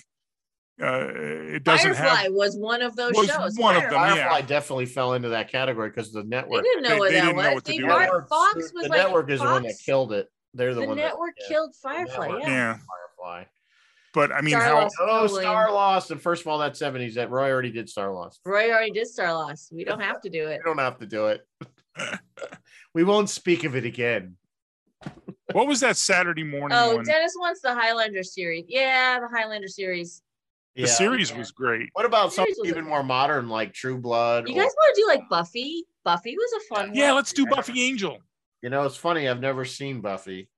[SPEAKER 3] uh it doesn't
[SPEAKER 2] Firefly
[SPEAKER 3] have
[SPEAKER 2] was one of those
[SPEAKER 3] was
[SPEAKER 2] shows.
[SPEAKER 3] one of
[SPEAKER 2] Firefly.
[SPEAKER 3] them, yeah.
[SPEAKER 1] Firefly definitely fell into that category because the
[SPEAKER 2] They
[SPEAKER 1] network.
[SPEAKER 2] didn't know
[SPEAKER 3] They-
[SPEAKER 2] what
[SPEAKER 3] they
[SPEAKER 2] that
[SPEAKER 3] didn't
[SPEAKER 2] was.
[SPEAKER 3] know what to
[SPEAKER 2] They-
[SPEAKER 3] do with
[SPEAKER 2] Mark-
[SPEAKER 1] network-
[SPEAKER 2] Fox
[SPEAKER 1] the
[SPEAKER 2] was like
[SPEAKER 1] network is the one that
[SPEAKER 2] Fox-
[SPEAKER 1] killed it. They're the,
[SPEAKER 2] the
[SPEAKER 1] one
[SPEAKER 2] network
[SPEAKER 1] that,
[SPEAKER 2] killed Firefly.
[SPEAKER 1] network.
[SPEAKER 2] Yeah.
[SPEAKER 3] yeah
[SPEAKER 1] Firefly.
[SPEAKER 3] but i mean
[SPEAKER 2] Star
[SPEAKER 3] how
[SPEAKER 2] Lost.
[SPEAKER 1] Oh,
[SPEAKER 2] Totally.
[SPEAKER 1] Star Lost. And first of all, that's 70s. That Roy already did Star Lost.
[SPEAKER 2] Roy already did Star Lost. We don't have to do it.
[SPEAKER 1] We don't have to do it. we won't speak of it again.
[SPEAKER 3] what was that saturday morning
[SPEAKER 2] Oh,
[SPEAKER 3] one?
[SPEAKER 2] Dennis wants the Highlander series. Yeah, the Highlander series.
[SPEAKER 3] The series was great.
[SPEAKER 1] What about
[SPEAKER 2] Series
[SPEAKER 1] something
[SPEAKER 2] was
[SPEAKER 1] even
[SPEAKER 2] okay.
[SPEAKER 1] more modern like True Blood?
[SPEAKER 2] You
[SPEAKER 1] or-
[SPEAKER 2] guys want to do like Buffy? Buffy was a fun
[SPEAKER 3] Yeah,
[SPEAKER 2] one.
[SPEAKER 3] let's do Buffy Angel.
[SPEAKER 1] you know, it's funny. I've never seen Buffy.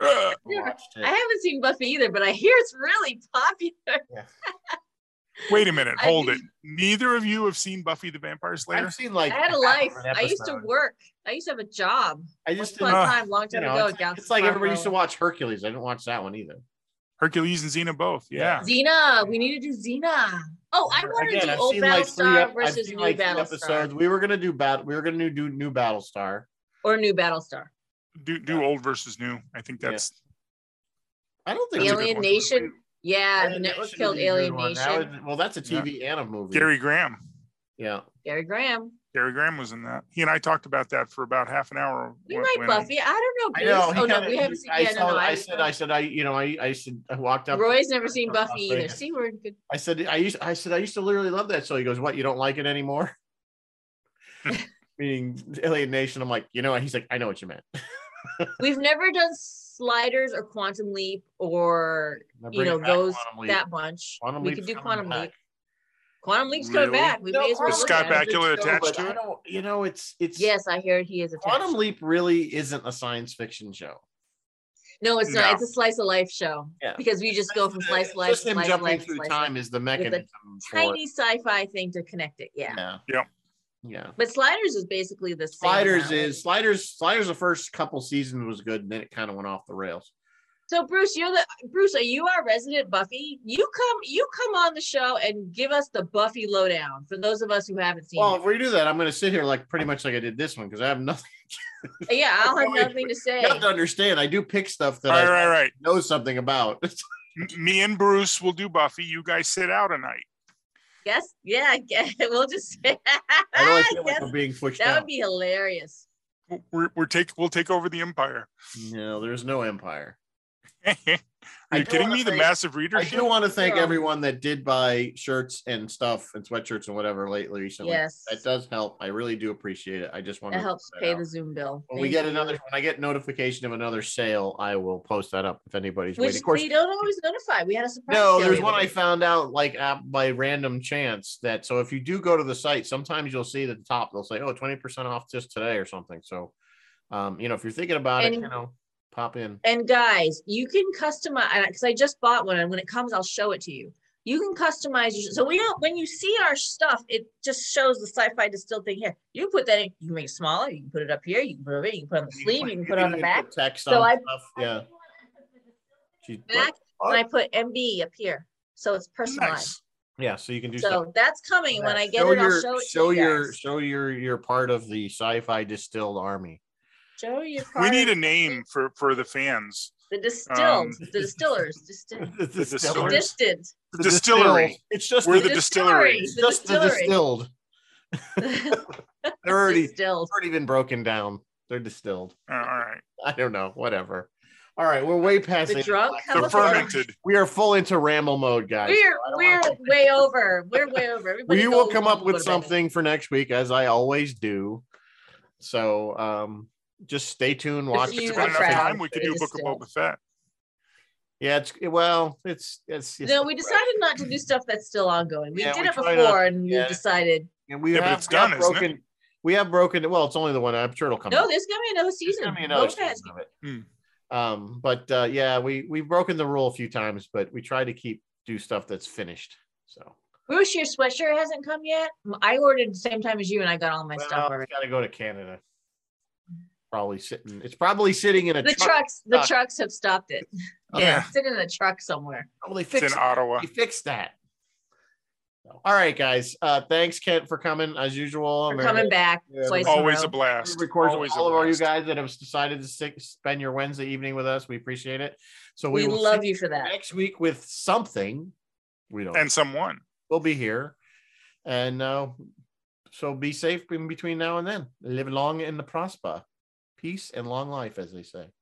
[SPEAKER 3] Ugh.
[SPEAKER 1] I watched it.
[SPEAKER 2] I haven't seen Buffy either, but I hear it's really popular.
[SPEAKER 3] Wait a minute,
[SPEAKER 2] I
[SPEAKER 3] hold it.
[SPEAKER 2] mean-
[SPEAKER 3] Neither of you have seen Buffy the Vampire Slayer.
[SPEAKER 1] I've seen like
[SPEAKER 2] I had a
[SPEAKER 1] half
[SPEAKER 2] life.
[SPEAKER 1] of an
[SPEAKER 2] I used to
[SPEAKER 1] episode.
[SPEAKER 2] work. I used to have a job.
[SPEAKER 1] I
[SPEAKER 2] Once
[SPEAKER 1] just
[SPEAKER 2] upon
[SPEAKER 1] didn't.
[SPEAKER 2] a
[SPEAKER 3] uh,
[SPEAKER 2] time, long
[SPEAKER 1] you
[SPEAKER 2] time
[SPEAKER 1] know,
[SPEAKER 2] ago.
[SPEAKER 1] it's,
[SPEAKER 2] down
[SPEAKER 1] like, it's like everybody used to
[SPEAKER 2] Scarborough.
[SPEAKER 1] watch Hercules. I didn't watch that one either.
[SPEAKER 3] Hercules and Xena both. Yeah.
[SPEAKER 2] Xena. We need to do Xena. Oh, I want to
[SPEAKER 1] Again,
[SPEAKER 2] do
[SPEAKER 1] I've
[SPEAKER 2] old
[SPEAKER 1] seen, like, three
[SPEAKER 2] Battlestar
[SPEAKER 1] ep- I've
[SPEAKER 2] versus
[SPEAKER 1] seen,
[SPEAKER 2] new
[SPEAKER 1] like, three
[SPEAKER 2] Battlestar
[SPEAKER 1] We were gonna do battle. We were gonna do new Battlestar.
[SPEAKER 2] or new Battlestar.
[SPEAKER 3] Do do
[SPEAKER 1] Yeah.
[SPEAKER 3] old versus new. I think
[SPEAKER 1] Yeah.
[SPEAKER 3] that's
[SPEAKER 1] I don't think
[SPEAKER 3] That's a good
[SPEAKER 2] Alien
[SPEAKER 3] one.
[SPEAKER 2] Nation. Yeah, the
[SPEAKER 1] Alien
[SPEAKER 2] network
[SPEAKER 1] Nation
[SPEAKER 2] killed
[SPEAKER 1] would be a good
[SPEAKER 2] Alien
[SPEAKER 1] one.
[SPEAKER 2] Nation.
[SPEAKER 1] That would- well, that's a TV and a movie.
[SPEAKER 3] Gary Graham.
[SPEAKER 1] Yeah.
[SPEAKER 2] Gary Graham.
[SPEAKER 3] Gary Graham was in that. He and I talked about that for about half an hour.
[SPEAKER 2] We
[SPEAKER 3] when-
[SPEAKER 2] might
[SPEAKER 3] when-
[SPEAKER 2] Buffy. I don't know.
[SPEAKER 1] I
[SPEAKER 2] Bruce.
[SPEAKER 1] know.
[SPEAKER 2] oh
[SPEAKER 1] he
[SPEAKER 2] no,
[SPEAKER 1] kinda-
[SPEAKER 2] we haven't
[SPEAKER 1] he-
[SPEAKER 2] seen.
[SPEAKER 1] I,
[SPEAKER 2] yeah,
[SPEAKER 1] saw,
[SPEAKER 2] no, no,
[SPEAKER 1] I said, I said, I, you know, I, I said, I walked up.
[SPEAKER 2] Roy's never seen
[SPEAKER 1] Las
[SPEAKER 2] Buffy either.
[SPEAKER 1] Vegas.
[SPEAKER 2] See, we're in good.
[SPEAKER 1] I said, I used, I said, I used to literally love that. So he goes, what, you don't like it anymore? Meaning Alien Nation. I'm like, you know, he's like, I know what you meant.
[SPEAKER 2] We've never done sliders or quantum leap or
[SPEAKER 1] Now
[SPEAKER 2] you
[SPEAKER 1] bring
[SPEAKER 2] know
[SPEAKER 1] it back,
[SPEAKER 2] those
[SPEAKER 1] Quantum Leap.
[SPEAKER 2] that bunch.
[SPEAKER 1] Quantum
[SPEAKER 2] we
[SPEAKER 1] Leap's
[SPEAKER 2] could do
[SPEAKER 1] coming
[SPEAKER 2] quantum
[SPEAKER 1] back.
[SPEAKER 2] leap. Quantum leap's coming
[SPEAKER 3] Really?
[SPEAKER 2] back. We
[SPEAKER 1] No,
[SPEAKER 2] may as well
[SPEAKER 1] Quantum
[SPEAKER 2] look
[SPEAKER 3] Scott
[SPEAKER 2] at it.
[SPEAKER 1] Leap's a good
[SPEAKER 3] Bakula
[SPEAKER 1] show,
[SPEAKER 3] attached
[SPEAKER 1] but
[SPEAKER 3] to
[SPEAKER 1] I
[SPEAKER 3] it?
[SPEAKER 1] don't- You know, it's it's
[SPEAKER 2] Yes, I hear he is a
[SPEAKER 1] Quantum Leap really isn't a science fiction show.
[SPEAKER 2] No, it's
[SPEAKER 3] No.
[SPEAKER 2] not. It's a slice of life show.
[SPEAKER 1] Yeah.
[SPEAKER 2] Because we just go from slice of
[SPEAKER 1] It's
[SPEAKER 2] life
[SPEAKER 1] Just
[SPEAKER 2] to
[SPEAKER 1] him
[SPEAKER 2] slice of
[SPEAKER 1] jumping
[SPEAKER 2] life. to
[SPEAKER 1] through
[SPEAKER 2] slice of
[SPEAKER 1] time is the mechanism for it.
[SPEAKER 2] Tiny sci-fi thing to connect it. Yeah.
[SPEAKER 1] Yeah.
[SPEAKER 3] Yep.
[SPEAKER 1] Yeah.
[SPEAKER 2] But sliders is basically the same.
[SPEAKER 1] Sliders
[SPEAKER 2] now.
[SPEAKER 1] is sliders. Sliders. The first couple seasons was good, and then it kind of went off the rails.
[SPEAKER 2] So Bruce, you're the Bruce. Are you our resident Buffy? You come, you come on the show and give us the Buffy lowdown for those of us who haven't seen.
[SPEAKER 1] Well, if we do that, I'm going to sit here like pretty much like I did this one because I have nothing,
[SPEAKER 2] it. Yeah, I'll have
[SPEAKER 1] Wait,
[SPEAKER 2] nothing to say.
[SPEAKER 1] nothing to understand. I do pick stuff that
[SPEAKER 3] All right,
[SPEAKER 1] I
[SPEAKER 3] right, right.
[SPEAKER 1] know something about.
[SPEAKER 3] M- Me and Bruce will do Buffy. You guys sit out a night.
[SPEAKER 2] Yes, yeah, I guess- we'll just.
[SPEAKER 1] I don't feel like
[SPEAKER 2] Ah, Yes,
[SPEAKER 1] we're being pushed
[SPEAKER 2] that
[SPEAKER 1] out.
[SPEAKER 2] would be hilarious.
[SPEAKER 3] W- We're, we're take we'll take over the empire.
[SPEAKER 1] no, there's no empire.
[SPEAKER 3] Are you
[SPEAKER 1] I do
[SPEAKER 3] kidding
[SPEAKER 1] wanna
[SPEAKER 3] me? The
[SPEAKER 1] say-
[SPEAKER 3] massive
[SPEAKER 1] I
[SPEAKER 3] readership.
[SPEAKER 1] do want to thank
[SPEAKER 2] Yeah.
[SPEAKER 1] everyone that did buy shirts and stuff and sweatshirts and whatever lately recently.
[SPEAKER 2] Yes,
[SPEAKER 1] That does help. I really do appreciate it. I just want
[SPEAKER 2] that
[SPEAKER 1] to
[SPEAKER 2] helps
[SPEAKER 1] put that
[SPEAKER 2] pay
[SPEAKER 1] out.
[SPEAKER 2] the Zoom bill.
[SPEAKER 1] When we
[SPEAKER 2] Thank
[SPEAKER 1] get
[SPEAKER 2] you.
[SPEAKER 1] another, when I get notification of another sale, I will post that up if anybody's
[SPEAKER 2] which
[SPEAKER 1] waiting. Of course,
[SPEAKER 2] they don't always notify. We had a surprise.
[SPEAKER 1] no,
[SPEAKER 2] sale
[SPEAKER 1] there's
[SPEAKER 2] the
[SPEAKER 1] one
[SPEAKER 2] other
[SPEAKER 1] I
[SPEAKER 2] day.
[SPEAKER 1] found out like app by random chance that. So if you do go to the site, sometimes you'll see at the top they'll say, "Oh, 20 percent off just today" or something. So, um, you know, if you're thinking about it, you
[SPEAKER 2] And-
[SPEAKER 1] know, pop in.
[SPEAKER 2] And guys, you can customize because I just bought one, and when it comes, I'll show it to you. You can customize your so we don't when you see our stuff, it just shows the sci-fi distilled thing here. You put that in, you can make it smaller, you can put it up here, you can put it over here, you can put it on the sleeve, you can put it on the back.
[SPEAKER 1] Text
[SPEAKER 2] So
[SPEAKER 1] on
[SPEAKER 2] I-
[SPEAKER 1] stuff. Yeah. She's-
[SPEAKER 2] Back, and I put MB up here, so it's personalized.
[SPEAKER 3] Nice.
[SPEAKER 1] Yeah, so you can do stuff.
[SPEAKER 2] So that's coming when I get
[SPEAKER 1] show
[SPEAKER 2] it.
[SPEAKER 1] your,
[SPEAKER 2] I'll show it
[SPEAKER 1] show
[SPEAKER 2] to you
[SPEAKER 1] your
[SPEAKER 2] guys.
[SPEAKER 1] show your your part of the sci-fi distilled army.
[SPEAKER 2] show your
[SPEAKER 3] We
[SPEAKER 2] part
[SPEAKER 3] need a
[SPEAKER 2] of
[SPEAKER 3] name for for the fans.
[SPEAKER 2] the distilled,
[SPEAKER 3] um,
[SPEAKER 2] the distillers, distilled,
[SPEAKER 1] The
[SPEAKER 2] the
[SPEAKER 3] distillers?
[SPEAKER 2] distant,
[SPEAKER 1] The
[SPEAKER 3] Distillery.
[SPEAKER 1] distilled. It's just
[SPEAKER 3] We're
[SPEAKER 1] the,
[SPEAKER 3] the
[SPEAKER 2] distillery,
[SPEAKER 1] it's just the distilled.
[SPEAKER 2] distillery.
[SPEAKER 1] They're already
[SPEAKER 2] distilled.
[SPEAKER 1] already been broken down. They're distilled.
[SPEAKER 3] Uh, all right.
[SPEAKER 1] I don't know. Whatever. All right, we're way past
[SPEAKER 2] The
[SPEAKER 1] it.
[SPEAKER 2] drunk
[SPEAKER 3] The
[SPEAKER 2] Camouflage.
[SPEAKER 3] fermented.
[SPEAKER 1] We are full into ramble mode, guys.
[SPEAKER 2] We're
[SPEAKER 1] I don't
[SPEAKER 2] we're
[SPEAKER 1] wanna-
[SPEAKER 2] way over. We're way over. Everybody
[SPEAKER 1] we will
[SPEAKER 2] go
[SPEAKER 1] come up
[SPEAKER 2] home,
[SPEAKER 1] with
[SPEAKER 2] go to bed.
[SPEAKER 1] something for next week, as I always do. So um just stay tuned. Watch.
[SPEAKER 2] you,
[SPEAKER 3] It's
[SPEAKER 2] the
[SPEAKER 3] about enough
[SPEAKER 2] crowd.
[SPEAKER 3] time we could
[SPEAKER 2] It
[SPEAKER 3] do
[SPEAKER 2] is
[SPEAKER 3] Book of
[SPEAKER 2] still-
[SPEAKER 3] Boba Fett.
[SPEAKER 1] Yeah, it's well, it's it's. it's
[SPEAKER 2] No, we decided not to do stuff that's still ongoing. We
[SPEAKER 1] Yeah,
[SPEAKER 2] did
[SPEAKER 1] we
[SPEAKER 2] it
[SPEAKER 1] tried
[SPEAKER 2] before,
[SPEAKER 1] to-
[SPEAKER 2] and we
[SPEAKER 1] yeah.
[SPEAKER 2] decided
[SPEAKER 1] And we
[SPEAKER 3] Yeah, but
[SPEAKER 1] have,
[SPEAKER 3] it's
[SPEAKER 1] we have
[SPEAKER 3] done, isn't it?
[SPEAKER 1] broken. We have broken. Well, it's only the one. I'm sure it'll come.
[SPEAKER 2] no.
[SPEAKER 1] back.
[SPEAKER 2] There's gonna be another season.
[SPEAKER 1] There's gonna be another
[SPEAKER 2] Boba Fett's-
[SPEAKER 1] season of it.
[SPEAKER 3] Hmm.
[SPEAKER 1] Um, but uh, yeah, we we've broken the rule a few times, but we try to keep do stuff that's finished. So
[SPEAKER 2] Bruce, your sweatshirt hasn't come yet. I ordered the same time as you, and I got all my
[SPEAKER 1] well,
[SPEAKER 2] stuff
[SPEAKER 1] it's
[SPEAKER 2] already.
[SPEAKER 1] got to go to Canada. Probably sitting. It's probably sitting in a
[SPEAKER 2] The
[SPEAKER 1] truck.
[SPEAKER 2] trucks, the
[SPEAKER 1] truck.
[SPEAKER 2] trucks have stopped it.
[SPEAKER 3] Yeah.
[SPEAKER 2] It's sitting in a truck somewhere.
[SPEAKER 1] Oh, they
[SPEAKER 3] It's
[SPEAKER 1] fixed.
[SPEAKER 3] in Ottawa.
[SPEAKER 1] They fixed that. So, all right, guys. Uh, thanks, Kent, for coming as usual.
[SPEAKER 2] We're
[SPEAKER 1] Mary-
[SPEAKER 2] coming back
[SPEAKER 1] Yeah,
[SPEAKER 2] twice. in a
[SPEAKER 3] Always
[SPEAKER 2] row.
[SPEAKER 3] a blast.
[SPEAKER 1] We record
[SPEAKER 3] Always
[SPEAKER 1] all
[SPEAKER 3] a
[SPEAKER 1] of all you
[SPEAKER 3] blast.
[SPEAKER 1] guys that have decided to stick, spend your Wednesday evening with us. We appreciate it. So
[SPEAKER 2] We
[SPEAKER 1] we, will
[SPEAKER 2] love
[SPEAKER 1] see
[SPEAKER 2] you for that.
[SPEAKER 1] next week with something. We don't.
[SPEAKER 3] And someone.
[SPEAKER 1] we'll be here, and uh, so be safe in between now and then. Live long and prosper. Peace and long life, as they say.